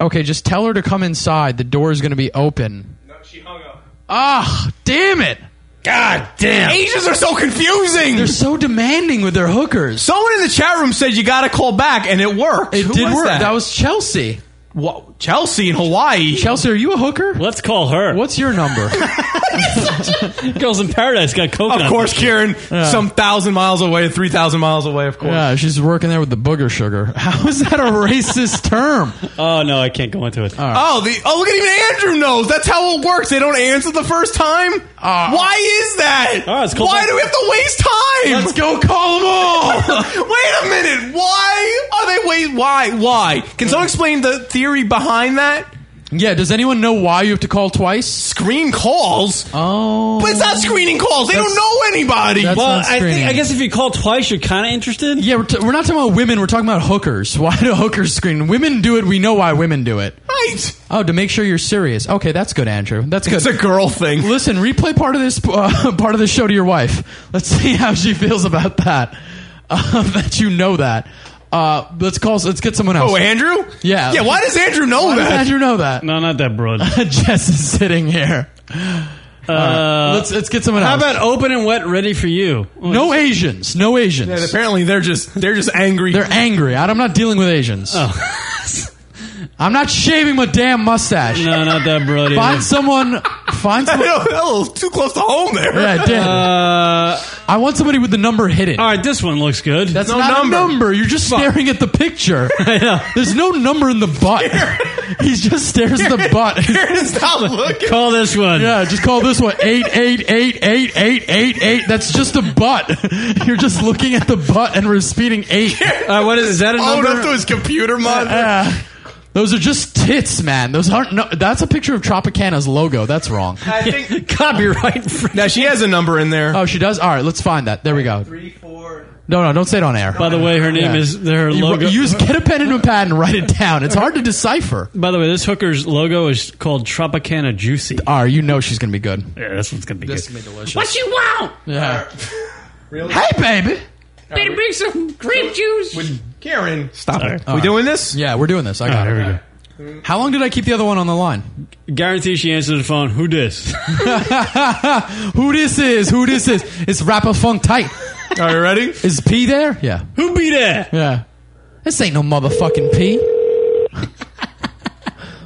Okay, just tell her to come inside. The door is going to be open. No, she hung up. Ah, damn it.
God damn. Asians are so confusing.
They're so demanding with their hookers.
Someone in the chat room said you got to call back, and it worked. It
did work. That was Chelsea.
What? Chelsea in Hawaii.
Chelsea, are you a hooker?
Let's call her.
What's your number?
Girls in Paradise got coconut.
Of course, Karen.
Yeah.
Some thousand miles away, three thousand miles away. Of course.
yeah, she's working there with the booger sugar. How is that a racist term?
Oh no, I can't go into it.
Oh, the oh look at even Andrew knows. That's how it works. They don't answer the first time. Why is that?
Oh,
All right, let's call
Why
back.
do we have to waste time?
Let's go call them all.
Wait a minute. Why are they wait? Why? Why? Can someone explain the theory behind that?
Yeah, does anyone know why you have to call twice?
Screen calls.
Oh,
But it's not screening calls. They don't know anybody.
That's
well,
not
I,
screening.
think, I guess if you call twice, you're kind of interested.
Yeah, we're, t- we're not talking about women. We're talking about hookers. Why do hookers screen? Women do it. We know why women do it.
Right.
Oh, to make sure you're serious. Okay, that's good, Andrew. That's good.
It's a girl thing.
Listen, replay part of this uh, part of the show to your wife. Let's see how she feels about that. Uh, that you know that. Uh, let's call. Let's get someone else.
Oh, Andrew?
Yeah.
Yeah, why does Andrew know
Why does
that?
Andrew know that?
No, not that broad.
Jess is sitting here.
Uh,
let's let's get someone
How
else.
about open and wet ready for you?
no Asians? No Asians.
Yeah, apparently they're just they're just angry. Oh.
They're angry. I- I'm not dealing with Asians. I'm not shaving my damn mustache.
No, not that broad.
Find someone. Find
I know,
someone.
that was too close to home there.
Yeah, I did.
Uh,
I want somebody with the number hidden.
all right, this one looks good.
That's
no
not
number.
a number. You're just staring at the picture. There's no number in the butt. He just stares at the butt.
Karen, stop looking.
Call this one.
Yeah, just call this one eight eight eight eight eight eight eight. That's just a butt. You're just looking at the butt and repeating eight. Uh,
All right, Uh, what is, is that a
Owned
number?
up to his computer monitor.
Yeah. Those are just tits, man. Those aren't. No, that's a picture of Tropicana's logo. That's wrong.
I think
Copyright.
now she has a number in there.
Oh, she does. All right, let's find that. There we go. Three, four. No, no, don't say it on air.
By the way, her name
Yeah.
is her
You-
logo.
Use get a pen and a pad and write it down. It's hard to decipher.
By the way, this hooker's logo is called Tropicana Juicy.
All right, you know she's gonna be good.
Yeah, this one's gonna be good.
gonna be delicious.
What you want?
Yeah. Hey, baby.
Better bring some grape juice.
Karen, stop it.
All
we
right.
doing this?
Yeah, we're doing this. I got
All right,
it.
here
How long did I keep the other one on the line?
we go. Guarantee she answered the phone. Who dis?
Who this is? Who this is? It's rapper Funk Tight.
Are you ready?
Is P there? Yeah.
Who be there?
Yeah. This ain't no motherfucking pee.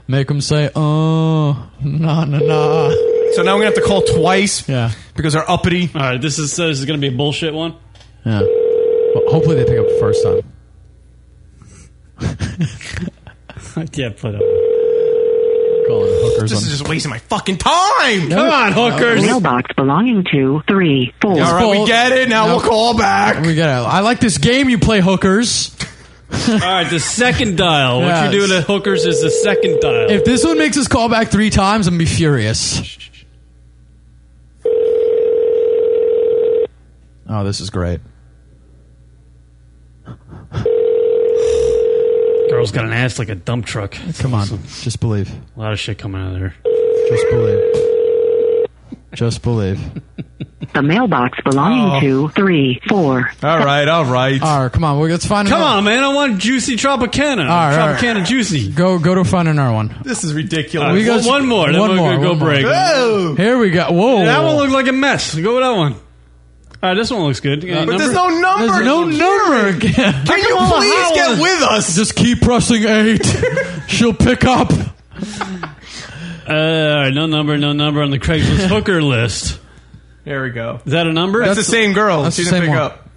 Make him say, oh, nah, nah, nah.
So now we're gonna have to call twice
Yeah.
because they're uppity.
All right, this is so this is gonna be a bullshit one.
Yeah. Well, hopefully they pick up the first time.
yeah, play that. One.
Calling hookers
This
on-
is just wasting my fucking time.
No,
Come on, hookers.
Mailbox belonging to three, four.
All right, we get it. Now
No.
we'll call back.
We gotta. I like this game you play, hookers.
All right, the second dial.
Yes.
What you do to hookers is the second dial.
If this one makes us call back three times, I'm gonna be furious. Oh, this is great.
Girl's got an ass like a dump truck.
Come on, just believe.
A lot of shit coming out of there.
Just believe. Just believe. Oh.
The mailbox belonging to three, four.
All right, all right.
All right, come on. Well, let's find.
Come
another-
on, man! I want juicy Tropicana.
All right, all right.
Tropicana juicy.
Go, go to find another one.
This is ridiculous.
We got one more. Then
one
we're
more.
gonna go
one more.
break. Whoa.
Here we go. Whoa.
Yeah, that one looked like a mess. Go with that one. All right, this one looks good.
Uh, but there's no
number.
There's no number.
Can you please get with us?
Just keep pressing eight. She'll pick up.
Uh, no number, no number on the Craigslist hooker list.
There we go.
Is that a number?
That's, the same girl. She didn't pick up.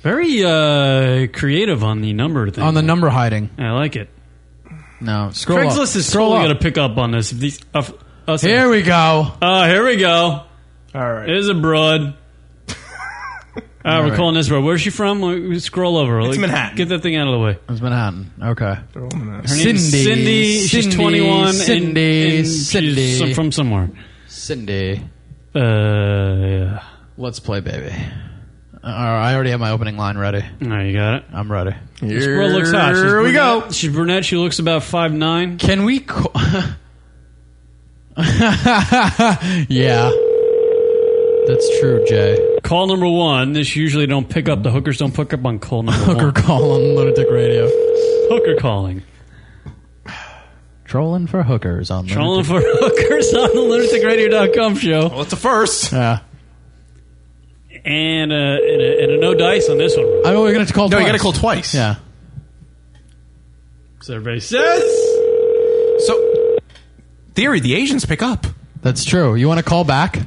Very uh, creative on the number thing.
On the number hiding.
I like it.
No, scroll up.
Craigslist is
Scroll
totally
up.
going to pick up on this. If these, of us
Here we go.
Oh, here we go. All
right.
It is a broad. All right,
All
we're
right.
calling this broad. Where's she from? Let me Scroll over.
It's
Like,
Manhattan.
Get that thing out of the way.
It's Manhattan. Okay.
Her name is Cindy. She's 21. and-
Cindy.
and she's
Cindy.
some- from somewhere.
Cindy.
Uh, yeah.
Let's play, baby. Uh, I already have my opening line ready.
No, you got it.
I'm ready.
This girl looks hot. She's brunette. She's brunette. She looks about five nine.
Can we? yeah. That's true, Jay.
Call number one. This usually don't pick up. The hookers don't pick up on call number
Hooker
one.
call on Lunatic Radio.
Hooker calling.
Trolling for hookers on
Trolling for hookers on the lunaticradio.com show.
Well, it's a first.
Yeah.
And, uh, and, a, and a no dice on this one.
I mean, we're gonna have to call.
No, you
twice.
gotta call twice.
Yeah.
So everybody says.
So, theory, the Asians pick up.
That's true. You want to call back?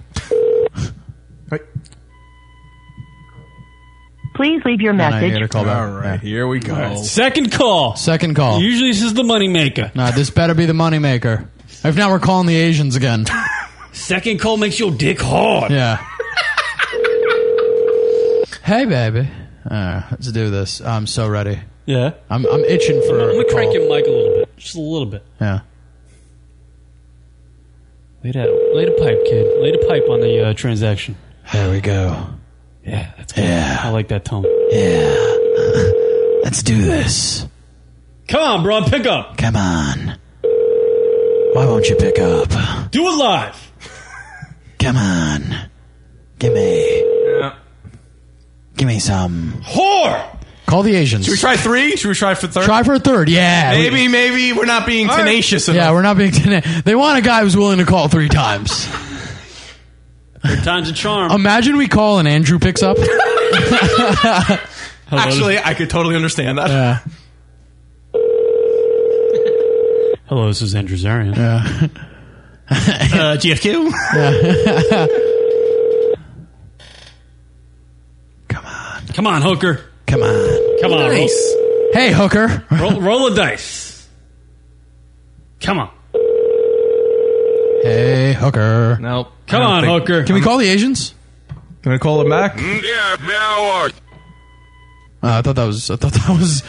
Please leave your
No, no, you
message.
gotta call back.
All right, here we go.
Second call.
Second call.
Usually this is the moneymaker.
Nah, this better be the moneymaker. If not, we're calling the Asians again.
Second call makes your dick hard.
Yeah. hey, baby. Uh, let's do this. I'm so ready.
Yeah.
I'm, I'm itching for.
I'm
a
going to crank
call.
your mic a little bit. Just a little bit.
Yeah.
Lay, that, lay the pipe, kid. Lay the pipe on the uh, transaction.
There we go.
Yeah, that's good. Yeah. I like that tone.
Yeah. Let's do this.
Come on, bro. Pick up.
Come on. Why won't you pick up?
Do it live.
Come on. Give me. Give me some.
Whore!
Call the Asians.
Should we try three? Should we try for third?
Try for a third. Yeah.
Maybe, maybe we're not being tenacious
Yeah,
enough.
we're not being tenacious. They want a guy who's willing to call three times.
Third time's a charm.
Imagine we call and Andrew picks up.
Actually, I could totally understand that.
Yeah.
Hello, this is Andrew Zarian.
Yeah.
Uh, GFQ?
Come on, hooker.
Come on.
Come on.
Nice. Hey, hooker.
Roll, roll, roll a dice. Come on.
Hey, hooker.
Nope.
Come on, hooker.
Can we call the Asians?
Can we call them back?
Yeah, now
Uh, I thought that was. I thought that was.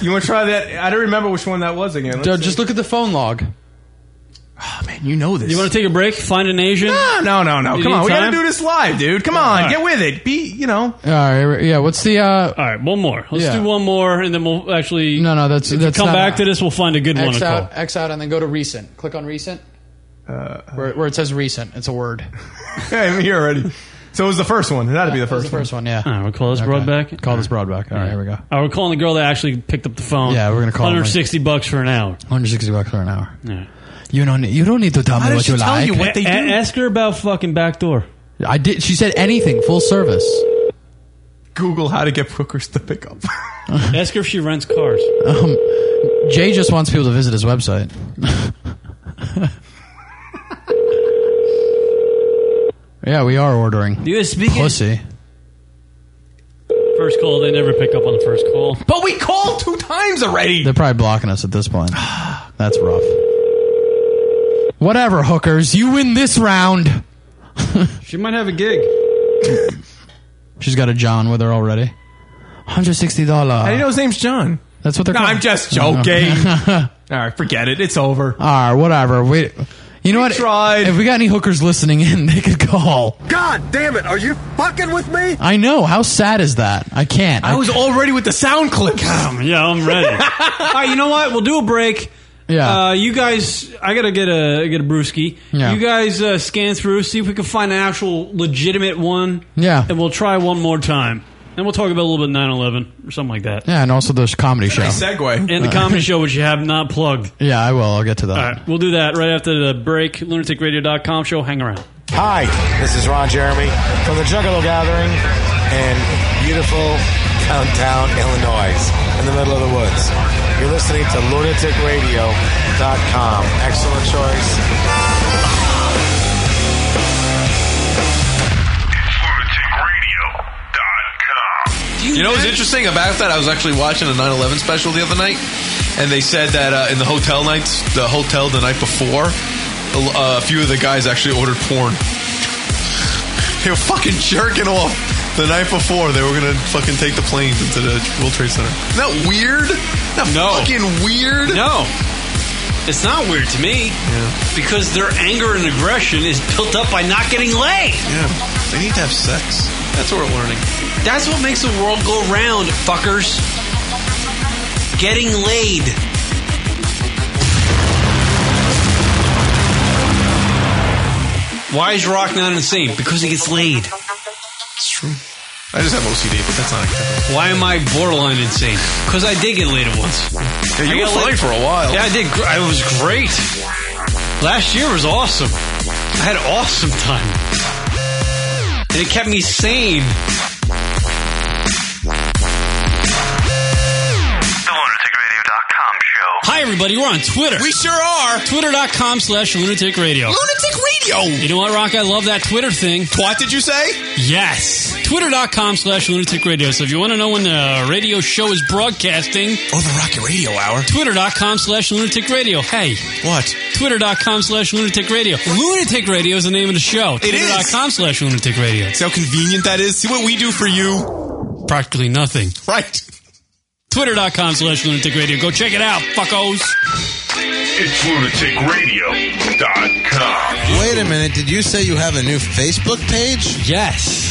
you want to try that? I don't remember which one that was again. Let's
Dude,
see.
just look at the phone log.
Oh, man, you know this.
You want to take a break? Find an Asian?
No, no, no, no.
You
Come
need
on. We got
time?
to do this live, dude. Come on.
right.
Get with it. Be, you
All
know.
right. Yeah. What's the? uh
All right, one more. Let's
Yeah.
do one more, and then we'll actually.
No, no. That's
If you
that's.
come
not
back to this, we'll find a good one
X
to
out.
call.
X out, and then go to recent. Click on recent.
Uh,
Where, where it says recent, it's a word.
I'm here already. So it was the first one. It had to be the
That's the
first,
first one. Yeah.
All right, we'll call this broad back.
Call this broad back. All right. Here we go.
Oh, we're calling the girl that actually picked up the phone.
Yeah, we're gonna call him, like-
160 bucks for an hour.
160 bucks for an hour.
Yeah.
You don't. need- You don't need to tell
How
me
does
what
she
you
tell
like.
you what they
A-
do?
ask her about fucking backdoor.
I did. She said anything. Full service.
Google how to get hookers to pick up.
ask her if she rents cars.
Um, Jay just wants people to visit his website. yeah, we are ordering.
You speaking?
Pussy.
First call, they never pick up on the first call.
but we called two times already.
They're probably blocking us at this point. That's rough. Whatever, hookers. You win this round.
She might have a gig.
She's got a John with her already. Hundred sixty
How do you
dollar.
know his name's John?
That's what they're.
No,
called.
I'm just
Oh,
joking.
okay.
All right, forget it. It's over.
All right, whatever. We, You know what? If we got any hookers listening in, they could call.
God damn it! Are you fucking with me?
I know. How sad is that? I can't.
I was already with the sound clips.
yeah, I'm ready. All right, you know what? We'll do a break.
Yeah.
Uh, you guys, I gotta get a get a brewski.
Yeah.
You guys uh, scan through, see if we can find an actual legitimate one.
Yeah.
And we'll try one more time. And we'll talk about a little bit 9/11 or something like that.
Yeah, and also the comedy show.
segue. And the comedy show, which you have not plugged.
Yeah, I will. I'll get to that.
All right, we'll do that right after the break. LunaticRadio.com show. Hang around.
Hi, this is Ron Jeremy from the Juggalo Gathering in beautiful downtown Illinois in the middle of the woods. You're listening to lunaticradio.com. Excellent choice.
You know what's interesting about that? I was actually watching a 9/11 special the other night, and they said that uh, in the hotel nights, the hotel the night before, a l- uh, a few of the guys actually ordered porn. They were fucking jerking off the night before. They were gonna fucking take the planes into the World Trade Center. Isn't that weird? Isn't that
No.
fucking weird.
No. It's not weird to me because their anger and aggression is built up by not getting laid.
Yeah, they need to have sex. That's what we're learning.
That's what makes the world go round, fuckers. Getting laid. Why is Rock not insane? Because he gets laid.
It's true. I just have OCD, but that's not acceptable.
Why am I borderline insane? Because I did get laid at once.
Yeah,
I
you were
got
fine
laid-
for a while.
Yeah, I did. gr- I was great. Last year was awesome. I had an awesome time. And it kept me sane.
LunaticRadio.com show.
Hi, everybody. We're on Twitter. We sure are. Twitter.com slash lunatic radio.
Lunatic Radio.
You know what, Rock? I love that Twitter thing.
What did you say?
Yes. Twitter.com slash lunatic radio. So if you want to know when the radio show is broadcasting, or the Rocket Radio Hour, Twitter.com slash lunatic radio. Hey.
What?
Twitter.com slash lunatic radio. Lunatic radio is the name of the show.
It is.
Twitter.com slash lunatic radio.
See how convenient that is? See what we do for you?
Practically nothing.
Right.
Twitter.com slash lunatic radio. Go check it out, fuckos.
It's lunaticradio.com.
Wait a minute. Did you say you have a new Facebook page?
Yes.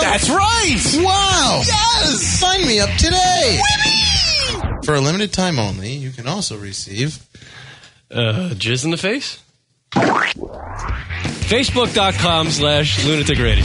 That's right.
Wow. Yes. Sign me up today. For a limited time only, you can also receive.
Uh, jizz in the face? Facebook.com slash lunatic radio.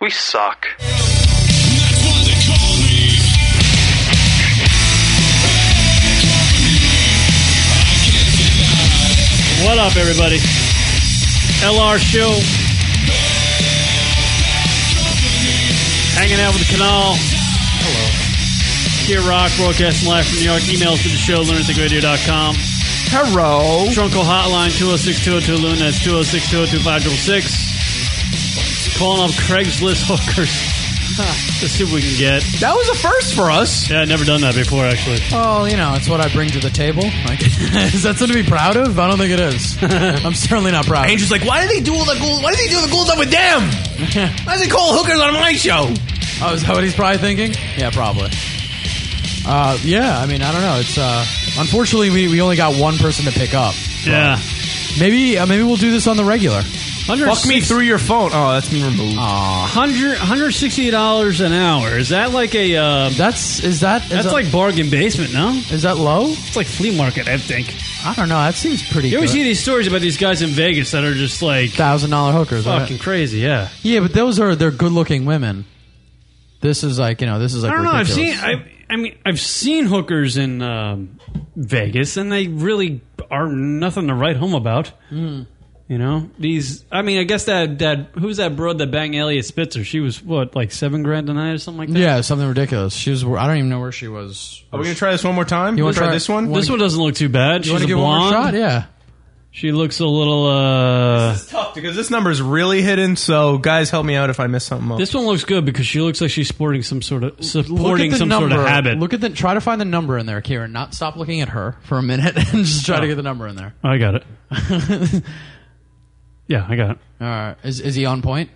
We suck.
What up, everybody? LR Show. Hanging out with the canal. Hello. Here, Rock, broadcasting live from New York. Emails to the show, lunaticradio.com. Hello. Trunco Hotline, 206-202-LUN. That's 206-202-566. Calling up Craigslist hookers. to see what we can get. That was a first for us. Yeah, I've never done that before, actually.
Well, you know, it's what I bring to the table. Like, is that something to be proud of? I don't think it is. I'm certainly not proud.
Angel's like, why do they do all the ghouls? Why do they do the ghouls up with them? Why do they call hookers on my show?
Oh, is that what he's probably thinking? Yeah, probably. Uh, yeah, I mean, I don't know. It's uh, unfortunately we, we only got one person to pick up.
Yeah.
Maybe uh, maybe we'll do this on the regular.
Fuck me through your phone. Oh, that's me removed.
Hundred hundred sixty dollars an hour. Is that like a? Uh,
that's is that is
that's
that-
like bargain basement? No,
is that low?
It's like flea market. I think.
I don't know. That seems pretty.
You
good.
always hear these stories about these guys in Vegas that are just like
thousand dollar hookers. right?
fucking crazy. Yeah.
Yeah, but those are they're good looking women. This is like you know this is like
I don't know. I've
ridiculous.
seen. I, I mean, I've seen hookers in um, Vegas, and they really are nothing to write home about.
Mm.
You know these. I mean, I guess that that who's that broad that banged Elliot Spitzer? She was what like seven grand a night or something like that.
yeah, something ridiculous. She was. I don't even know where she was.
Are we gonna try this one more time?
You
wanna
wanna try- wanna-
This one doesn't look too bad.
You
She's
wanna
a
give one more
blonde.
shot?
Yeah.
She looks a little. uh
It's tough because this number is really hidden. So guys, help me out if I miss something. Up.
This one looks good because she looks like she's sporting some sort of supporting some sort of habit.
Look at the try to find the number in there, Kieran. Not stop looking at her for a minute and just try to get the number in there.
I got it. yeah, I got it.
All right, is is he on point?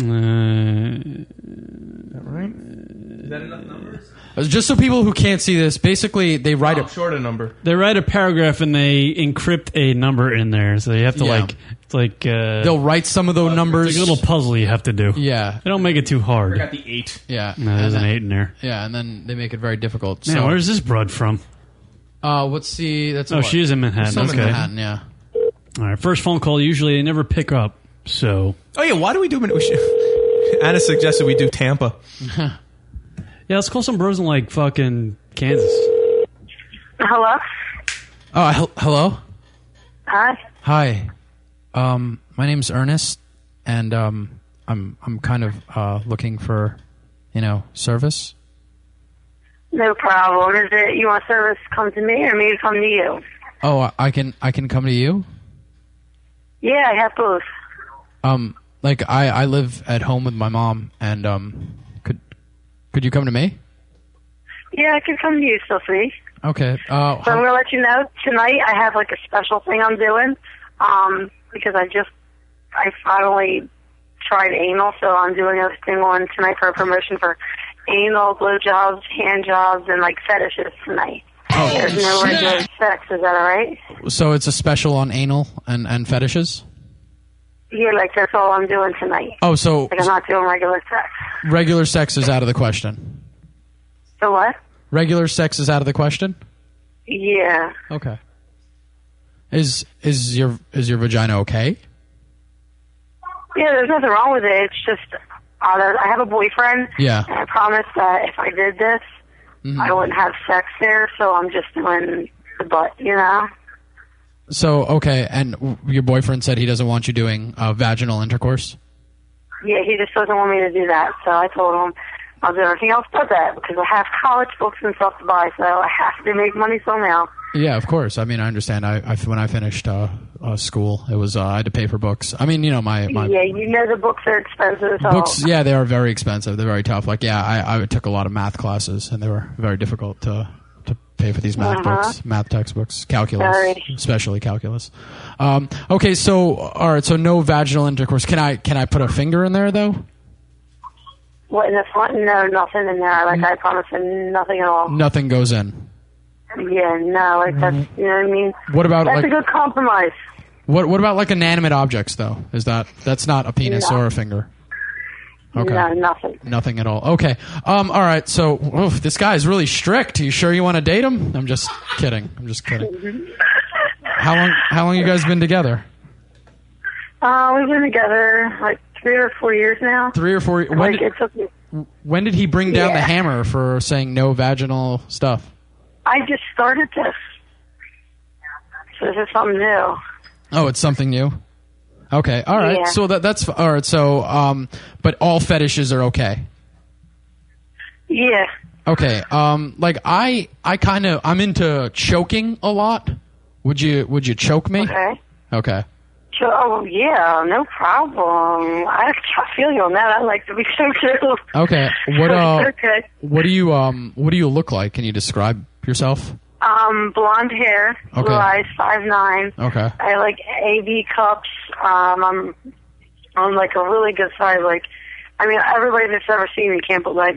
Uh,
right? Is that enough numbers?
Uh, Just so people who can't see this, basically they write
I'm Oh, short a number.
They write a paragraph and they encrypt a number in there, so you have to
Yeah.
like it's like uh,
They'll write some of those numbers.
It's like a little puzzle you have to do.
Yeah.
they don't make it too hard.
Forgot
the eight.
Yeah,
no, there's
And
an
then-
eight in there.
Yeah, and then they make it very difficult.
Man,
so.
where's this broad from?
Uh, what's see. That's a
Oh,
what?
she's in Manhattan.
Some in
okay,
Manhattan, yeah.
All right, first phone call. Usually they never pick up. So
Oh yeah, why do we do? We should, Anna suggested we do Tampa.
yeah, let's call some bros in like fucking Kansas.
Hello?
Oh, hel- hello.
Hi.
Hi. Um, my name's Ernest, and um, I'm I'm kind of uh, looking for, you know, service.
No problem. Is it you want service to come to me or me to come to you?
Oh, I- I can I can come to you.
Yeah, I have both.
Um, like I I live at home with my mom, and um, could could you come to me?
Yeah, I can come to you, Sophie.
Okay. Uh,
So I'm gonna let you know tonight. I have like a special thing I'm doing, um, because I just I finally tried anal, so I'm doing a thing on tonight for a promotion for anal blowjobs, hand jobs, and like fetishes tonight. There's no regular sex. Is that all right?
so it's a special on anal and and fetishes.
Yeah, like that's all I'm doing tonight.
Oh, so
Like I'm not doing regular sex.
regular sex is out of the question.
So what?
Regular sex is out of the question.
Yeah.
Okay. Is is your is your vagina okay?
Yeah, there's nothing wrong with it. It's just uh, there- I have a boyfriend.
Yeah.
And I promised that if I did this,
Mm-hmm.
I wouldn't have sex there. So I'm just doing the butt, you know.
So okay, and w- your boyfriend said he doesn't want you doing uh, vaginal intercourse.
Yeah, he just doesn't want me to do that. So I told him I'll do everything else but that because I have college books and stuff to buy. So I have to make money somehow.
Yeah, of course. I mean, I understand. I, I when I finished uh, uh, school, it was uh, I had to pay for books. I mean, you know, my my
yeah, you know the books are expensive. So
books. Yeah, they are very expensive. They're very tough. Like, yeah, I, I took a lot of math classes, and they were very difficult to to pay for these math
Uh-huh.
books, math textbooks, calculus,
Sorry.
especially calculus. Um, okay, so all right, so no vaginal intercourse. Can I can I put a finger in there though?
What in the front? No, nothing in there.
Mm-hmm.
Like I promised him nothing at all.
Nothing goes in.
Yeah, no, like that's you know what I mean.
Mm-hmm. What about,
that's
like-
a good compromise?
What What about like inanimate objects though? Is that that's not a penis
No.
or a finger? Okay.
No, nothing.
Nothing at all. Okay. Um. All right. So oof, this guy's really strict. you sure you want to date him? I'm just kidding. I'm just kidding.
Mm-hmm.
How long? How long you guys been together?
Uh, we've been together like three or four years now.
Three or four. When
Like
did,
it took me.
when did he bring down the
Yeah.
hammer for saying no vaginal stuff?
I just started this. So this is something new.
Oh, it's something new. Okay. All right.
Yeah.
So that that's all right. So um, but all fetishes are okay.
Yeah.
Okay. Um like I I kind of I'm into choking a lot. Would you would you choke me?
Okay.
Okay.
So, oh yeah, no problem. I, I feel you on that. I like to be so too.
Okay. What uh
okay.
what do you um what do you look like? Can you describe yourself?
Um, blonde hair,
Okay.
blue eyes, five nine.
Okay.
I like AB cups. Um, I'm I'm like a really good size. Like, I mean, everybody that's ever seen me can't. But like,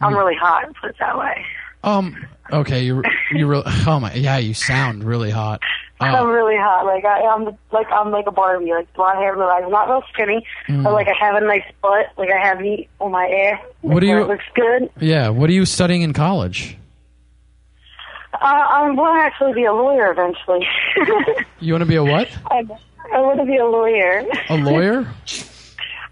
Mm.
I'm really hot. Put it that way.
Um okay, you you really Oh my yeah, you sound really hot.
I'm really hot. Like I, I'm like I'm like a Barbie, like blonde hair, blue eyes. I'm not real skinny,
Mm.
but like I have a nice butt. Like I have meat on my ass.
What do
Like,
you-
It looks good.
Yeah. What are you studying in college?
Uh, I'm going to actually be a lawyer eventually.
You want to be a what?
I, I want to be a lawyer.
A lawyer?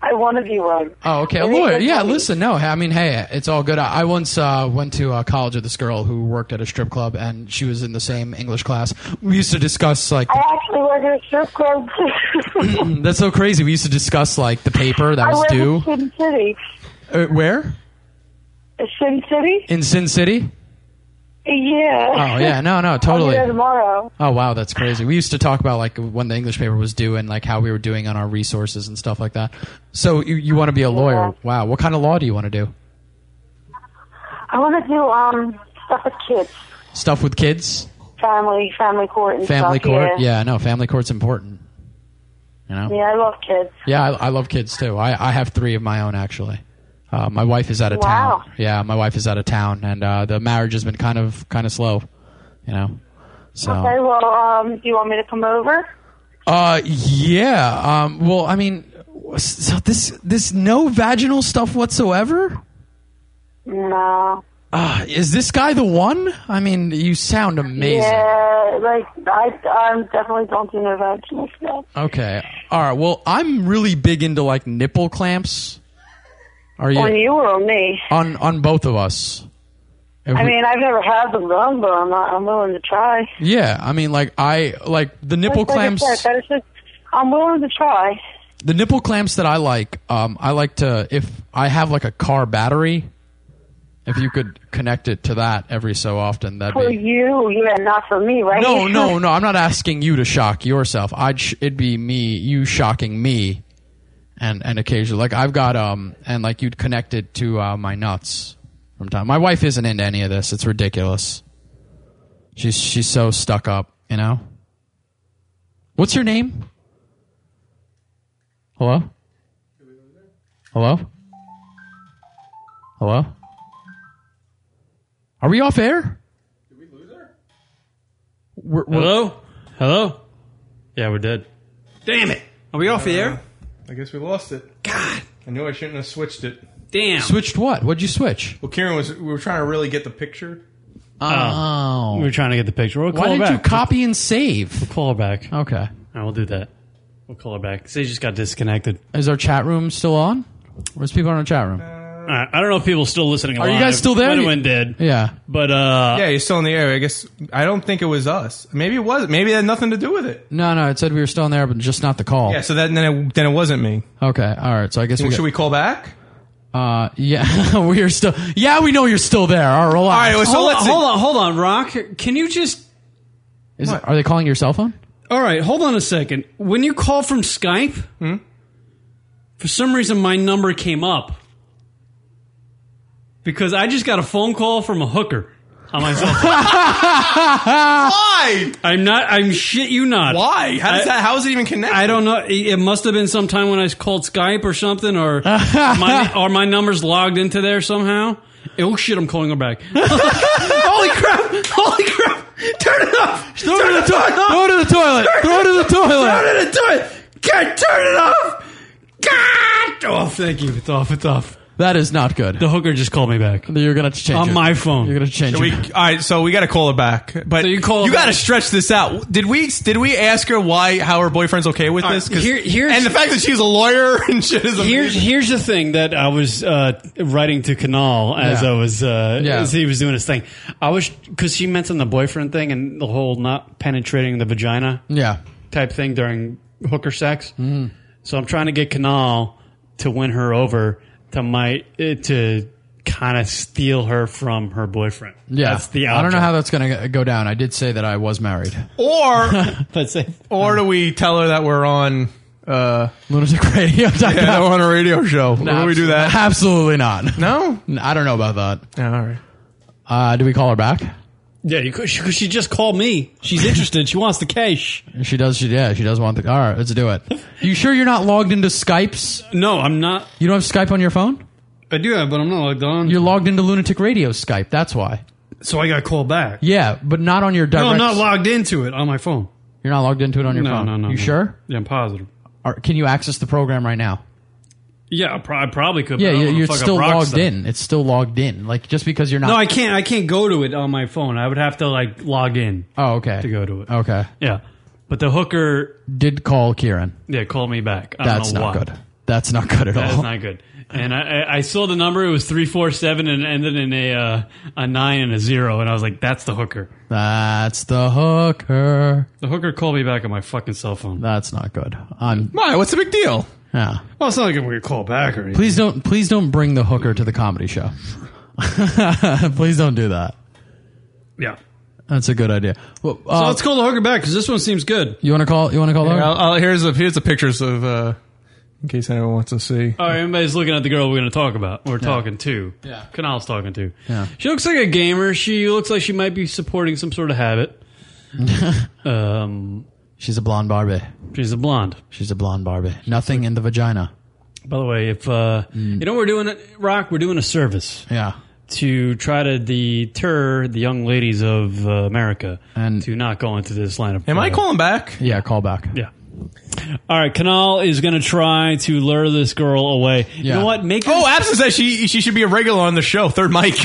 I want to be one.
Oh, okay, a lawyer. Yeah, listen, no, I mean, hey, it's all good. I, I once uh, went to uh, college with this girl who worked at a strip club, and she was in the same English class. We used to discuss like mm,
I actually work at a strip club.
that's so crazy. We used to discuss like the paper that
I
was
work
due.
in Sin City.
Uh, where
Sin City?
in Sin City?
Yeah.
Oh yeah, no, no,
I'll be
totally.
there tomorrow.
Oh wow, that's crazy. We used to talk about like when the English paper was due and like how we were doing on our resources and stuff like that. So you, you want to be a lawyer? Wow, what kind of law do you want to do?
I want to do um stuff with kids,
Stuff with kids?
family, family court, and
Family
stuff.
court? Yeah, no, family court's important. You know?
yeah. I love kids.
Yeah, I, I love kids too. I, I have three of my own actually. Uh, my wife is out of
Wow.
town. Yeah, my wife is out of town, and uh, the marriage has been kind of kind of slow. You know. So.
Okay, well, um, do you want me to come over?
Uh, yeah. Um, well, I mean, so this this no vaginal stuff whatsoever.
No.
Uh, is this guy the one? I mean, you sound amazing.
Yeah, like I, I definitely don't do no vaginal stuff.
Okay. All right. Well, I'm really big into like nipple clamps. Are you
On you or on me?
on on both of us? If
I
we-
mean, I've never had them done, but I'm not. I'm willing to try.
yeah. I mean, like I like the nipple
Like- like I
clamps.
said, that is just- I'm willing to try.
the nipple clamps that I like, um, I like to if I have like a car battery, if you could connect it to that every so often, that'd
For
be
you, yeah, not for me, right?
No, no, no. I'm not asking you to shock yourself. I'd sh- it'd be me, you shocking me, and and occasionally, like I've got um, and like you'd connect it to uh, my nuts from time. My wife isn't into any of this. It's ridiculous. She's she's so stuck up, you know. What's your name? Hello. Hello. Hello. Are we off air? We're, we're,
Hello? Hello? Yeah, we're dead.
Damn it. Are we off the air?
I guess we lost it. God. I knew I shouldn't have switched it.
Damn.
Switched what? What'd you switch?
Well, Kieran was. We were trying to really get the picture.
Oh.
We were trying to get the picture. We'll
Why
call her
didn't you
back.
copy and save?
We'll call her back.
Okay. All
right, we'll do that. We'll call her back. 'Cause They just got disconnected.
Is our chat room still on? Where's people in our chat room?
All right, I don't know if people are still listening.
Are you
live.
guys still there?
Might have went dead.
Yeah.
But uh,
yeah, you're still in the air. I guess I don't think it was us. Maybe it was. Maybe it had nothing to do with it.
No, no. It said we were still in there, but just not the
Oh.
call.
Yeah. So that then it, then it wasn't me.
Okay. All right. So I guess we
Should
got-
we call back?
Uh, yeah. we are still. Yeah, we know you're still there. All right. Relax.
hold, on, hold on, hold on, Rock. Can you just?
Is it, are they calling your cell phone?
All right, hold on a second. When you call from Skype,
Hmm?
for some reason my number came up because I just got a phone call from a hooker on my cell phone.
Why?
I'm not. I'm shit. You not.
Why? How does
I-
that? How is it even connected?
I don't know. It- It must have been sometime when I called Skype or something, or my, or my number's logged into there somehow. Oh shit! I'm calling her back.
Holy crap! Holy crap! Turn it off! Throw turn it to the toilet! Throw it to the toilet! Throw it to the toilet! Throw it to the toilet! God, turn it off! God!
Oh, thank you. It's off. It's off.
That is not good.
The hooker just called me back.
You're gonna have to change
on
it.
my phone.
You're gonna change
Should we,
it.
all right, so we got to call her back, but you,
call her
got to
back.
stretch this out. Did we? Did we ask her why? How her boyfriend's okay with
All right,
this? 'Cause-
here- here's-
and the fact that she's a lawyer and shit is amazing.
Here's here's the thing that I was uh, writing to Canal as
Yeah.
I was uh,
Yeah.
as he was doing his thing. I was because she mentioned the boyfriend thing and the whole not penetrating the vagina,
Yeah. Mm-hmm.
type thing during hooker sex. So I'm trying to get Canal to win her over to my uh, to kind of steal her from her boyfriend.
Yeah.
that's the.
I don't know how that's gonna go down. I did say that I was married.
or
let's say,
or do we tell her that we're on uh,
lunatic radio?
Yeah, we're on a radio show.
No,
Will we do that?
Absolutely not.
No,
I don't know about that.
all right.
Uh, do we call her back?
Yeah, you could, she, she just called me. She's interested. she wants the cash.
She does. She yeah. She does want the. All right, let's do it. You sure you're not logged into Skype's?
No, I'm not.
You don't have Skype on your phone?
I do have, but I'm not logged on.
You're logged into Lunatic Radio Skype. That's why.
So I got to call back.
Yeah, but not on your direct.
No, I'm not logged into it on my phone.
You're not logged into it on your
No,
phone.
no, no,
You
no.
sure?
Yeah, I'm positive.
Or can you access the program right now?
Yeah, I pro- I probably could. but
yeah,
I don't
you're,
wanna
you're
fuck up
still
Rock's
logged
stuff.
in. It's still logged in. Like just because you're not.
No, I can't. I can't go to it on my phone. I would have to like log in.
Oh, okay.
To go to it.
Okay.
Yeah, but the hooker
did call Kieran.
yeah called me back. I
That's
don't know
not
why.
good. That's not good at
That
all.
is not good. And I, I- I saw the number. It was three four seven, and it ended in a uh, a nine and a zero. And I was like, "That's the hooker."
That's the hooker.
The hooker called me back on my fucking cell phone.
That's not good. I'm.
Why? What's the big deal?
Yeah.
Well, it's not like I'm going to call back or anything.
Please don't. Please don't bring the hooker to the comedy show. please don't do that.
Yeah.
That's a good idea. Well,
so
uh,
let's call the hooker back because this one seems good.
you want to call? You want to call? the hooker?
here's the here's the pictures of uh, in case anyone wants to see.
All right, everybody's looking at the girl we're going to talk about. We're talking to.
Yeah.
Canal's talking to.
Yeah.
She looks like a gamer. She looks like she might be supporting some sort of habit. um,
she's a blonde Barbie.
She's a blonde.
She's a blonde Barbie. Nothing in the vagina.
By the way, if uh, you know, what we're doing rock. We're doing a service.
Yeah.
To try to deter the young ladies of uh, America and to not go into this line of.
Am I
uh,
calling back?
Yeah, call back.
Yeah. All right, Canal is going to try to lure this girl away. You know what? Make
oh, Absence says she she should be a regular on the show. Third mic.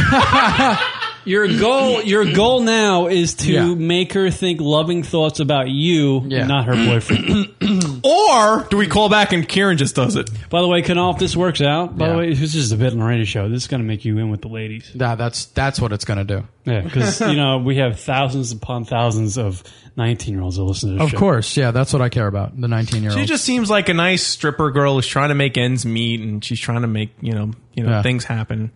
Your goal, your goal now is to
Yeah.
make her think loving thoughts about you, and not her boyfriend.
or do we call back and Kieran just does it?
by the way, Canal, if this works out, by
Yeah.
the way, this is a bit on the radio show. This is going to make you in with the ladies.
Nah, that's that's what it's going to do.
Yeah, because you know we have thousands upon thousands of nineteen-year-olds that listen to this
Of
show.
course, yeah, that's what I care about. The 19 year
She
old.
just seems like a nice stripper girl who's trying to make ends meet, and she's trying to make you know you know
Yeah.
things happen.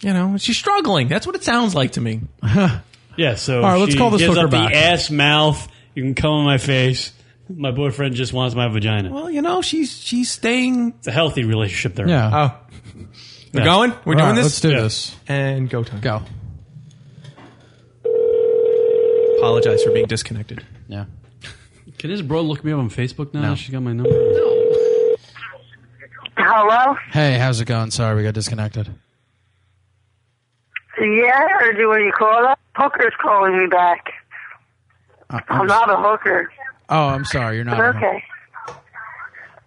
You know, she's struggling. That's what it sounds like to me.
Yeah, so
All right, let's
she
call this
gives
hooker
up
back.
The ass mouth. You can come on my face. My boyfriend just wants my vagina.
Well, you know, she's she's staying.
It's a healthy relationship there.
Yeah.
Oh. We're going? We're
All
doing
right,
this?
Let's do
Yeah.
this.
And go time.
Go.
Apologize for being disconnected.
Yeah.
Can this bro look me up on Facebook now?
No.
She's got my number.
Hello?
Hey, how's it going? Sorry, we got disconnected.
Yeah, or do what do you call that? Hooker's calling me back.
Uh,
I'm
I'm,
not a hooker.
oh, I'm sorry. You're not. on.
okay.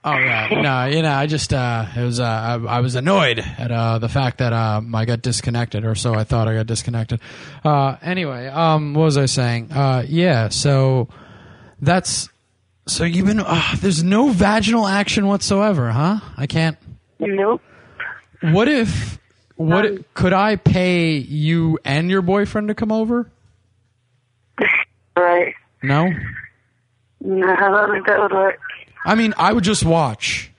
Oh yeah. No, you know, I just uh, it was uh, I, I was annoyed at uh, the fact that um, I got disconnected, or so I thought I got disconnected. Uh, anyway, um, what was I saying? Uh, yeah. So that's so you've been. Uh, there's no vaginal action whatsoever, huh? I can't.
Nope.
What if? What could I pay you and your boyfriend to come over?
Right.
No.
No, I don't think that would work.
I mean, I would just watch.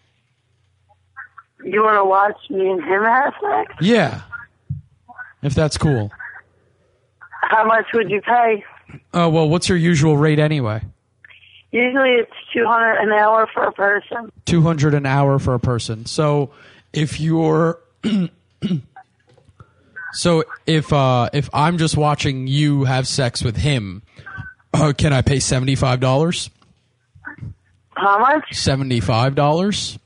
You want to watch me and him have sex?
Yeah. If that's cool.
How much would you pay?
Uh, well, what's your usual rate anyway?
Usually it's 200 an hour for a person.
200 an hour for a person. So if you're So if uh if I'm just watching you have sex with him, uh, can I pay $75?
How much?
$75?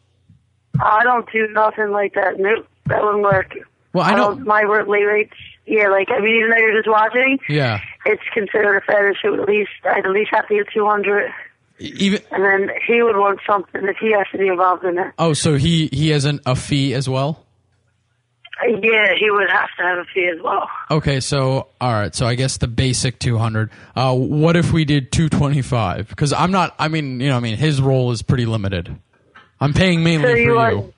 I don't do nothing like that. Nope. That wouldn't work.
Well, I don't
My workly rates, yeah, like, I mean, even though you're just watching,
Yeah.
it's considered a fetish. It would at least, I'd at least have to get 200.
E, Even
And then he would want something if he has to be involved in it.
Oh, so he he has an, a fee as well?
Yeah, he would have to have a fee as well.
Okay, so all right, so I guess the basic 200. Uh what if we did 225? Cuz I'm not I mean, you know, I mean his role is pretty limited. I'm paying mainly
so
for
you
you.
want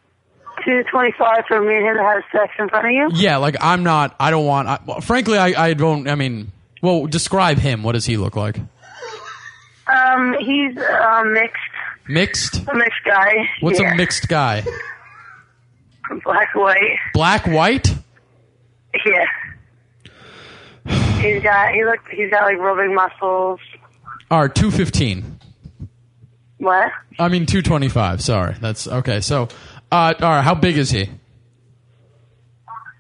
225 for me and him to have sex in front of you?
Yeah, like I'm not. I don't want. I, well, frankly, I, I don't. I mean, well, describe him. What does he look like?
Um, he's uh, mixed,
Mixed.
a mixed guy.
What's
yeah.
a mixed guy?
Black, white.
Black, white.
Yeah. He's got he look he's got like rubbing muscles.
All right, two fifteen.
What?
I mean, two twenty five. Sorry, that's okay. So, uh, all right, how big is he?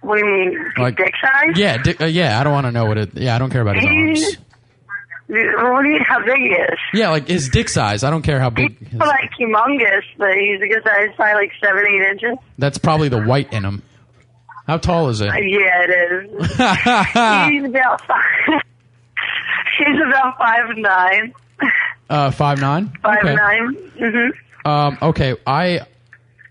What do you mean?
Like
dick size?
Yeah, di- uh, yeah. I don't want to know what it. Yeah, I don't care about his arms.
He's what do you how big he is?
Yeah, like his dick size. I don't care how big.
He's like humongous, but he's a good size, probably like seven, eight inches.
That's probably the white in him. How tall is he?
Uh, yeah, it is. he's about five. he's about five nine.
Uh, five nine.
Five
okay.
nine. Mm-hmm.
Um, okay, I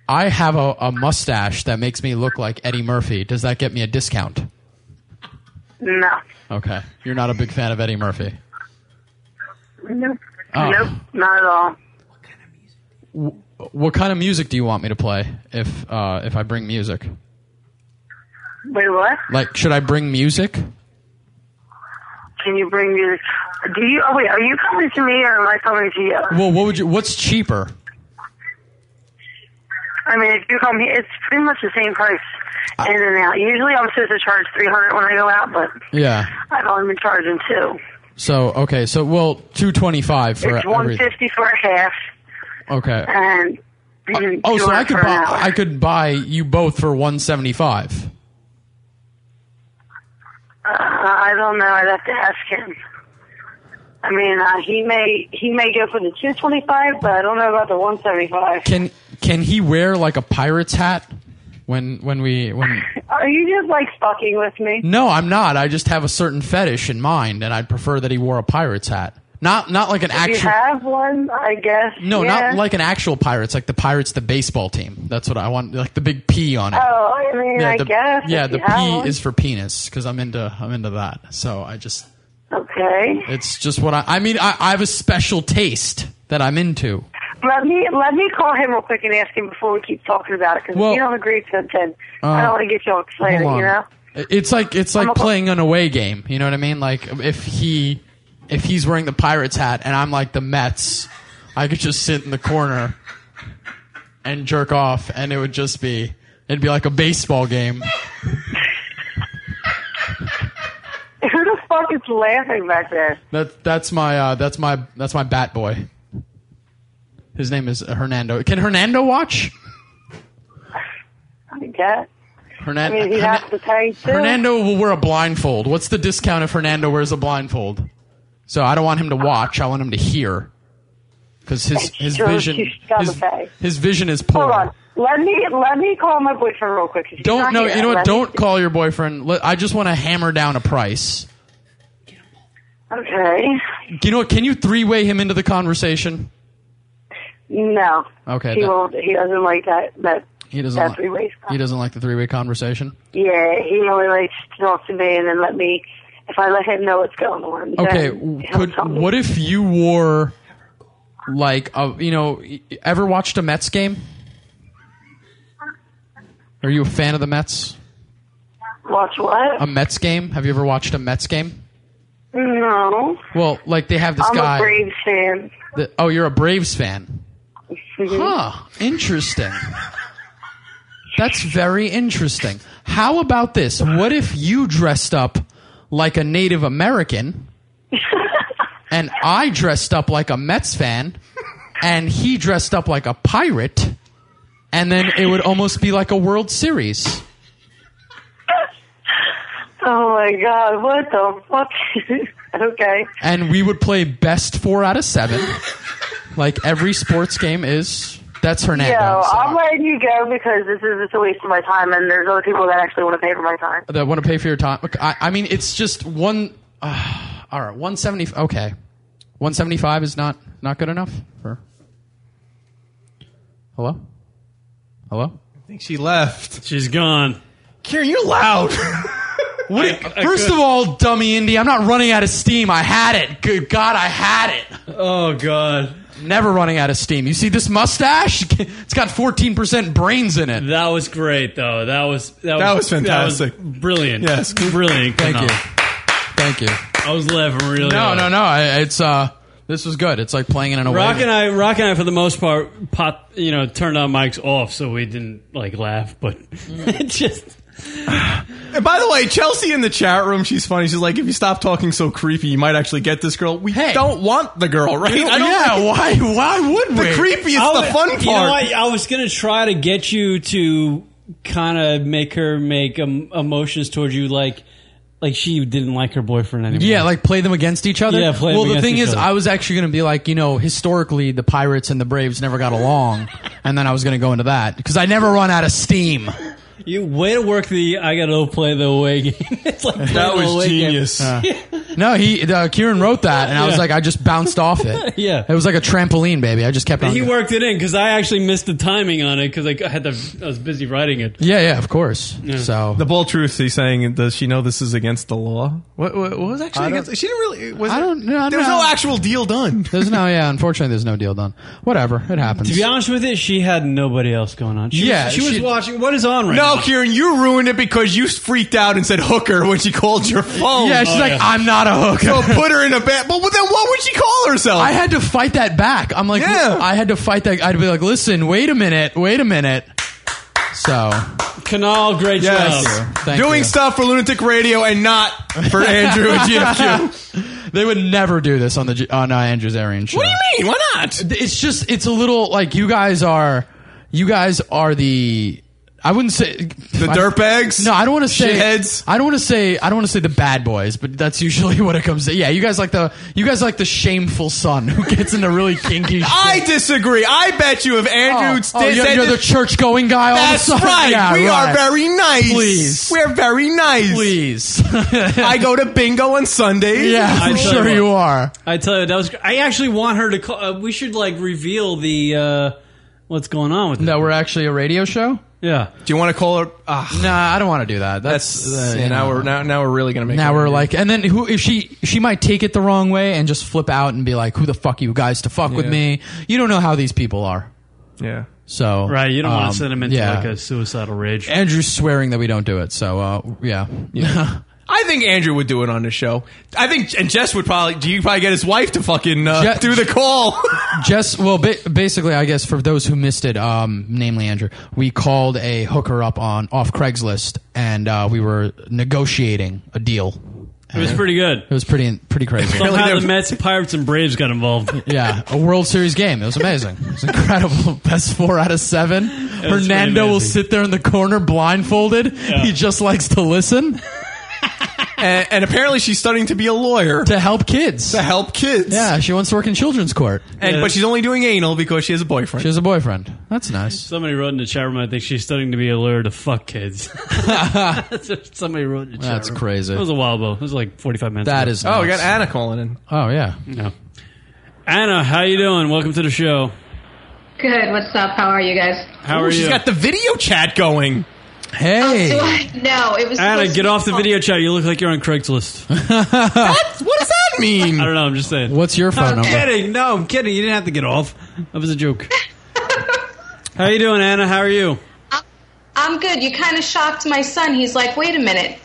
I have a, a mustache that makes me look like Eddie Murphy. Does that get me a discount?
No.
Okay, you're not a big fan of Eddie Murphy.
Nope.
Oh.
Nope. Not at all.
Wh- What kind of music do you want me to play if uh, if I bring music?
Wait, what?
Like, should I bring music?
Can you bring music? Do you? Oh wait, are you coming to me or am I coming to you?
Well, what would you? What's cheaper?
I mean, if you come here, it's pretty much the same price in and out. Usually, I'm supposed to charge three hundred when I go out, but
Yeah.
I've only been charging two.
So okay, so well, two twenty five for
It's one
every.
fifty for a half,
Okay.
and mm,
Oh, so I
200
could
for an
buy
hour.
I could buy you both for one seventy five.
Uh, I don't know. I'd have to ask him. I mean, uh, he may he may go for the two twenty five, but I don't know about the one seventy five.
Can can he wear like a pirate's hat when when we when?
Are you just like fucking with me?
No, I'm not. I just have a certain fetish in mind, and I'd prefer that he wore a pirate's hat. Not not like an
If you
actual.
have one, I guess.
No,
yeah.
not like an actual pirates, like the pirates, the baseball team. That's what I want, like the big P on it.
Oh, I mean, I
the,
guess.
Yeah,
if
the
you have
P
one.
is for penis because I'm into I'm into that. So I just
okay.
it's just what I I mean I, I have a special taste that I'm into.
Let me let me call him real quick and ask him before we keep talking about it because
Well-
if you don't agree to something,
Uh,
I don't want to get you all excited.
Hold on.
You know,
It's like it's like playing an away game. You know what I mean? Like if he if he's wearing the pirates hat and I'm like the Mets, I could just sit in the corner and jerk off, and it would just be it'd be like a baseball game.
who the fuck is laughing back there?
That that's my uh, that's my that's my bat boy. His name is Hernando. Can Hernando watch?
I guess. I
Hernando
mean, he has to pay too.
Hernando will wear a blindfold. What's the discount if Hernando wears a blindfold? So I don't want him to watch. I want him to hear because his his
Sure,
vision
you gotta pay.
his vision is poor.
Hold on. Let me let me call my boyfriend real quick. 'cause he's
Don't
not
no.
here.
You know what?
Let me-
Don't call your boyfriend. Let- I just want to hammer down a price.
Okay.
You know what? Can you three way him into the conversation?
No.
Okay,
He
that-
won't. He doesn't like that. That
He doesn't.
that
like-
three ways.
he doesn't like the three way conversation.
Yeah. He only likes to talk to me and then let me. If I let him know what's going on.
Okay,
then-
w- could what if you wore like a you know y- ever watched a Mets game? Are you a fan of the Mets?
Watch what?
A Mets game? Have you ever watched a Mets game?
no.
Well, like they have this
I'm
guy.
a Braves fan. Mm-hmm.
that- oh, you're a Braves fan. Huh. Interesting. That's very interesting. How about this? What if you dressed up like a Native American and I dressed up like a Mets fan and he dressed up like a pirate and then it would almost be like a World Series?
Oh my god! What the fuck? okay.
And we would play best four out of seven, like every sports game is. That's Hernando.
Yo,
so-
I'm letting you go because this is just a waste of my time, and there's other people that actually want to pay for my time.
that want to pay for your time. Look, I, I mean, it's just one. Uh, all right, one seventy. Okay, one seventy five is not not good enough. For, hello, hello.
I think she left.
She's gone.
Karen, you're loud. what?
I
first
could-
of all, dummy Indy, I'm not running out of steam. I had it. Good God, I had it.
Oh God.
Never running out of steam. You see this mustache? It's got 14% brains in it.
That was great, though. That was that,
That
was,
was fantastic.
that was brilliant.
Yes.
brilliant.
Thank
Kunal.
you. Thank you.
I was laughing really.
No,
hard.
no, no. I, it's uh, this was good. It's like playing in an away.
Rock and I, Rock and I, for the most part, pop, you know, turned our mics off so we didn't like laugh, but just
And by the way, Chelsea in the chat room, she's funny. She's like, if you stop talking so creepy, you might actually get this girl. We don't want the girl, right?
You know-
I don't
yeah,
think-
why-
why would
the
we?
creepy is
I
the
wa-
fun part?
You know, what? I was gonna try to get you to kind of make her make um, emotions towards you, like like she didn't like her boyfriend anymore.
Yeah, like play them against each other.
Yeah, play them
well, the
against
thing
each
is,
other.
I was actually going to be like, you know, historically the Pirates and the Braves never got along, and then I was going to go into that because I never run out of steam.
You way to work the I gotta play the away game. it's like playing the away game.
Uh, no, he uh, Kieran wrote that, and I was
Yeah.
like, I just bounced off it.
Yeah.
it was like a trampoline, baby. I just kept
But
on.
he worked it in because I actually missed the timing on it because I had to. I was busy writing it.
yeah, yeah, of course. So
the bold truth he's saying, does she know this is against the law? What, what, what was actually
I don't-
against? She didn't really. Was
I
it-
don't know.
There was no actual deal done.
There's no, yeah. Unfortunately, there's no deal done. Whatever, it happens.
To be honest with you, she had nobody else going on. She
Yeah,
was, she was
she-
watching. What is on right
No,
now?
Kieran, you ruined it because you freaked out and said hooker when she called your phone.
Yeah, she's Oh, like, yeah. "I'm not a hooker."
So put her in a bed. But then what would she call herself?
I had to fight that back. I'm like,
Yeah.
I had to fight that. I'd be like, listen, wait a minute, wait a minute. So,
Canal, great
Yes.
job. Thank
Doing
you.
stuff for Lunatic Radio and not for Andrew and GFQ.
they would never do this on the G- on uh, Andrew's Arian show.
What do you mean? Why not?
It's just it's a little like you guys are you guys are the I wouldn't say the
dirtbags.
No, I don't want to say
Shitheads?
I don't want to say I don't want to say the bad boys, but that's usually what it comes to. Yeah, you guys like the you guys like the shameful son who gets into really kinky. shit.
I disagree. I bet you if Andrew
Oh, you're, you're the church going guy. All
That's
of a sudden.
right.
Yeah,
we
right.
are very nice.
Please.
We're very nice.
Please. I
go to bingo on Sundays.
I tell what.
are.
I tell you, that was. I actually want her to call. Uh, we should like reveal the uh, what's going on with it.
That we're actually a radio show.
Yeah.
Do you want to call ah. her?
nah, I don't want to do that. That's,
That's,
uh,
yeah,
you
now
know.
we're now, now we're really gonna make.
now
it
we're
weird.
like, and then who if she she might take it the wrong way and just flip out and be like, "Who the fuck you guys to fuck with
Yeah.
me? You don't know how these people are."
Yeah.
So
Right, you don't want
um,
to send him into
yeah.
like a suicidal rage.
Andrew's swearing that we don't do it. So uh, yeah, yeah.
I think Andrew would do it on the show. I think, and Jess would probably. Do you probably get his wife to fucking uh,
Je-
do the call?
Jess, well, ba- basically, I guess for those who missed it, um, namely Andrew, we called a hooker up on off Craigslist, and uh, we were negotiating a deal.
It was pretty good.
It was pretty pretty crazy.
Somehow the Mets, Pirates, and Braves got involved.
yeah, Oh, a World Series game. It was amazing. It was incredible. Best four out of seven.
was
Hernando
pretty
will
amazing.
sit there in the corner blindfolded. He just likes to listen
and, and apparently, she's studying to be a lawyer
to help kids.
to help kids.
Yeah, she wants to work in children's court.
And, But she's only doing anal because she has a boyfriend.
she has a boyfriend. That's nice.
Somebody wrote in the chat room. I think she's studying to be a lawyer to fuck kids. That's what somebody wrote in the chat
That's
room.
crazy.
It was a while ago. It was like forty five minutes.
That
ago.
is Oh, we nuts. got
Anna calling in.
Oh yeah.
No. Anna, how you doing? Welcome to the show.
Good. What's up? How are you guys?
How
Ooh,
are
She's
you?
got the video chat going.
Do
Hey.
I, no, it was.
Anna,
supposed
get
to
off the
be-
video chat. You look like you're on Craigslist.
what does that mean?
I don't know. I'm just saying.
What's your phone
I'm
number?
kidding. No, I'm kidding. You didn't have to get off. That was a joke. How you doing, Anna? How are you?
I'm good. You kind of shocked my son. He's like, wait a minute.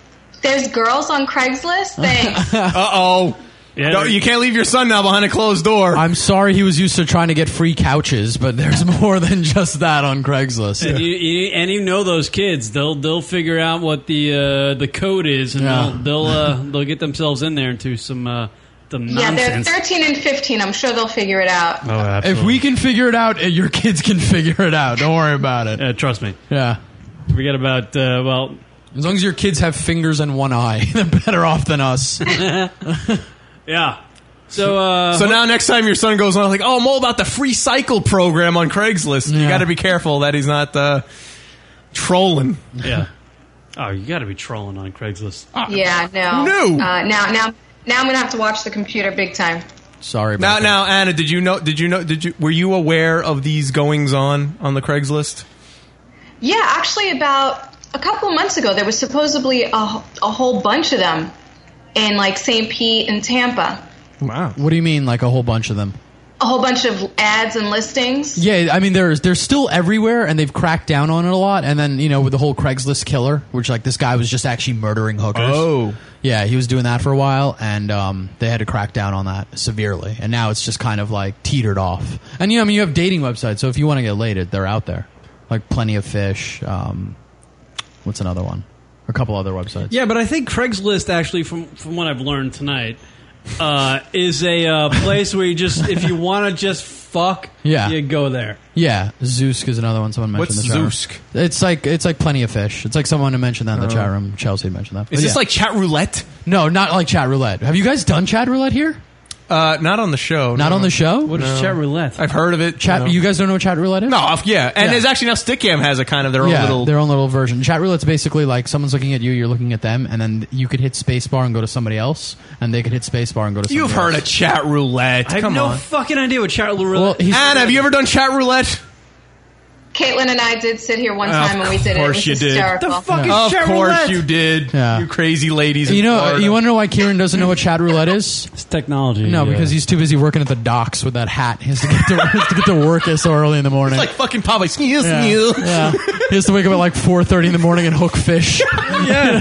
There's girls on Craigslist. Thanks.
uh oh. No, you can't leave your son now behind a closed door.
I'm sorry he was used to trying to get free couches, but there's more than just that on Craigslist.
And you, you and you know those kids. They'll they'll figure out what the uh, the code is, and
Yeah.
they'll they'll, uh, they'll get themselves in there into some uh, some
yeah, they're
nonsense.
13 and 15. I'm sure they'll figure it out.
oh, absolutely.
If we can figure it out, eh, your kids can figure it out. Don't worry about it.
Yeah, trust me.
Yeah.
Forget about uh, well.
As long as your kids have fingers and one eye, they're better off than us.
Yeah. So uh,
so now, next time your son goes on, like, oh, I'm all about the free cycle program on Craigslist. You
Yeah.
got to be careful that he's not uh, trolling.
yeah. Oh, you got to be trolling on Craigslist.
yeah, no.
Ah. No.
Uh, now, now, now I'm gonna have to watch the computer big time.
Sorry.
Now, now, Anna, did you know? Did you know? Did you were you aware of these goings on on the Craigslist?
Yeah, actually, about a couple of months ago, there was supposedly a, a whole bunch of them in like St. Pete and Tampa.
Wow.
What do you mean, like a whole bunch of them?
A whole bunch of ads and listings.
Yeah, I mean, there's they're still everywhere, and they've cracked down on it a lot. And then you know, with the whole Craigslist killer, which like this guy was just actually murdering hookers.
Oh.
yeah, he was doing that for a while, and um, they had to crack down on that severely. And now it's just kind of like teetered off. And you know, I mean, you have dating websites, so if you want to get laid, they're out there, like Plenty of Fish. Um, what's another one? A couple other websites.
Yeah, but I think Craigslist actually, from from what I've learned tonight, uh, is a uh, place where you just if you want to just fuck,
Yeah.
you go there.
Yeah, Zeusk is another one someone mentioned.
What's
in the chat room.
Zeusk?
It's like it's like plenty of fish. It's like someone who mentioned that in the
Oh.
chat room. Chelsea mentioned that.
Is this like chat roulette?
No, not like chat roulette. Have you guys done chat roulette here?
Uh, not on the show.
Not on the show? What is chat
roulette? I've heard of it.
Chat, you guys don't know what chat roulette is?
No, uh, yeah, and
Yeah.
there's actually now Stickcam has a kind of their own
yeah,
little.
their own little version. Chat roulette's basically like someone's looking at you, you're looking at them, and then you could hit spacebar and go to somebody else, and they could hit spacebar and go to.
You've
somebody
heard of
else.
chat roulette?
I have
Come
no
on.
fucking idea what chat roulette.
Well, he's-
Anna, have you ever done chat roulette?
Caitlin and I did sit here one
Of
time and we did it. It
course
was
you did.
hysterical.
The fuck is Of chat course roulette? you did. You crazy ladies.
You
in
know,
Florida.
you want to know why Kieran doesn't know what chat roulette is? It's
technology.
No,
yeah.
because he's too busy working at the docks with that hat. He has to get to, he has to, get to work so early in the morning.
like fucking Popeye. Sneeze,
yeah.
sneeze.
yeah. he has to wake up at like four thirty in the morning and hook fish.
Yeah.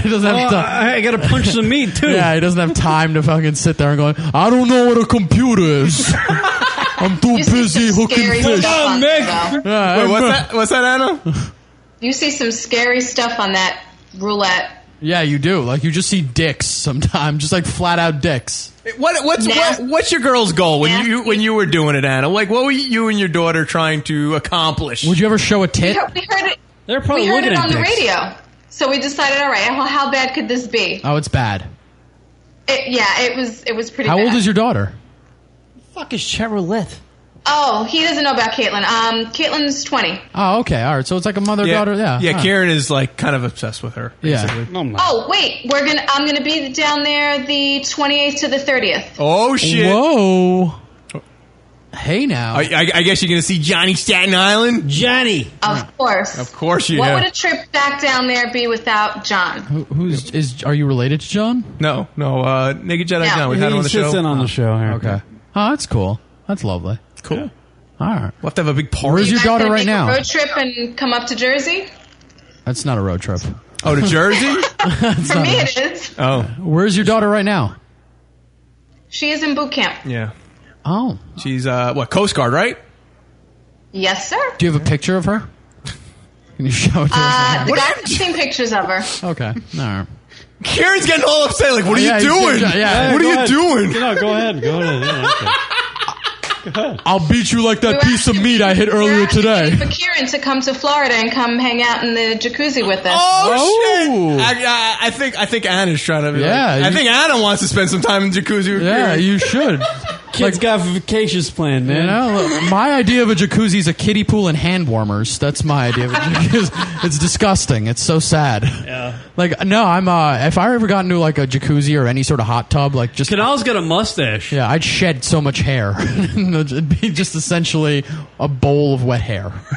he doesn't have
Oh,
time.
I- I gotta punch some meat, too.
Yeah, he doesn't have time to fucking sit there and going, I don't know what a computer is. I'm too
You see
busy
some
hooking
scary
fish.
stuff on there, though.
Yeah,
Wait, what's
I'm-
that? What's that, Anna?
You see some scary stuff on that roulette.
Yeah, you do. Like you just see dicks sometimes, just like flat out dicks.
What what's what, what's your girl's goal when you when you were doing it, Anna? Like, what were you and your daughter trying to accomplish? Would
you ever show a
We
tit?
heard, we heard it.
They're
probably
we heard
looking
it
at
on the
dicks.
radio. So we decided, all right, well, how bad could this be?
Oh, it's bad.
It, yeah, it was. It was pretty.
How
bad.
old is your daughter?
fuck is chat roulette?
Oh, he doesn't know about Caitlin. Um, Caitlin's twenty.
Oh, okay, all right. So it's like a mother daughter. Yeah,
yeah.
all right.
Karen is like kind of obsessed with her.
Yeah.
basically.
Oh wait, we're gonna. I'm gonna be down there the 28th to the 30th.
Oh shit!
Whoa! Hey now,
I, I, I guess you're gonna see Johnny Staten Island.
Johnny,
Of course.
of course you
What
have.
would a trip back down there be without John?
Who, who's is? Are you related to John?
no, no, uh, Naked Jedi.
No.
No, we've had him on the show.
on the show. Okay. Oh, that's cool. That's lovely.
Cool.
All right.
We'll have to have a big party.
Where's
You
your
guys
daughter
gonna
right
make a
now?
Road trip and come up to Jersey.
That's not a road trip.
Oh, to Jersey?
For me, it is.
oh.
Where's your daughter right now?
She is in boot camp.
Yeah.
Oh.
She's uh, what Coast Guard, right?
Yes, sir.
Do you have a picture of her? Can you show it to
Uh,
us?
the guys have seen pictures of her.
Okay. All right.
Karen's getting all upset. Like, what are
Yeah,
you
he's
doing?
getting- yeah.
What
Go
are you
ahead.
doing?
No, go ahead.
Go ahead.
I'll beat you like that piece of meat I hit earlier today.
For Kieran to come to Florida and come hang out in the jacuzzi with us.
Oh shit! I, I, I think I think Anna's trying to. Be
Yeah,
like, I
you-
think Anna wants to spend some time in the jacuzzi. With
Yeah,
Karen.
you should.
Kids got vacations planned,
You
man.
know, look, my idea of a jacuzzi is a kiddie pool and hand warmers. That's my idea of a jacuzzi. it's disgusting. It's so sad.
Yeah.
Like no, I'm uh if I ever got into like a jacuzzi or any sort of hot tub, like just
Canal's got a mustache.
yeah, I'd shed so much hair. It'd be just essentially a bowl of wet hair.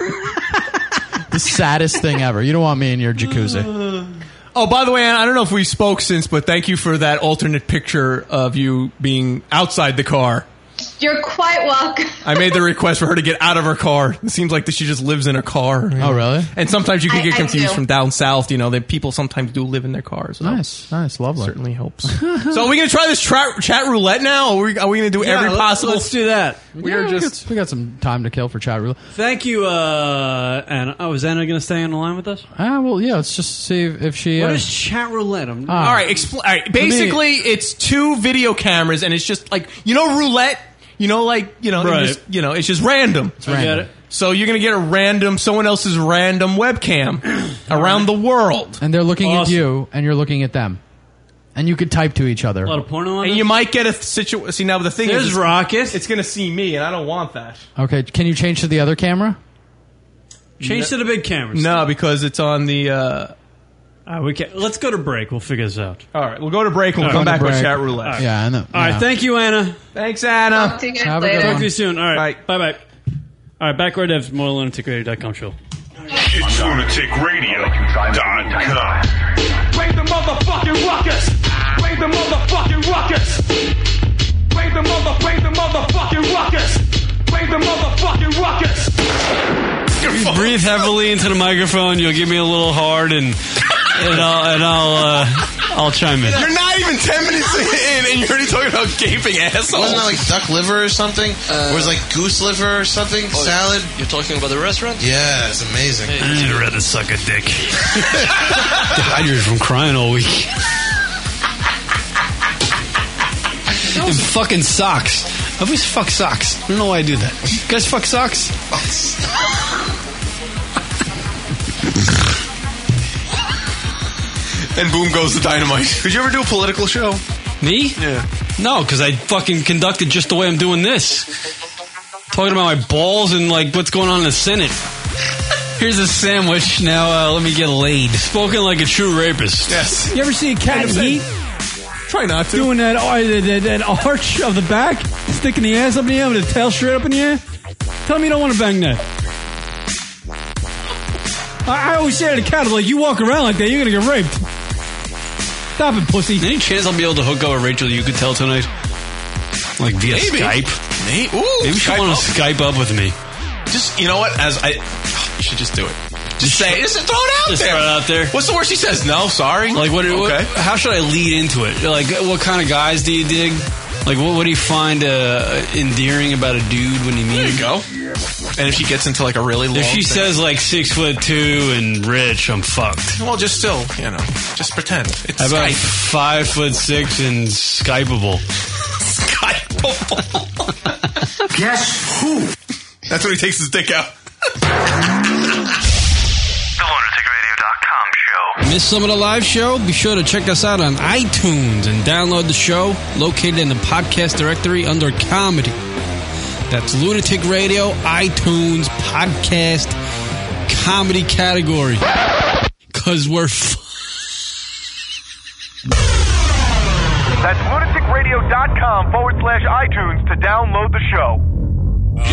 the saddest thing ever. You don't want me in your jacuzzi.
Oh, by the way, Anna, I don't know if we spoke since, but thank you for that alternate picture of you being outside the car.
You're quite welcome.
I made the request for her to get out of her car. It seems like that she just lives in a car. Oh,
really?
And sometimes you
I-
can get
I
confused
do.
from down south. You know that people sometimes do live in their cars. So.
Nice, nice, lovely.
Certainly helps. So are we gonna try this tra- chat roulette now? Or are we, are we gonna do
Yeah,
every
let-
possible?
let's do that.
We are
Yeah,
just.
got- we got some time to kill for chat roulette.
Thank you, uh, Anna. Oh, is Anna going to stay on the line with us?
Ah, well, yeah. Let's just see if if she.
What
uh,
is chat roulette? I'm,
Ah.
all right, expl- all right.
me-
Basically, it's two video cameras, and it's just like you know roulette. You know, like you know, they're
Right.
just, you know, it's just random. It's
I get random. it.
So you're gonna get a random, someone else's random webcam around the world,
and they're looking at
Awesome.
you, and you're looking at them, and you could type to each other.
lot of porno on
and you might get a situation. See now, the thing
There's
is,
Rocket.
It's gonna see me, and I don't want that.
Okay, can you change to the other camera?
Change to the big cameras.
No, because it's on the. Uh,
Uh, we can, let's go to break. We'll figure this out.
all right, we'll go to break and we'll
All
come
right.
back with
Break.
chat roulette.
All right.
Yeah, I know.
All right,
Yeah.
thank you, Anna.
Thanks, Anna.
Talk to you guys
Have a good
later.
one.
Talk to you soon. All right, bye bye. All right, back where devs more lunaticradio.com show.
It's lunaticradio.com.
Break the motherfucking ruckus! Break the motherfucking ruckus! Break the mother, break the motherfucking ruckus! Break the motherfucking ruckus!
You breathe heavily into the microphone. You'll give me a little hard, and and I'll and I'll uh, I'll chime in.
You're not even 10 minutes in, and you're already talking about gaping assholes.
Wasn't that like duck liver or something? or was it like goose liver or something? Salad?
Uh, oh, You're talking about the restaurant?
Yeah, it's amazing.
I'd rather suck a dick. God, you're from crying all week.
And fucking socks. I always fuck socks. I don't know why I do that. You guys fuck socks?
And boom goes the dynamite. Did you ever do a political show?
Me?
Yeah.
No, because I fucking conducted just the way I'm doing this. Talking about my balls and like what's going on in the Senate. Here's a sandwich. Now uh, let me get laid. Spoken like a true rapist. Yes.
You ever see a cat in heat?
Try not to.
Doing that, ar- that, that, that arch of the back, sticking the ass up in the air with the tail straight up in the air. Tell me you don't want to bang that. I, I always say to the cat, I'm like, you walk around like that, you're going to get raped. Stop it, pussy.
Any chance I'll be able to hook up with Rachel? You could tell tonight, like via
Maybe.
Skype.
Maybe, ooh,
Maybe she'll
Skype
want
up.
to Skype up with me.
Just you know what? As I, you should just do it. Just say, it. just throw it out
Just
there.
throw it out there.
What's the worst she says? No, sorry.
Like what? what-
Okay.
how should I lead into it? Like, what kind of guys do you dig? Like, what, what do you find uh, endearing about a dude when you meet? There you
go. And if she gets into like a really long,
If she
thing-
says like six foot two and rich, I'm fucked.
well, just still, you know, just pretend it's
How about
Skype.
five foot six and Skypeable?
Guess who? That's when he takes his dick out.
Miss some of the live show? Be sure to check us out on iTunes and download the show located in the podcast directory under comedy. That's Lunatic Radio, iTunes, podcast, comedy category. Because we're f-
That's lunaticradio.com forward slash iTunes to download the show.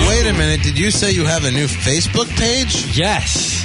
Wait a minute. Did you say you have a new Facebook page?
Yes.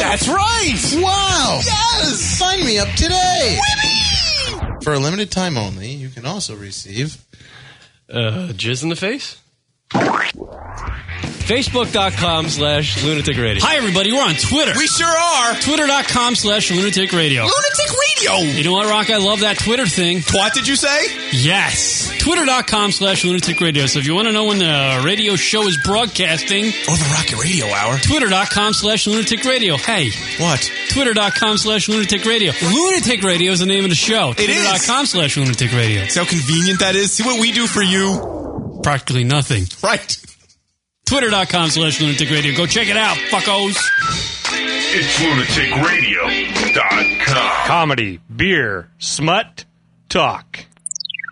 That's
right. Wow. Yes. Sign me up today. For a limited time only, you can also receive.
Uh, jizz in the face? Facebook.com slash lunatic radio.
Hi, everybody. We're on Twitter. We
sure are.
Twitter.com slash lunatic radio.
Lunatic Radio.
You know what, Rock? I love that Twitter thing.
Twat, did you say?
Yes. Twitter.com slash lunatic radio. So if you want to know when the radio show is broadcasting,
or Oh, the Rocket Radio Hour,
Twitter.com slash lunatic radio. Hey.
What?
Twitter.com slash lunatic radio. Lunatic radio is the name of the show.
It is.
Twitter.com slash lunatic radio.
See how convenient that is. See what we do for you.
Practically nothing.
Right.
Twitter.com slash lunatic radio. Go check it out, fuckos.
It's lunaticradio.com. Comedy, beer, smut, talk.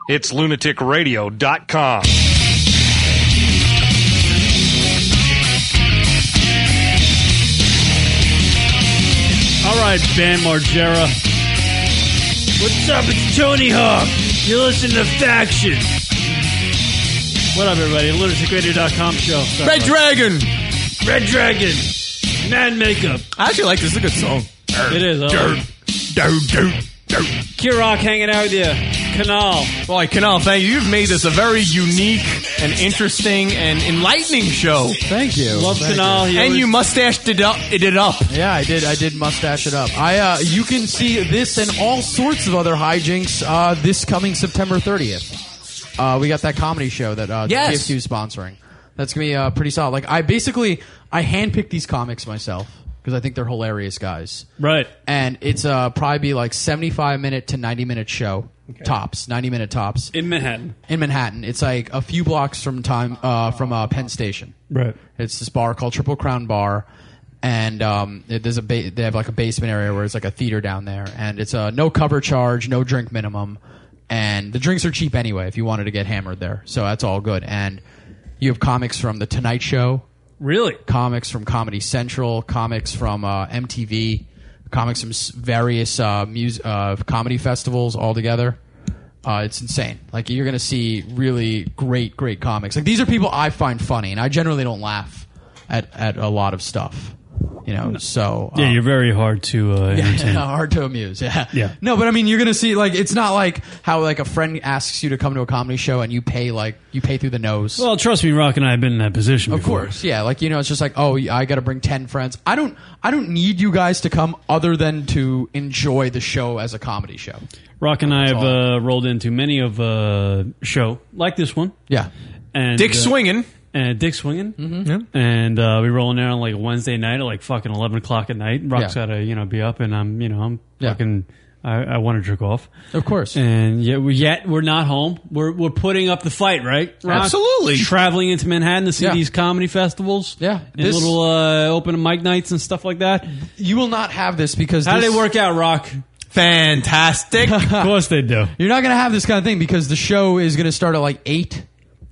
It's lunaticradio.com.
All right, Ben Margera. What's up? It's Tony Hawk. You listen to Faction. What up, everybody? LunaticRadio.com show. Sorry
Red
about-
Dragon.
Red Dragon. Mad Makeup.
I actually like this. It's a good song.
It is. I like it. Kirok hanging out with you. Canal.
Boy, Canal, thank you. You've made this a very unique and interesting and enlightening show.
Thank you.
Love
Thank Kunal. you. He
And you mustached it up. It did up.
Yeah, I did. I did mustache it up. I uh, you can see this and all sorts of other hijinks uh, this coming September 30th. Uh, we got that comedy show that uh,
Yes.
TF2 is sponsoring. That's gonna be uh, pretty solid. Like I basically I handpicked these comics myself because I think they're hilarious guys.
Right.
And it's uh, probably be like 75 minute to 90 minute show tops, 90 minute tops
In Manhattan.
in Manhattan. It's like a few blocks from time uh, from uh, Penn Station.
Right.
It's this bar called Triple Crown Bar, and um, it, there's a ba- they have like a basement area where it's like a theater down there, and it's a no cover charge, no drink minimum, and the drinks are cheap anyway if you wanted to get hammered there, so that's all good. And you have comics from the Tonight Show,
really,
comics from Comedy Central, comics from uh, MTV, comics from s- various uh, mus- uh, comedy festivals all together. Uh, it's insane. Like you're gonna see really great, great comics. Like these are people I find funny, and I generally don't laugh at at a lot of stuff. You know, so
uh,
yeah, you're very hard to uh, entertain.
hard to amuse. Yeah.
Yeah.
No, but I mean, you're gonna see like it's not like how like a friend asks you to come to a comedy show and you pay like you pay through the nose.
Well, trust me, Rock and I have been in that position.
Of course, yeah. Like you know, it's just like oh, yeah, I got to bring ten friends. I don't, I don't need you guys to come other than to enjoy the show as a comedy show.
Rock and I have uh, rolled into many of uh, show like this one.
Yeah,
and
Dick
uh,
swinging.
and Dick swinging, mm-hmm. and uh, we roll in there on like Wednesday night at like fucking eleven o'clock at night. Rock's
Yeah.
got to you know be up, and I'm you know I'm
Yeah.
fucking I, I want to jerk off,
of course.
And yet we yet we're not home. We're we're putting up the fight, right? Rock?
Absolutely.
traveling into Manhattan to see
Yeah.
these comedy festivals,
Yeah,
and
this-
little uh, open mic nights and stuff like that.
You will not have this because
how
this-
did it work out, Rock?
Fantastic. of
course they do.
You're not gonna have this kind of thing because the show is gonna start at like eight,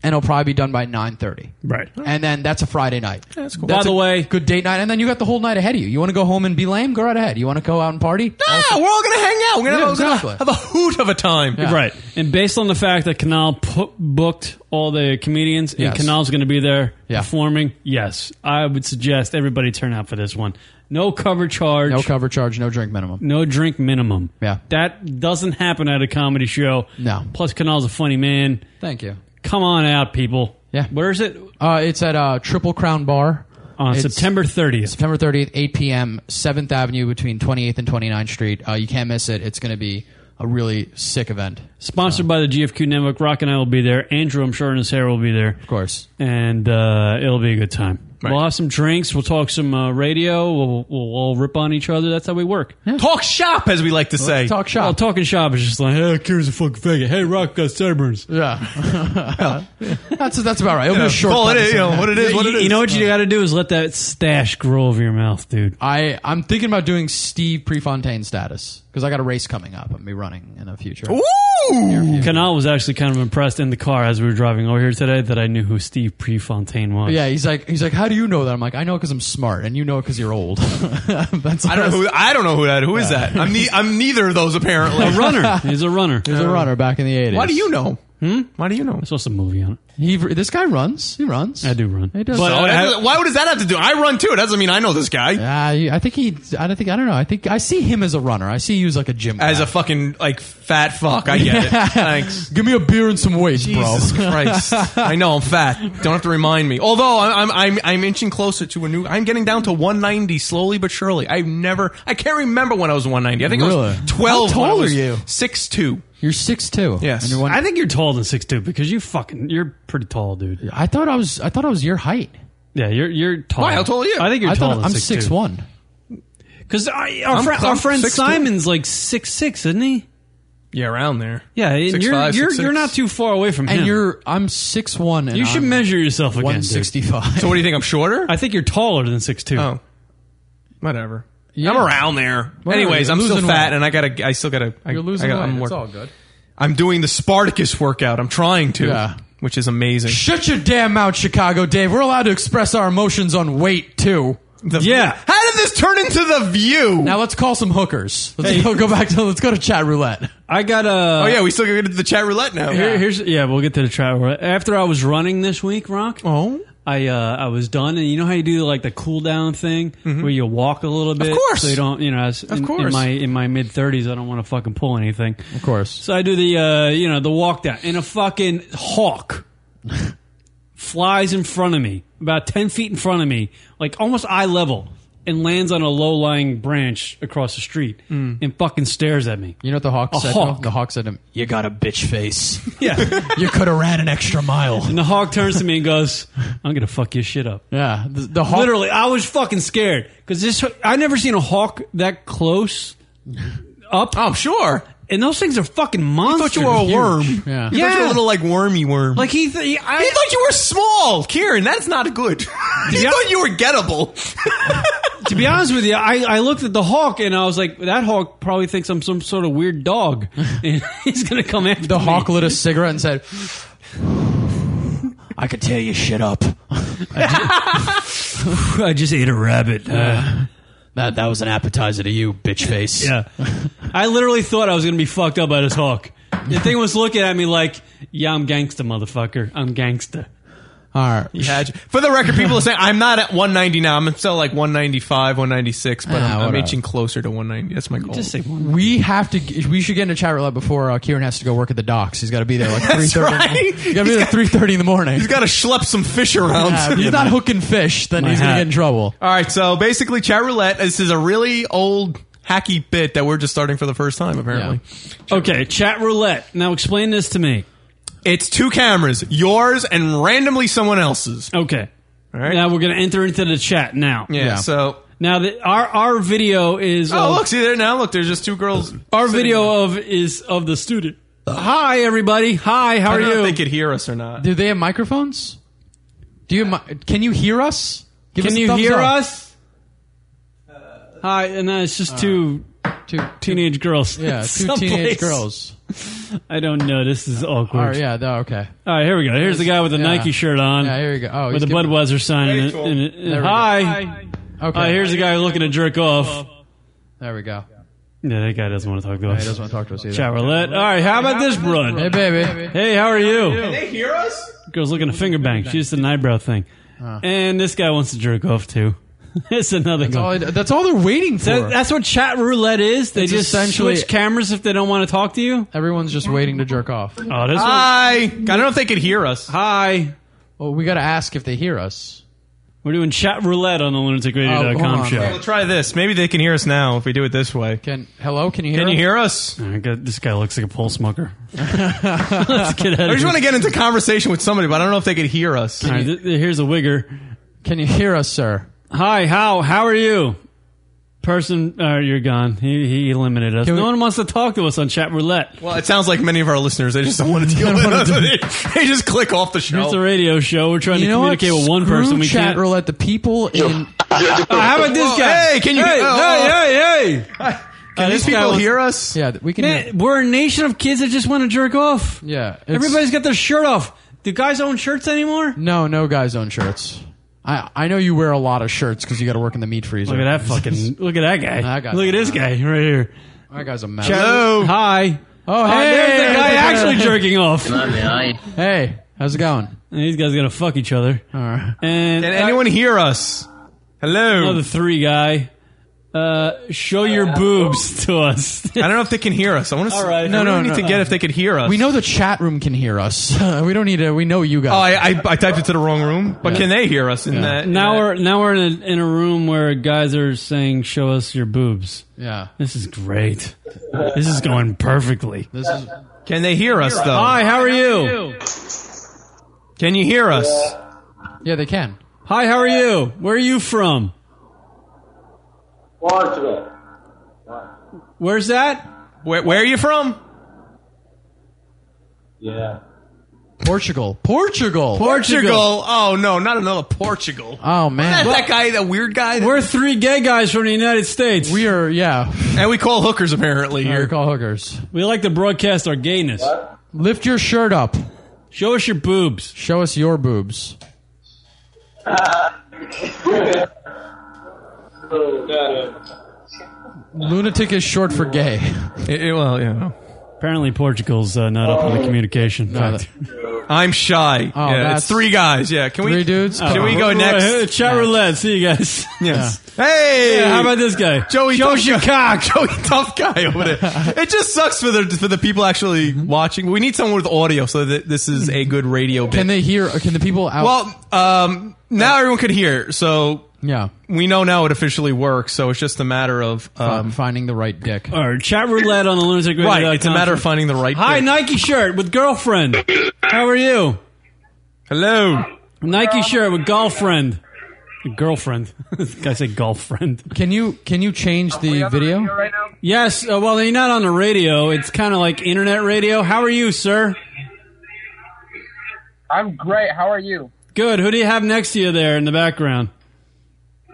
and it'll probably be done by nine thirty.
Right.
And then that's a Friday night. that's cool.
By the
way, good date night, and then you got the whole night ahead of you. You want to go home and be lame? Go right ahead. You want to go out and party?
Yeah, we're all gonna hang out. We're gonna,
Yeah,
have, we're gonna
exactly.
have a hoot of a time.
Right. And based on the fact that Canal pu- booked all the comedians
Yes.
and Canal's going to be there
Yeah.
performing, yes, I would suggest everybody turn out for this one. No cover charge.
No cover charge. No drink minimum.
No drink minimum.
Yeah.
That doesn't happen at a comedy show.
No.
Plus, Canal's a funny man.
Thank you.
Come on out, people.
Yeah.
Where is it?
Uh, it's at uh, Triple Crown Bar
On
It's-
September 30th.
September 30th, 8 p.m., 7th Avenue between 28th and 29th Street. Uh, you can't miss it. It's going to be a really sick event.
Sponsored by the GFQ Network. Rock and I will be there. Andrew, I'm sure, and his hair will be there. Of
course.
And uh, it'll be a good time. We'll have some drinks. We'll talk some uh, radio. We'll, we'll all rip on each other. That's how we work.
Talk shop, as we like to say.
Talk shop. Well, talking shop is just like, hey, here's a fucking faggot. Hey, Rock got sideburns.
Yeah. that's, that's about right. It'll be a short conversation.
you, You know what you got to do is let that stash grow over your mouth, dude.
I, I'm thinking about doing Steve Prefontaine status because I got a race coming up. I'm going to be running in the future.
Canal was actually kind of impressed in the car as we were driving over here today that I knew who Steve Prefontaine was.
Yeah, he's like, he's like, how do you know that? I'm like, I know because I'm smart, and you know because you're old. that's
I don't know who I don't know who that. Who is that? I'm ne- I'm neither of those apparently.
A runner. He's a runner.
He's a runner back in the 80s.
Um, Why do you know?
Hmm?
Why do you know?
I saw some movie on it.
He, this guy runs. He runs.
I do run.
He does.
But why does that have to do? I run too. It doesn't mean I know this guy
Uh, I think he. I don't think. I don't know. I think I see him as a runner. I see you as like a gym.
as a fucking like fat fuck. I get it. Thanks.
Give me a beer and some weights,
Jesus
bro.
Christ! I know I'm fat. Don't have to remind me. Although I'm, I'm I'm I'm inching closer to a new. I'm getting down to 190 slowly but surely. I've never. I can't remember when I was 190. I think I
Really?
was 12.
How
when I
tall
was
are you?
Six two.
You're six two.
Yes.
I think you're taller than six two because you fucking you're pretty tall, dude.
I thought I was. I thought I was your height.
Yeah, you're you're tall.
Why, how tall are you?
I think you're
I thought
taller.
I'm 6'1".
Because our,
I'm-
friend our
I'm
friend
6'2".
Simon's like six six, isn't he?
Yeah, around there.
Yeah, and
Six
you're
five,
you're
six
you're
six.
not too far away from
And
him.
you're. I'm six one. And
you should
I'm
measure yourself again. dude.
165.
So what do you think? I'm shorter.
I think you're taller than six two.
Oh, whatever.
Yeah.
I'm around there.
Whatever,
Anyways,
you're
I'm still
losing
fat,
weight.
and I gotta. I still gotta. I,
You're losing
I gotta,
weight.
I'm
It's
work-
all good.
I'm doing the Spartacus workout. I'm trying to,
Yeah.
which is amazing.
Shut your damn mouth, Chicago, Dave. We're allowed to express our emotions on weight too.
yeah.
How did this turn into the View?
Now let's call some hookers. Let's go, go back to. Let's go to chat roulette.
I got uh, a.
oh yeah, we still get into the chat roulette now.
Here, here's yeah, we'll get to the travel. After I was running this week, Rock.
Oh.
I uh, I was done, and you know how you do like the cool down thing
Mm-hmm.
where you walk a little bit, of
course.
So you don't, you know, as,
Of
in, in
course.
my in my mid thirties, I don't want to fucking pull anything.
Of course.
So I do the uh, you know the walk down, and a fucking hawk flies in front of me, about ten feet in front of me, like almost eye level, and lands on a low lying branch across the street, and fucking stares at me.
Mm. You know what the hawk
A
said?
hawk.
The hawk said to him, "You got a bitch face.
Yeah,
you could have ran an extra mile."
And the hawk turns to me and goes, "I'm gonna fuck your shit up."
Yeah, the, the hawk.
Literally, I was fucking scared because this. I never seen a hawk that close up.
Oh, sure.
And those things are fucking monsters.
thought you were a
Huge.
worm.
Yeah.
You thought you were a little like wormy worm.
Like he, th- he- I,
he thought you were small, Kieran. That's not good. he thought you were gettable.
to be honest with you, I, I looked at the hawk and I was like, that hawk probably thinks I'm some sort of weird dog, and he's gonna come after
The
me.
hawk lit a cigarette and said, "I could tear your shit up."
I just ate a rabbit. Uh,
that that was an appetizer to you, bitch face.
Yeah. I literally thought I was going to be fucked up by this hawk. The thing was looking at me like, yeah, I'm gangster, motherfucker. I'm gangster.
All right.
You had you. For the record, people are saying I'm not at 190 now. I'm still like 195, 196, but
Ah,
I'm, I'm
whatever.
inching closer to 190. That's my goal.
Just say We have to. g- We should get in a chat roulette before uh, Kieran has to go work at the docks. He's got to be there like three
That's
thirty.
right.
He's got to be there three thirty in the morning.
He's got to schlep some fish around.
Yeah, if he's not hooking fish, then
My
he's gonna
hat.
get in trouble.
All right, so basically, chat roulette. This is a really old hacky bit that we're just starting for the first time, apparently.
Okay, chat roulette. Now explain this to me.
It's two cameras, yours and randomly someone else's.
Okay.
All right.
Now we're going to enter into the chat now.
Yeah, Yeah. so-
now the, our our video is
Oh,
of-
look, see there now. Look, there's just two girls.
our video of is of the student. Hi everybody. Hi, how
I
are
don't know
you?
if they could hear us or not.
Do they have microphones? Do you? mi- Can you hear us? Give
Can
us a
you
thumbs
hear
up.
us? Hi, and uh, it's just two
Uh,
two teenage girls.
Yeah, two teenage
Someplace.
girls.
I don't know. This is awkward.
All right, Oh, yeah, no, okay.
All right, here we go. Here's the guy with the
Yeah.
Nike shirt on.
Yeah, here we go. Oh,
with
he's
the
giving-
Budweiser sign. In it, in it.
There we go.
Hi.
Okay.
Uh, here's the guy looking to jerk off.
There we go.
Yeah, that guy doesn't want to talk to us.
Yeah, he doesn't want to talk to us either.
Chat roulette. All right, how about this, broad?
Hey, baby.
Hey, how are
Can
you?
they hear us?
Girl's looking to finger bang. She just an eyebrow thing.
Uh.
And this guy wants to jerk off too. it's another
That's
guy.
all, that's all they're waiting for.
That- that's what chat roulette is. They
It's
just
essentially-
switch cameras if they don't want to talk to you.
Everyone's just waiting to jerk off.
Oh, this
Hi. I don't know if they could hear us.
Hi.
Well, we got to ask if they hear us.
We're doing chat roulette on the
Oh, hold
lunaticradio.com
on,
show.
wait.
We'll try this. Maybe they can hear us now if we do it this way.
Can hello? Can you hear?
Can you
us?
hear us?
I got- This guy looks like a pole smoker. Let's get out of
I just
here.
want to get into conversation with somebody, but I don't know if they could hear us.
All right, th- th- here's a wigger.
Can you hear us, sir?
Hi, how how are you? Person, uh, you're gone. He, he eliminated us.
Can we-
no one wants to talk to us on chat roulette.
Well, it sounds like many of our listeners they just don't want to deal with us. They- They just click off the show.
It's a radio show. We're trying
You
to
know what?
communicate with one
Screw
person. We
chat
can't.
roulette. The people in
Oh, how about this
Whoa,
guy?
hey, can you-
Hey,
oh,
hey, hey, hey!
Can
Uh,
these
this guy
people
was-
hear us?
yeah, we can.
Man,
hear.
we're a nation of kids that just want to jerk off.
Yeah, it's-
Everybody's got their shirt off. Do guys own shirts anymore?
No, no guys own shirts. I I know you wear a lot of shirts because you got to work in the meat freezer.
Look at that fucking. Look at that guy.
That guy-
look at this guy right here.
That guy's a mess.
Chat- Hi.
Oh, hey,
there's the guy
hey,
actually
hey.
jerking off.
Hey, how's it going?
And these guys are gonna fuck each other.
All right.
And
Can anyone hear us? Hello.
another three guy. Uh, show your boobs to us.
I don't know if they can hear us. I want to.
All right.
No,
No,
no,
no,
need
no.
to get if they could hear us.
We know the chat room can hear us. we don't need to. We know you
Oh,
guys.
I, I, I typed it to the wrong room, but
Yeah.
can they hear us in that? in
Now
that-
we're now we're in a, in a room where guys are saying, "Show us your boobs."
yeah.
This is great. This is going perfectly.
This is
Can they hear us though?
Hi, how are you?
Can you hear us?
yeah. They can.
Hi, how are you? Where are you from?
Portugal.
Where's that?
Where, where are you from?
Yeah.
Portugal. Portugal.
Portugal. Oh no, not another Portugal.
Oh man.
Isn't that, that guy, that weird guy, that-
We're three gay guys from the United States.
we are. Yeah.
and we call hookers apparently
We
here.
call hookers.
We like to broadcast our gayness.
Lift your shirt up.
Show us your boobs.
Show us your boobs. Lunatic is short for gay.
It- it- well, yeah.
Apparently, Portugal's uh, not up on the communication.
No,
factor.
I'm shy.
Oh,
yeah,
that's-
it's three guys. Yeah, can we?
Three dudes?
Can
Oh.
we go
Right,
next?
right, Chat roulette. See you guys.
Yes. Hey,
Yeah, how about this guy?
Joey
Show
tough
us your
guy.
cock.
Joey tough guy over there. It just sucks for the for the people actually watching. We need someone with audio so that this is a good radio bit.
Can they hear? Can the people out?
well, um, now everyone could hear, so
yeah.
we know now it officially works. So it's just a matter of
Um,
um,
finding the right dick.
All right, chat roulette on the lunatic radio.
right. It's a matter of finding the right.
Hi,
thing.
Nike shirt with girlfriend. How are you?
Hello.
Nike shirt with girlfriend. Girlfriend. This guy said girlfriend.
Can you can you change the video?
Yes. Uh, well, you're not on the radio. It's kind of like internet radio. How are you, sir?
I'm great. How are you?
Good. Who do you have next to you there in the background?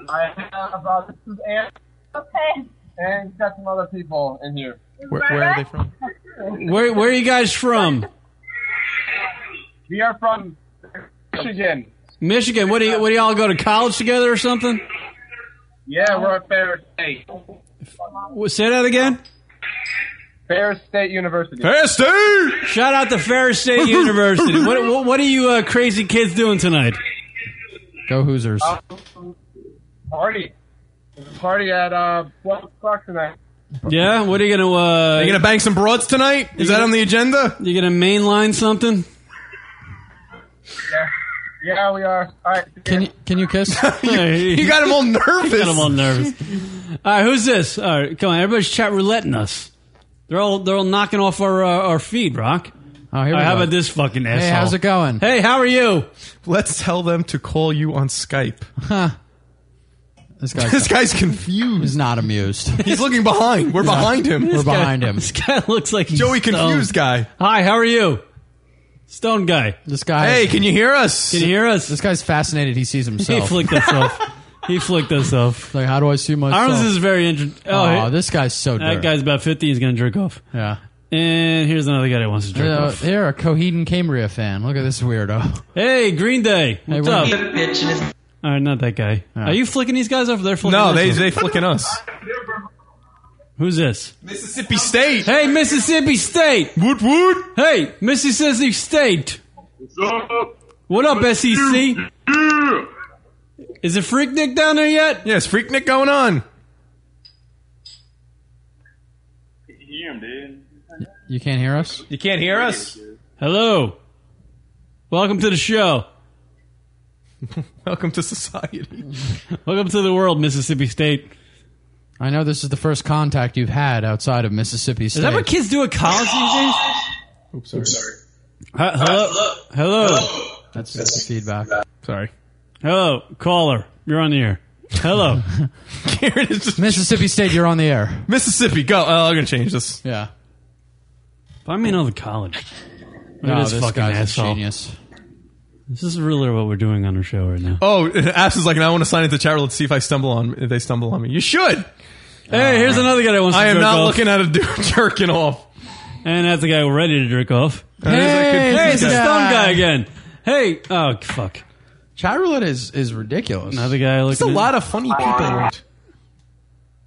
I have, uh, this is Ann. Okay. And got some other people in here.
Where, where are they from?
Where Where are you guys from?
We are from Michigan.
Michigan. What do you What do y'all go to college together or something?
Yeah, we're at Fair State.
Wha- Say that again.
Fair State University.
State! Shout out to Ferris State University. What, what, what are you uh, crazy kids doing tonight?
Go Hoosiers.
Um, party. There's a party at uh, 12 o'clock tonight.
Yeah, what are you gonna? Uh,
you gonna bang some broads tonight? Is that on the agenda?
You gonna mainline something?
Yeah, yeah we are. All right.
Can you can you kiss?
you
got him all
nervous. got him all nervous. All right, who's this? All right, come on, everybody's chat rouletting us. They're all they're all knocking off our uh, our feed, Rock.
Oh, here
All
we
right, how
go.
about this fucking
Hey,
asshole?
how's it going?
Hey, how are you?
Let's tell them to call you on Skype.
Huh. This guy's,
This guy's confused.
He's not amused.
He's looking behind. We're
No,
behind him.
We're behind him.
This guy looks like he's
Joey confused
stoned.
guy.
Hi, how are you? Stone guy.
This guy.
Hey, can you hear us?
Can you hear us?
This guy's fascinated. He sees
He
himself.
flicked us off. He flicked us off.
like, how do I see myself?
Arms is very interesting. Oh,
Oh,
he-
this guy's so
that
dirty.
guy's about fifty. He's gonna jerk off.
Yeah.
And here's another guy that wants to jerk
They're,
off.
they're a Coheed and Cambria fan. Look at this weirdo.
Hey, Green Day. What's
what-
up? All right, not that guy. Are you flicking these guys off? They're flicking.
No,
us
they
off.
they flicking us.
Who's this?
Mississippi State.
Hey, Mississippi State.
Woot woot.
Hey, Mississippi State. What up, SEC? Is it Freak Nick down there yet?
Yes, Freak Nick going on.
hear him, dude.
You can't hear us?
You can't hear us.
Hello. Welcome to the show.
Welcome to society.
Welcome to the world, Mississippi State.
I know this is the first contact you've had outside of Mississippi State.
Is that what kids do at college these days?
Oops, sorry.
Hi- hello? Hello.
That's, that's feedback.
Sorry.
Hello, caller. You're on the air. Hello.
Karen is just
Mississippi State, you're on the air.
Mississippi. Go. Oh, I'm gonna change this.
Yeah.
Find me another college. Look at
No,
this,
this
fucking
guy's a
asshole.
genius.
This is really what we're doing on our show right now.
Oh, Ash is like, and I want to sign into the chat. room. Let's see if I stumble on. If they stumble on me, you should.
Hey, here's another guy that wants to
I am
jerk
not
off.
looking at a dude jerking off.
And that's the guy ready to jerk off.
And there's a
Hey,
confused
Hey, it's the
guy.
stone guy again. Hey, oh fuck!
Chat roulette is, is ridiculous.
Another guy looking.
There's a lot of funny people. around.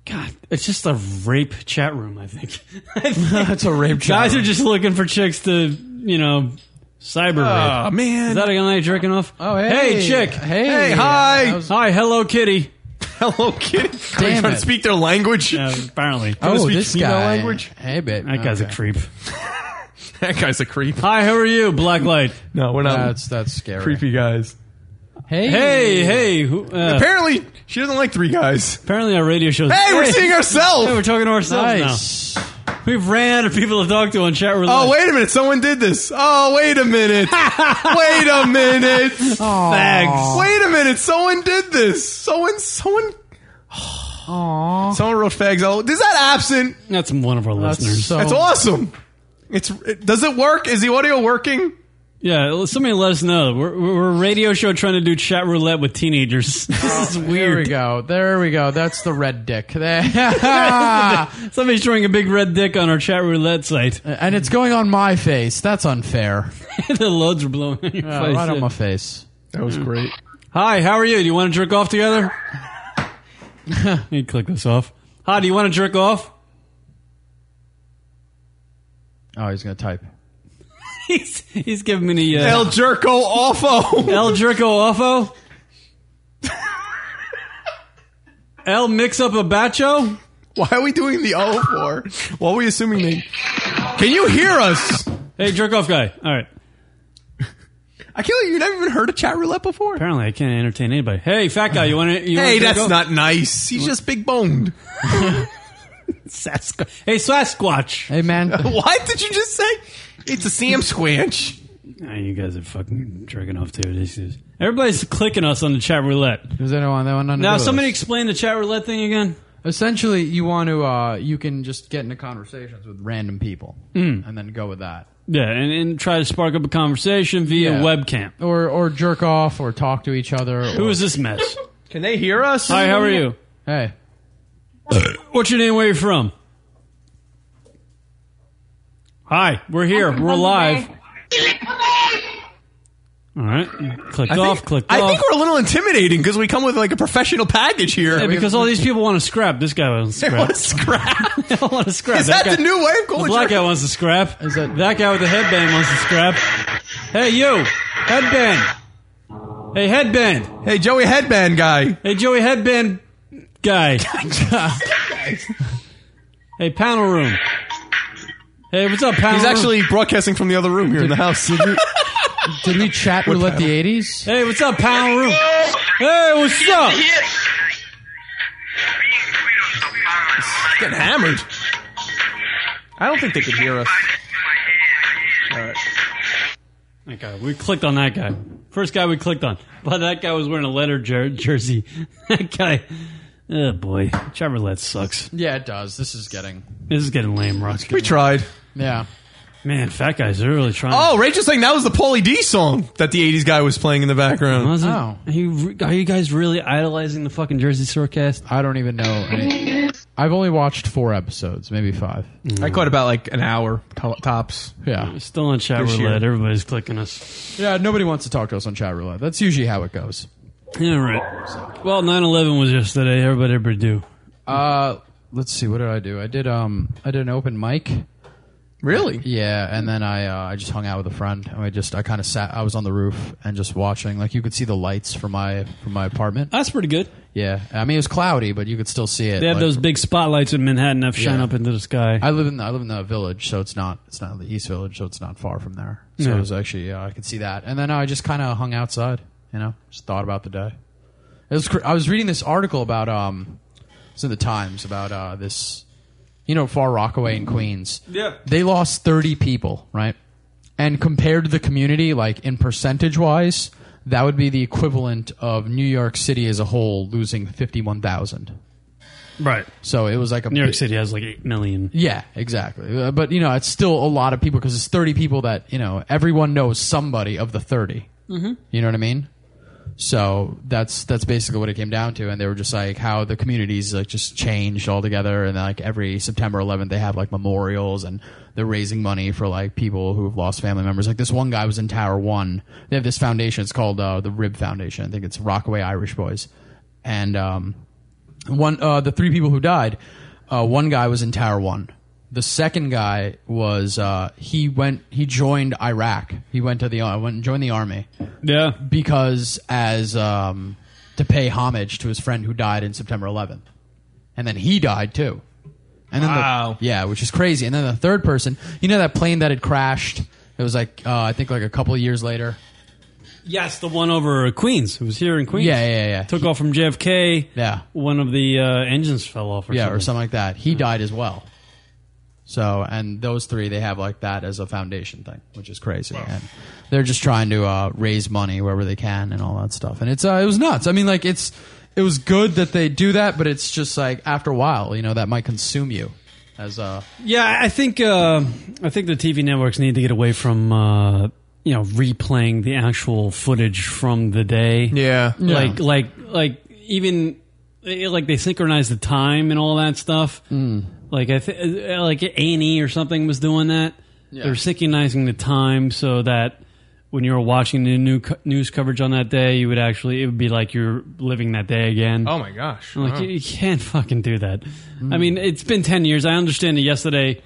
God, it's just a rape chat room. I think
That's a rape chat
guys
room.
are just looking for chicks to, you know, cyber
Aw,
rape.
Oh, man.
Is that a guy jerking off?
Oh, hey.
chick.
Hey.
Hey, hi.
How's-
hi, hello, kitty.
Hello, kid. Are you
Damn
trying
it.
to speak their language?
Yeah, apparently,
Can I
Oh,
speak
this
female
guy.
language?
Hey, babe.
that guy's
Okay.
a creep.
That guy's a creep.
Hi, how are you, Blacklight?
No, we're not
That's that's scary.
creepy guys.
Hey,
Hey, hey. Who, uh,
Apparently, she doesn't like three guys.
apparently, our radio show.
Hey, we're seeing
Hey, we're
ourselves.
talking to ourselves
nice.
now. We've ran out of people to talk to on chat roulette.
Oh, wait a minute. Someone did this. Oh, wait a minute. wait a minute.
Thanks.
Wait a minute. Someone did this. Someone, someone,
Aw.
someone wrote fags. Oh, is that absent?
That's one of our listeners.
so-
That's awesome. It's, it, does it work? Is the audio working?
yeah, somebody let us know. We're, we're a radio show trying to do chat roulette with teenagers. this is
There we
weird.
go. There we go. That's the red dick. There.
Somebody's drawing a big red dick on our chat roulette
Uh,
site.
and it's going on my face. That's unfair.
the loads are blowing in your
Uh,
face.
right on my face.
That
Hmm.
was great.
Hi, how are you? Do you want to jerk off together? you click this off. Hi, do you want to jerk off?
Oh, he's gonna type.
he's, he's giving me the uh,
El Jerko Offo.
El Jerko Offo? El Mix Up a Bacho?
Why are we doing the O for? What are we assuming they? Can you hear us?
Hey, jerk off guy. All right.
I can't. believe You've never even heard of chat roulette before.
Apparently, I can't entertain anybody. Hey, fat guy, you want to? You wanna
Hey,
jerk
that's
off?
not nice. He's just big boned.
Sasquatch. Hey, Sasquatch.
Hey, man.
what did you just say? It's a Sam Squanch.
Oh, you guys are fucking jerking off too. This is everybody's clicking us on the chat roulette.
Does anyone that one
Now, somebody explain the chat roulette thing again.
Essentially, you want to. Uh, you can just get into conversations with random people,
Hmm.
and then go with that,
Yeah, and, and try to spark up a conversation via
Yeah.
webcam.
or or jerk off, or talk to each other.
Who
or-
is this mess?
Can they hear us?
Hi, how are you?
Hey,
What's your name? Where you from? Hi, we're here. We're live. All right. Click
I
off,
think,
click
I
off.
think we're a little intimidating because we come with like a professional package here.
Yeah, because all these people want to scrap. This guy wants to
They
scrap.
want to scrap.
they all want to scrap.
Is that the new way of going
The black
through-
guy wants to scrap. Is that that guy with the headband wants to scrap? Hey, you headband. Hey, headband.
Hey, Joey headband guy.
Hey, Joey headband guy. hey, panel room. Hey, what's up, panel?
He's
room?
actually broadcasting from the other room here in the house.
Did we chat
What
roulette
panel?
the '80s?
Hey, what's up, panel room? Hey, what's up?
Getting hammered. I don't think they could hear us. All right.
That guy. We clicked on that guy. First guy we clicked on. But that guy was wearing a letter jer- jersey. that guy. Oh boy, Trevor Lett sucks.
Yeah, it does. This is getting.
This is getting lame, Rock.
We tried.
Yeah.
Man, fat guys are really trying.
Oh, Rachel's saying that was the Paulie D song that the '80s guy was playing in the background. Oh.
Was it- Are you, are you guys really idolizing the fucking Jersey Shorecast?
I don't even know. any- I've only watched four episodes, maybe five.
I caught about like an hour to- tops.
Yeah,
still on chat
This year.
roulette. Everybody's clicking us.
Yeah, nobody wants to talk to us on chat roulette. That's usually how it goes.
Yeah, right. Well, 9-11 was yesterday. Everybody ever do.
Uh, let's see. What did I do? I did um, I did an open mic.
Really?
Yeah, and then I uh, I just hung out with a friend. And I just I kind of sat. I was on the roof and just watching. Like you could see the lights from my from my apartment.
That's pretty good.
Yeah, I mean it was cloudy, but you could still see it.
They have
like,
those big spotlights in Manhattan that shine
Yeah.
up into the sky.
I live in the, I live in the village, so it's not it's not the East Village, so it's not far from there. So
Yeah.
it was actually uh, I could see that, and then I just kind of hung outside, you know, just thought about the day. It was cr- I was reading this article about um, it's in the Times about uh, this, you know, Far Rockaway in Queens.
Yeah.
they lost thirty people, right? And compared to the community, like in percentage wise, that would be the equivalent of New York City as a whole losing fifty one thousand.
Right.
So it was like a
New York
bi-
City has like 8 million.
yeah, exactly. Uh, But you know, it's still a lot of people because it's 30 people that you know everyone knows somebody of the 30.
Mhm.
You know what I mean? So that's that's basically what it came down to, and they were just like how the communities like just changed altogether, and like every September 11th they have like memorials and they're raising money for like people who've lost family members. Like this one guy was in Tower One. They have this foundation. It's called uh, the Rib Foundation. I think it's Rockaway Irish Boys, and um, one uh, the three people who died uh, one guy was in tower one the second guy was uh, he went he joined iraq he went to the uh, went and joined the army
yeah
because as um, to pay homage to his friend who died in september 11th and then he died too and then
Wow.
the, yeah which is crazy and then the third person you know that plane that had crashed it was like uh, i think like a couple of years later
Yes, the one over Queens. It was here in Queens.
Yeah, yeah, yeah.
Took off from JFK.
Yeah.
One of the uh, engines fell off or
yeah,
something.
or something like that. He died as well. So, and those three, they have like that as a foundation thing, which is crazy. And they're just trying to uh, raise money wherever they can and all that stuff. And it's uh, it was nuts. I mean, like it's it was good that they do that, but it's just like after a while, you know, that might consume you as a
Yeah, I- I think uh, I think the TV networks need to get away from uh, you know replaying the actual footage from the day.
Yeah,
Yeah.
like like like even eh, like they synchronize the time and all that stuff.
Hmm.
Like I th- eh, like A and E or something was doing that.
Yeah.
They're synchronizing the time so that when you were watching the new co- news coverage on that day, you would actually it would be like you're living that day again.
Oh my gosh.
I'm like
Wow. Mm.
you, you can't fucking do that. I mean, it's been ten years. I understand that yesterday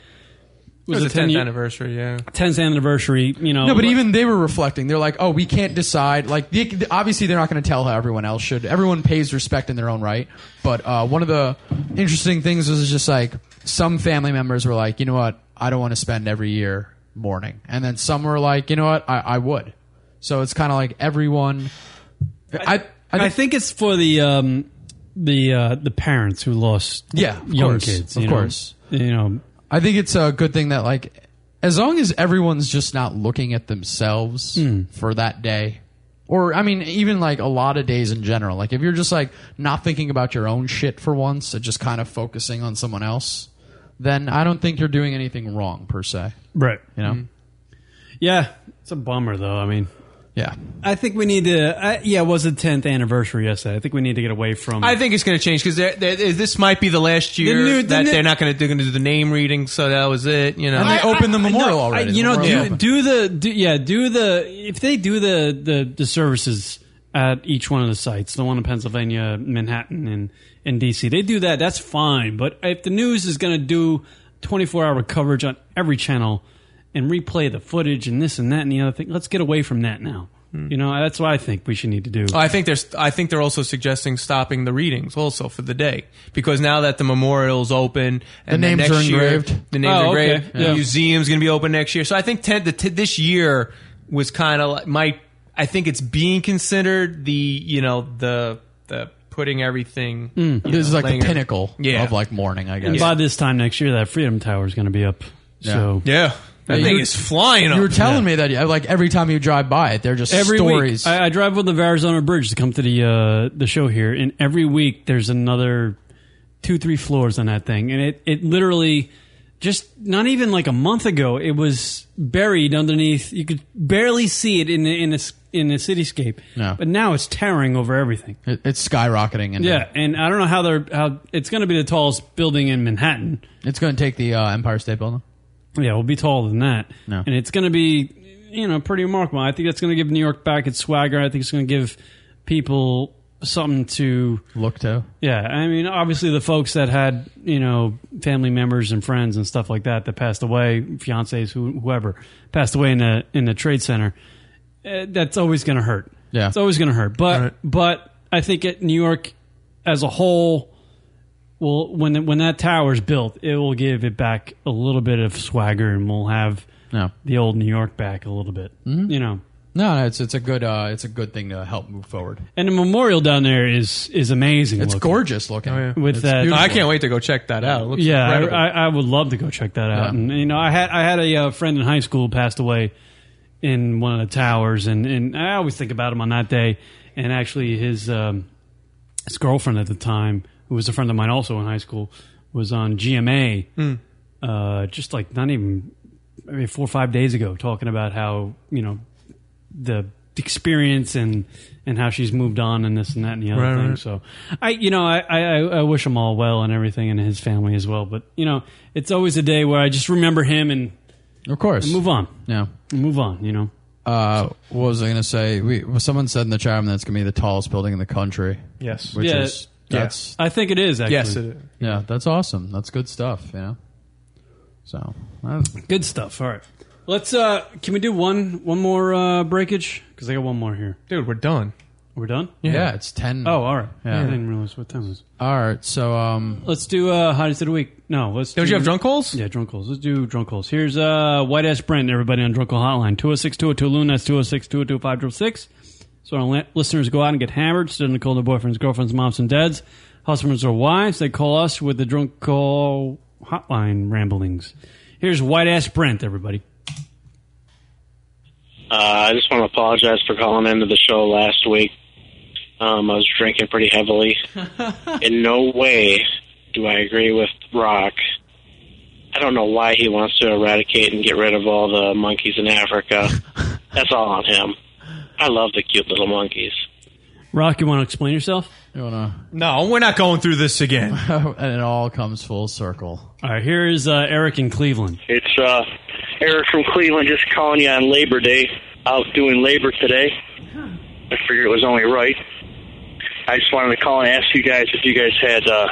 was,
It was
a
the 10th
ten year
anniversary, yeah.
tenth anniversary. You know,
No, but even they were reflecting. They're like, "Oh, we can't decide." Like, the, obviously, they're not going to tell how everyone else should. Everyone pays respect in their own right. But uh, one of the interesting things was just like some family members were like, "You know what? I don't want to spend every year mourning," and then some were like, "You know what? I, I would." So it's kind of like everyone. I
I, think it's for the um, the uh, the parents who lost
Yeah, of
young
course,
kids.
of
you know.
course.
you know.
I think it's a good thing that like as long as everyone's just not looking at themselves for that day or I mean even like a lot of days in general like if you're just like not thinking about your own shit for once and just kind of focusing on someone else then I don't think you're doing anything wrong per se
Right.
you know
Yeah, it's a bummer though. I mean,
Yeah.
I think we need to. I, yeah, it was the 10th anniversary yesterday. I think we need to get away from.
I think it's going to change because this might be the last year
new- the
that
new-
they're not going to they're going to do the name reading. So that was it. You know,
I- I- I- no, I- you know, do, do the do, yeah, do the if they do the, the the services at each one of the sites, the one in Pennsylvania, Manhattan, and and DC, they do that. That's fine. But if the news is going to do twenty four hour coverage on every channel and replay the footage and this and that and the other thing, let's get away from that now.
Hmm.
You know, that's what I think we should need to do.
Oh, I think there's. I think they're also suggesting stopping the readings also for the day because now that the memorial's open, and
The
then
names
next
are
year-
engraved.
the names
Oh,
are
okay.
engraved.
Yeah.
The museum's going to be open next year. So I think ten, the, t- this year was kind of like my. I think it's being considered the you know the the putting everything.
Mm.
you
This
know,
is like the
laying it-
pinnacle
yeah.
of like mourning, I
And
guess.
by this time next year, that Freedom Tower is going to be up. So
yeah, that thing
You-
is flying.
You were
up.
telling me that yeah, like every time you drive by it, they're just
every
stories.
week I, I drive with the Arizona Bridge to come to the uh, the show here, and every week there's another two three floors on that thing, and it it literally just not even like a month ago it was buried underneath. You could barely see it in the, in a s- in a cityscape,
No.
but now it's towering over everything.
It- it's skyrocketing, and
yeah, and I don't know how they're how it's going to be the tallest building in Manhattan.
it's going to take the uh, Empire State Building.
Yeah, we'll be taller than that.
No.
And it's going to be, you know, pretty remarkable. I think that's going to give New York back its swagger. I think it's going to give people something to
look to.
Yeah, I mean, obviously the folks that had, you know, family members and friends and stuff like that that passed away, fiancés, who- whoever passed away in the in the trade center, eh, that's always going to hurt.
Yeah.
It's always going to hurt. But but I think at New York as a whole will when when that tower's built, it will give it back a little bit of swagger and we'll have
Yeah.
the old New York back a little bit.
Mm-hmm.
You know.
No, no, it's it's a good uh, it's a good thing to help move forward.
And the memorial down there is is amazing.
It's
looking.
gorgeous looking.
With
It's
that,
beautiful.
I can't wait to go check that out. It looks
yeah, I,
incredible.
I, I would love to go check that out.
Yeah.
And you know, I had I had a uh, friend in high school passed away in one of the towers, and and I always think about him on that day. And actually, his um, his girlfriend at the time, who was a friend of mine also in high school, was on GMA, uh, just like not even I mean, four or five days ago, talking about how you know the experience and and how she's moved on and this and that and the other
Right,
thing.
right.
So I, you know, I, I I wish him all well and everything and his family as well. But you know, it's always a day where I just remember him and
of course
move on.
Yeah,
move on. You know.
Uh, what was I going to say? We well, someone said in the chat room that's going to be the tallest building in the country.
Yes.
which
Yeah.
is
Yeah.
that's
I think it is, actually. Yes, it is.
Yeah, that's awesome. That's good stuff. You know. So
good stuff. All right, let's. uh Can we do one one more uh breakage? Because I got one more here,
dude. We're done.
We're done.
Yeah, it's ten.
Oh, all right.
Yeah.
I didn't realize what time it was.
All right, so um,
Let's do uh, hottest of the week. No, let's.
Don't
do,
you have drunk
holes? Yeah, drunk holes. Let's do drunk holes. Here's uh, white ass Brent. Everybody on drunk hole hotline 206-202 loon. That's 206-202-566. So our la- listeners go out and get hammered. Sit in the cold. Their boyfriends, girlfriends, moms, and dads, husbands or wives. They call us with the drunk call hotline ramblings. Here's white ass Brent. Everybody.
Uh, I just want to apologize for calling into the show last week. Um, I was drinking pretty heavily. In no way do I agree with Rock. I don't know why he wants to eradicate and get rid of all the monkeys in Africa. That's all on him. I love the cute little monkeys.
Rock, you want to explain yourself?
You want to?
No, we're not going through this again.
and it all comes full circle.
All right. Here is uh, Eric in Cleveland.
It's uh, Eric from Cleveland just calling you on Labor Day. Out doing labor today. I figured it was only right. I just wanted to call and ask you guys if you guys had uh,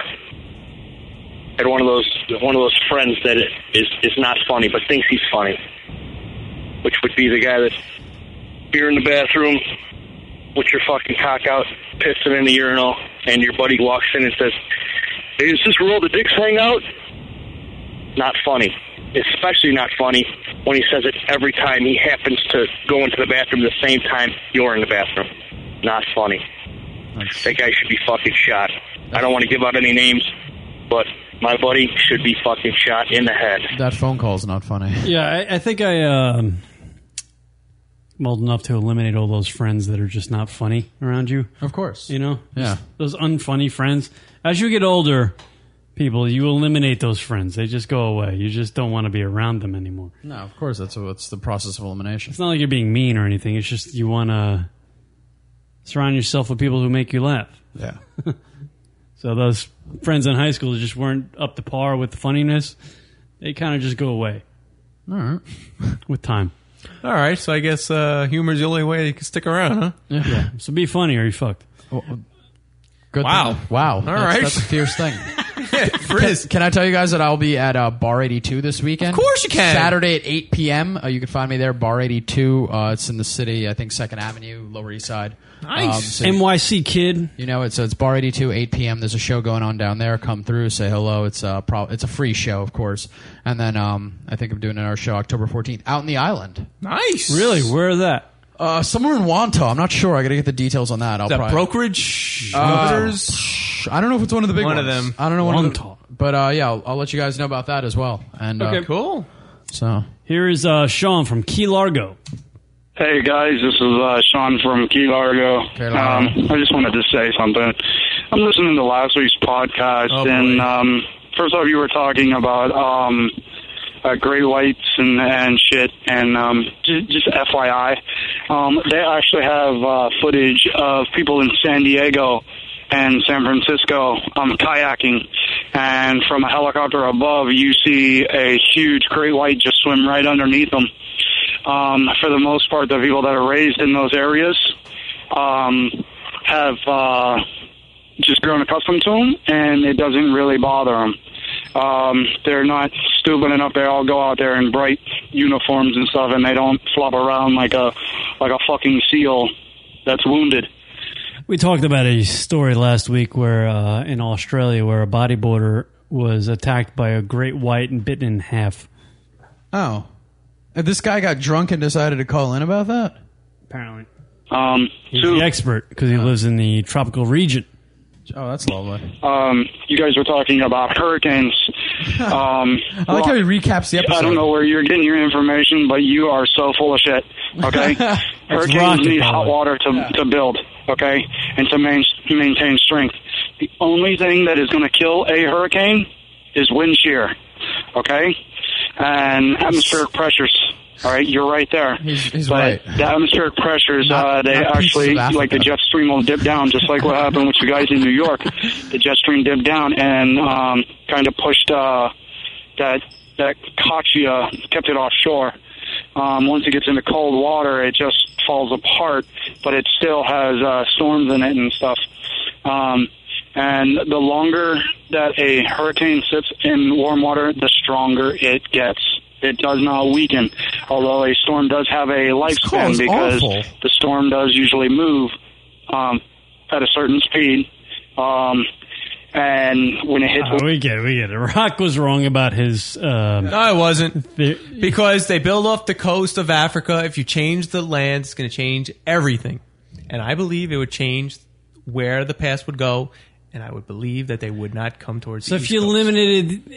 had one of those one of those friends that is is not funny but thinks he's funny, which would be the guy that you're in the bathroom with your fucking cock out, pissing in the urinal, and your buddy walks in and says, "Hey, is this where all the dicks hang out?" not funny. Especially not funny when he says it every time he happens to go into the bathroom the same time you're in the bathroom. Not funny. That guy should be fucking shot. I don't want to give out any names, but my buddy should be fucking shot in the head.
That phone call is not funny.
Yeah, I, I think I um, am old enough to eliminate all those friends that are just not funny around you.
Of course,
you know,
Yeah.
Just those unfunny friends. As you get older, people. You eliminate those friends. They just go away. You just don't want to be around them anymore.
No, of course that's what's the process of elimination.
It's not like you're being mean or anything. It's just you want to surround yourself with people who make you laugh.
Yeah.
so those friends in high school that just weren't up to par with the funniness. They kind of just go away
All right.
with time.
All right, so I guess uh, humor's the only way you can stick around, huh?
Yeah. So be funny or you fucked.
Oh,
wow.
Wow.
All
that's,
right.
That's a fierce thing. can, can I tell you guys that I'll be at uh, Bar 82 this weekend? Of course
you can.
Saturday at 8 p.m. Uh, you can find me there, Bar 82. Uh, it's in the city, I think, 2nd Avenue, Lower East Side. Um,
Nice.
so you-
NYC kid.
You know, it's, it's Bar 82, 8 p.m. There's a show going on down there. Come through, say hello. It's a, pro- it's a free show, of course. And then um, I think I'm doing another show October 14th out in the island.
Nice.
Really? Where are that?
Uh, somewhere in Wanto. I'm not sure. I got to get the details on that. I'll
That
probably-
brokerage
Uh,
brokers?
I don't know if it's one of the big
One
ones.
of them.
I don't know one of them.
Wanto.
But uh, yeah, I'll, I'll let you guys know about that as well. And uh,
cool.
So
here is uh, Sean from Key Largo.
Hey guys, this is uh, Sean from Key Largo. Um, I just wanted to say something. I'm listening to last week's podcast, and um, first off, you were talking about um, uh, great whites and and shit, and um, just, just FYI, um, they actually have uh, footage of people in San Diego and San Francisco um, kayaking, and from a helicopter above, you see a huge great white just swim right underneath them um, for the most part, the people that are raised in those areas um, have uh, just grown accustomed to them, and it doesn't really bother them. Um, they're not stupid enough. They all go out there in bright uniforms and stuff, and they don't flop around like a like a fucking seal that's wounded.
We talked about a story last week where uh, in Australia where a bodyboarder was attacked by a great white and bitten in half.
Oh, And this guy got drunk and decided to call in about that.
Apparently.
Um,
He's the expert because he lives in the tropical region.
Oh, that's lovely.
Um, you guys were talking about hurricanes. Um,
I like how he recaps the episode.
I don't know where you're getting your information, but you are so full of shit. Okay, hurricanes
rocket,
need
by the
hot
way.
water to to build. Okay, and to main, maintain strength. The only thing that is going to kill a hurricane is wind shear. Okay, and atmospheric pressures. All right, you're right there.
He's, he's
but
right.
The atmospheric pressures, uh, they
not pieces
actually,
of Africa.
like the jet stream will dip down, just like what happened with you guys in New York. The jet stream dipped down and um, kind of pushed uh, that that cachia, kept it offshore. Um, once it gets into cold water, it just falls apart, but it still has uh, storms in it and stuff. Um, and the longer that a hurricane sits in warm water, the stronger it gets. It does not weaken, although a storm does have a lifespan
cold,
because
awful.
the storm does usually move um, at a certain speed. Um, and when it hits
Oh, we get it. We get it. Rock was wrong about his. Um,
No, it wasn't. Because they build off the coast of Africa. If you change the land, it's going to change everything. And I believe it would change where the past would go. And I would believe that they would not come towards.
so
the
if you eliminated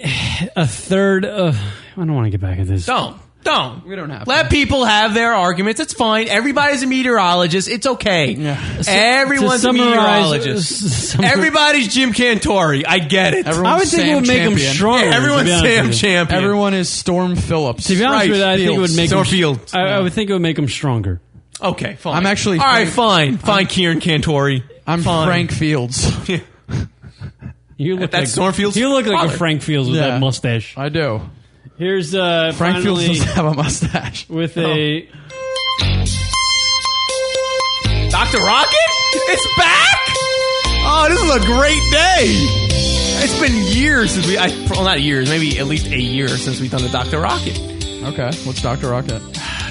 a third of, I don't want to get back at this.
Don't. Don't. We don't have Let people have their arguments. It's fine. Everybody's a meteorologist. It's okay.
So-
Everyone's
to
a
summarize-
meteorologist.
summar-
Everybody's Jim Cantori. I get it.
I would think it would make him stronger. to be
Everyone's
honest
Sam
with you.
Champion.
Everyone is Storm Phillips.
To be honest
Right,
with you, I think it would make
Storm
him. I, I would think it would make him stronger.
Okay, fine.
I'm actually-
all right.
I'm-
Fine, fine. Kieran Cantori.
I'm
Fine.
Frank Fields.
You look
That's
like,
Stormfield's
You look like
father.
a Frank Fields with
Yeah.
that mustache.
I do.
Here's uh,
Frank
finally,
Fields doesn't have a mustache. Oh.
with a
Doctor Rocket. It's back. Oh, this is a great day. It's been years since we. I, well, not years. Maybe at least a year since we've done the Doctor Rocket.
Okay, what's Doctor Rocket?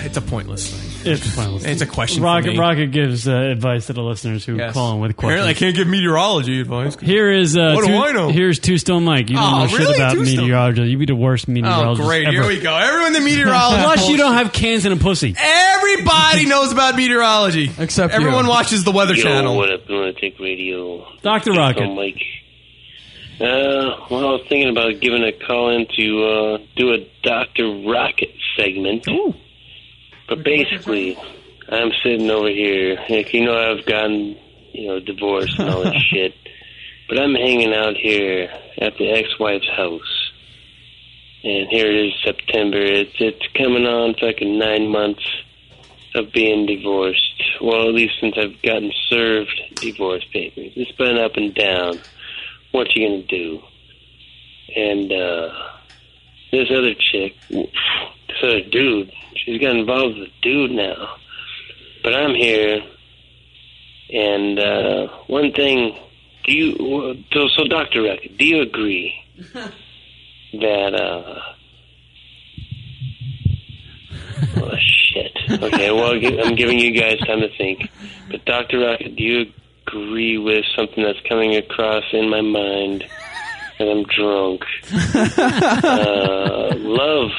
It's a pointless thing.
It's pointless.
It's a question. for
Rocket
me.
Rocket gives uh, advice to the listeners who
Yes.
call in with questions.
Apparently, I can't give meteorology advice.
Here is uh,
What do
two,
I know?
Here's Two Stone Mike. You don't
Oh,
know shit
really?
about
Two Stone-
meteorology. You'd be the worst
Oh,
meteorologist.
great.
Ever.
Here we go. Everyone, the meteorologist.
Plus, you
bullshit.
don't have cans and a pussy.
Everybody knows about meteorology.
Except
you.
everyone watches the Weather
Yo,
Channel.
What up, Lunatic Radio?
Dr.
Hey,
Rocket.
I'm Mike. Uh, well, I was thinking about giving a call in to uh, do a Dr. Rocket segment. But basically, I'm sitting over here. Like, you know, I've gotten, you know, divorced and all that shit. But I'm hanging out here at the ex-wife's house, and here it is September. It's it's coming on fucking nine months of being divorced. Well, at least since I've gotten served divorce papers. It's been up and down. What you gonna do? And uh, this other chick, this other dude, she's got involved with a dude now. But I'm here, and uh, one thing do you so, so Doctor Reck, do you agree that uh oh, shit. Okay, well I'll gi- I'm giving you guys time to think. But Doctor Rocket, do you agree with something that's coming across in my mind that I'm drunk? uh, love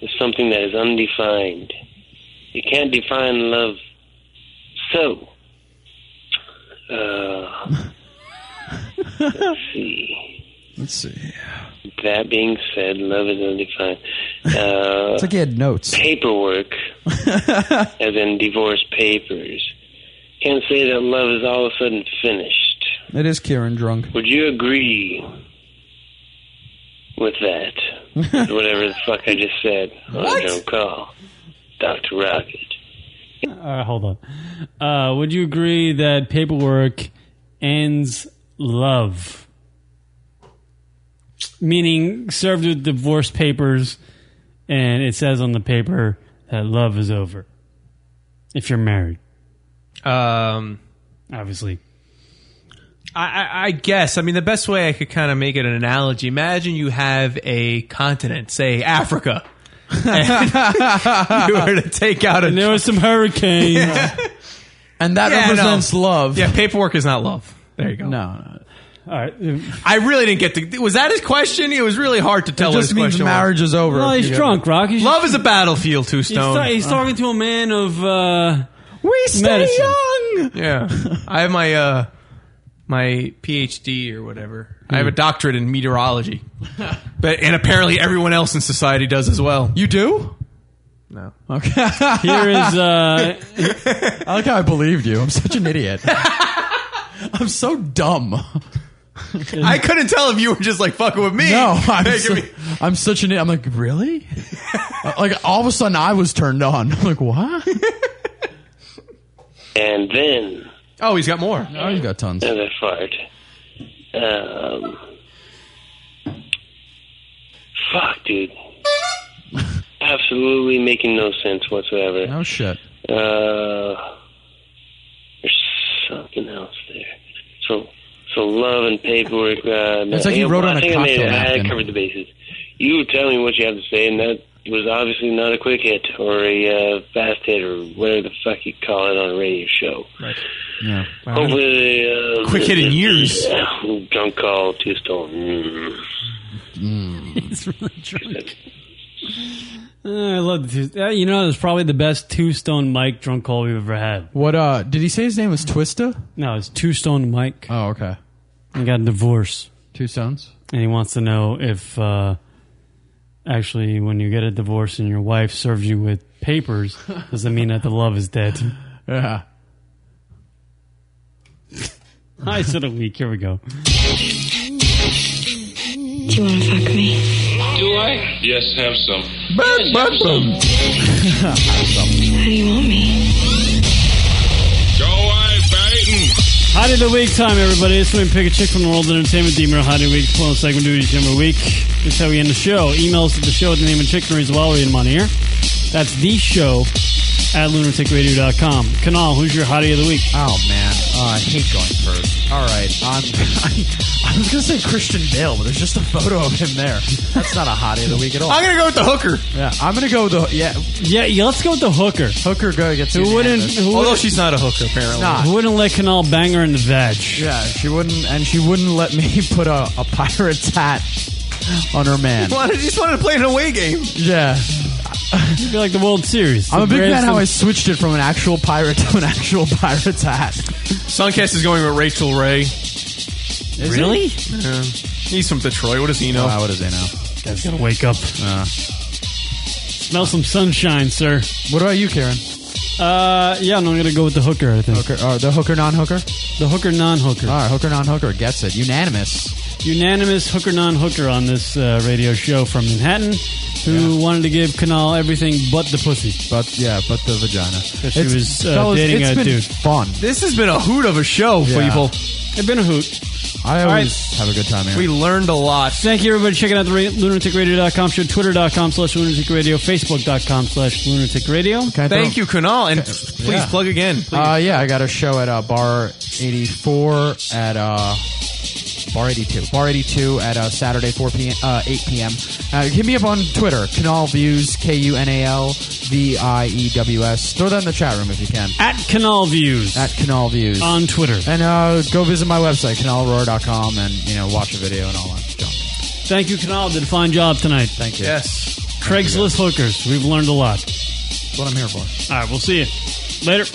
is something that is undefined. You can't define love. So uh Let's see.
Let's see.
That being said, love is undefined. Uh,
It's like he had notes.
Paperwork, as in divorce papers. Can't say that love is all of a sudden finished.
It is Kieran drunk.
Would you agree with that? With whatever the fuck I just said on
What?
no call, Doctor Rocket.
Uh, hold on. Uh, would you agree that paperwork ends love? Meaning, served with divorce papers, and it says on the paper that love is over. If you're married,
Um,
obviously.
I, I, I guess. I mean, the best way I could kind of make it an analogy. Imagine you have a continent, say Africa. And you were to take out a.
And there was some hurricane.
uh, And that represents love.
Yeah, paperwork is not love. There you go.
No.
All right.
I really didn't get the. Was that his question? It was really hard to tell. what
just
his
means
question
marriage
was.
is over
No, if he's you get drunk, it. Rock.
love is a battlefield, Two
He's, ta-
Stone.
he's talking to a man of. Uh,
we
stay
young.
Yeah, I have my uh, my PhD or whatever. I have a doctorate in meteorology, but and apparently everyone else in society does as well.
You do?
No.
Okay.
Here is, uh,
I like how I believed you. I'm such an idiot. I'm so dumb.
I couldn't tell if you were just like fucking with me.
No, I'm,
Making
so-
me-
I'm such an. I'm like, really? like all of a sudden, I was turned on. I'm like, what?
And then
Oh, he's got more.
Oh, he's got tons.
another fart. Um, fuck, dude. Absolutely making no sense whatsoever.
No shit.
Uh, there's something else there. So, so love and paperwork. Uh,
It's like he
I-
wrote on
I
a
think I made it.
cocktail
I
napkin.
covered the bases. You tell me what you have to say, and that was obviously not a quick hit or a uh, fast hit or whatever the fuck you call it on a radio show.
Right.
Yeah.
Hopefully, uh,
Quick hit in years.
Drunk call, two stone. Mm.
He's really drunk. Uh, I love the two. Uh, you know, it was probably the best two stone Mike drunk call we've ever had.
What? uh Did he say his name was Twista?
No, it's two stone Mike.
Oh, okay.
He got a divorce.
Two stones.
And he wants to know if uh, actually, when you get a divorce and your wife serves you with papers, does it mean that the love is dead?
Yeah.
Hi, so the week. Here we go.
Do you want to fuck me?
Do I? Yes, have some.
How do you want me?
Go away, Baton.
Hot of the week time, everybody. This week, we pick a chick from the world of entertainment demon or hot of the week clone segment duty every week. This is how we end the show. Email us at the show at the name of chick as well. We read them on air. That's the show at lunaticradio.com. Kanal, who's your hottie of the week?
Oh man, uh, I hate going first. All right, I'm, I, was gonna say Christian Bale, but there's just a photo of him there. That's not a hottie of the week at all.
I'm gonna go with the hooker.
Yeah, I'm gonna go with the yeah.
Yeah, yeah let's go with the hooker.
Hooker go gets
who wouldn't,
unanimous.
who
Although
wouldn't-
she's not a hooker, apparently. Not.
Who wouldn't let Kanal bang her in the veg?
Yeah, she wouldn't, and she wouldn't let me put a, a pirate's hat on her man.
He wanted- he just wanted to play an away game.
Yeah,
It'd be like the World Series.
I'm a big fan
Braves-
how I switched it from an actual pirate to an actual pirate's hat.
Suncast is going with Rachel Ray.
Really?
Yeah. He's from Detroit. What does he know? Uh,
Ah, what does he know?
Guy's gotta wake up. Smell some sunshine, sir.
What about you, Karen?
Uh, yeah, and I'm gonna go with the hooker. I think
hooker, or the hooker non-hooker,
the hooker non-hooker.
All right, hooker non-hooker gets it. Unanimous,
unanimous hooker non-hooker on this uh, radio show from Manhattan, who wanted to give Kanal everything but the pussy,
but yeah, but the vagina.
She
It's-
was uh,
fellas,
dating
it's
a
been
dude.
Fun.
This has been a hoot of a show,
Yeah.
people.
It's been a hoot.
I
All
always have a good time here.
We learned a lot.
Thank you, everybody, checking out the ra- lunaticradio.com show, twitter.com slash lunaticradio, facebook.com slash lunaticradio.
Thank you, Kunal, and please
Yeah.
plug again.
Uh, yeah, I got a show at uh, Bar 84 at uh, Bar 82. Bar 82 at uh, Saturday 4 p.m. Uh, 8 p.m. Uh, hit me up on Twitter, Canal Views, K U N A L V I E W S. Throw that in the chat room if you can.
At Canal Views.
At Canal Views.
On Twitter.
And uh, go visit my website, canalroar.com, and you know watch a video and all that junk.
Thank you, Canal. Did a fine job tonight. Thank
you.
Yes.
Craigslist hookers. We've learned a lot.
That's what I'm here for.
All right, we'll see you. Later.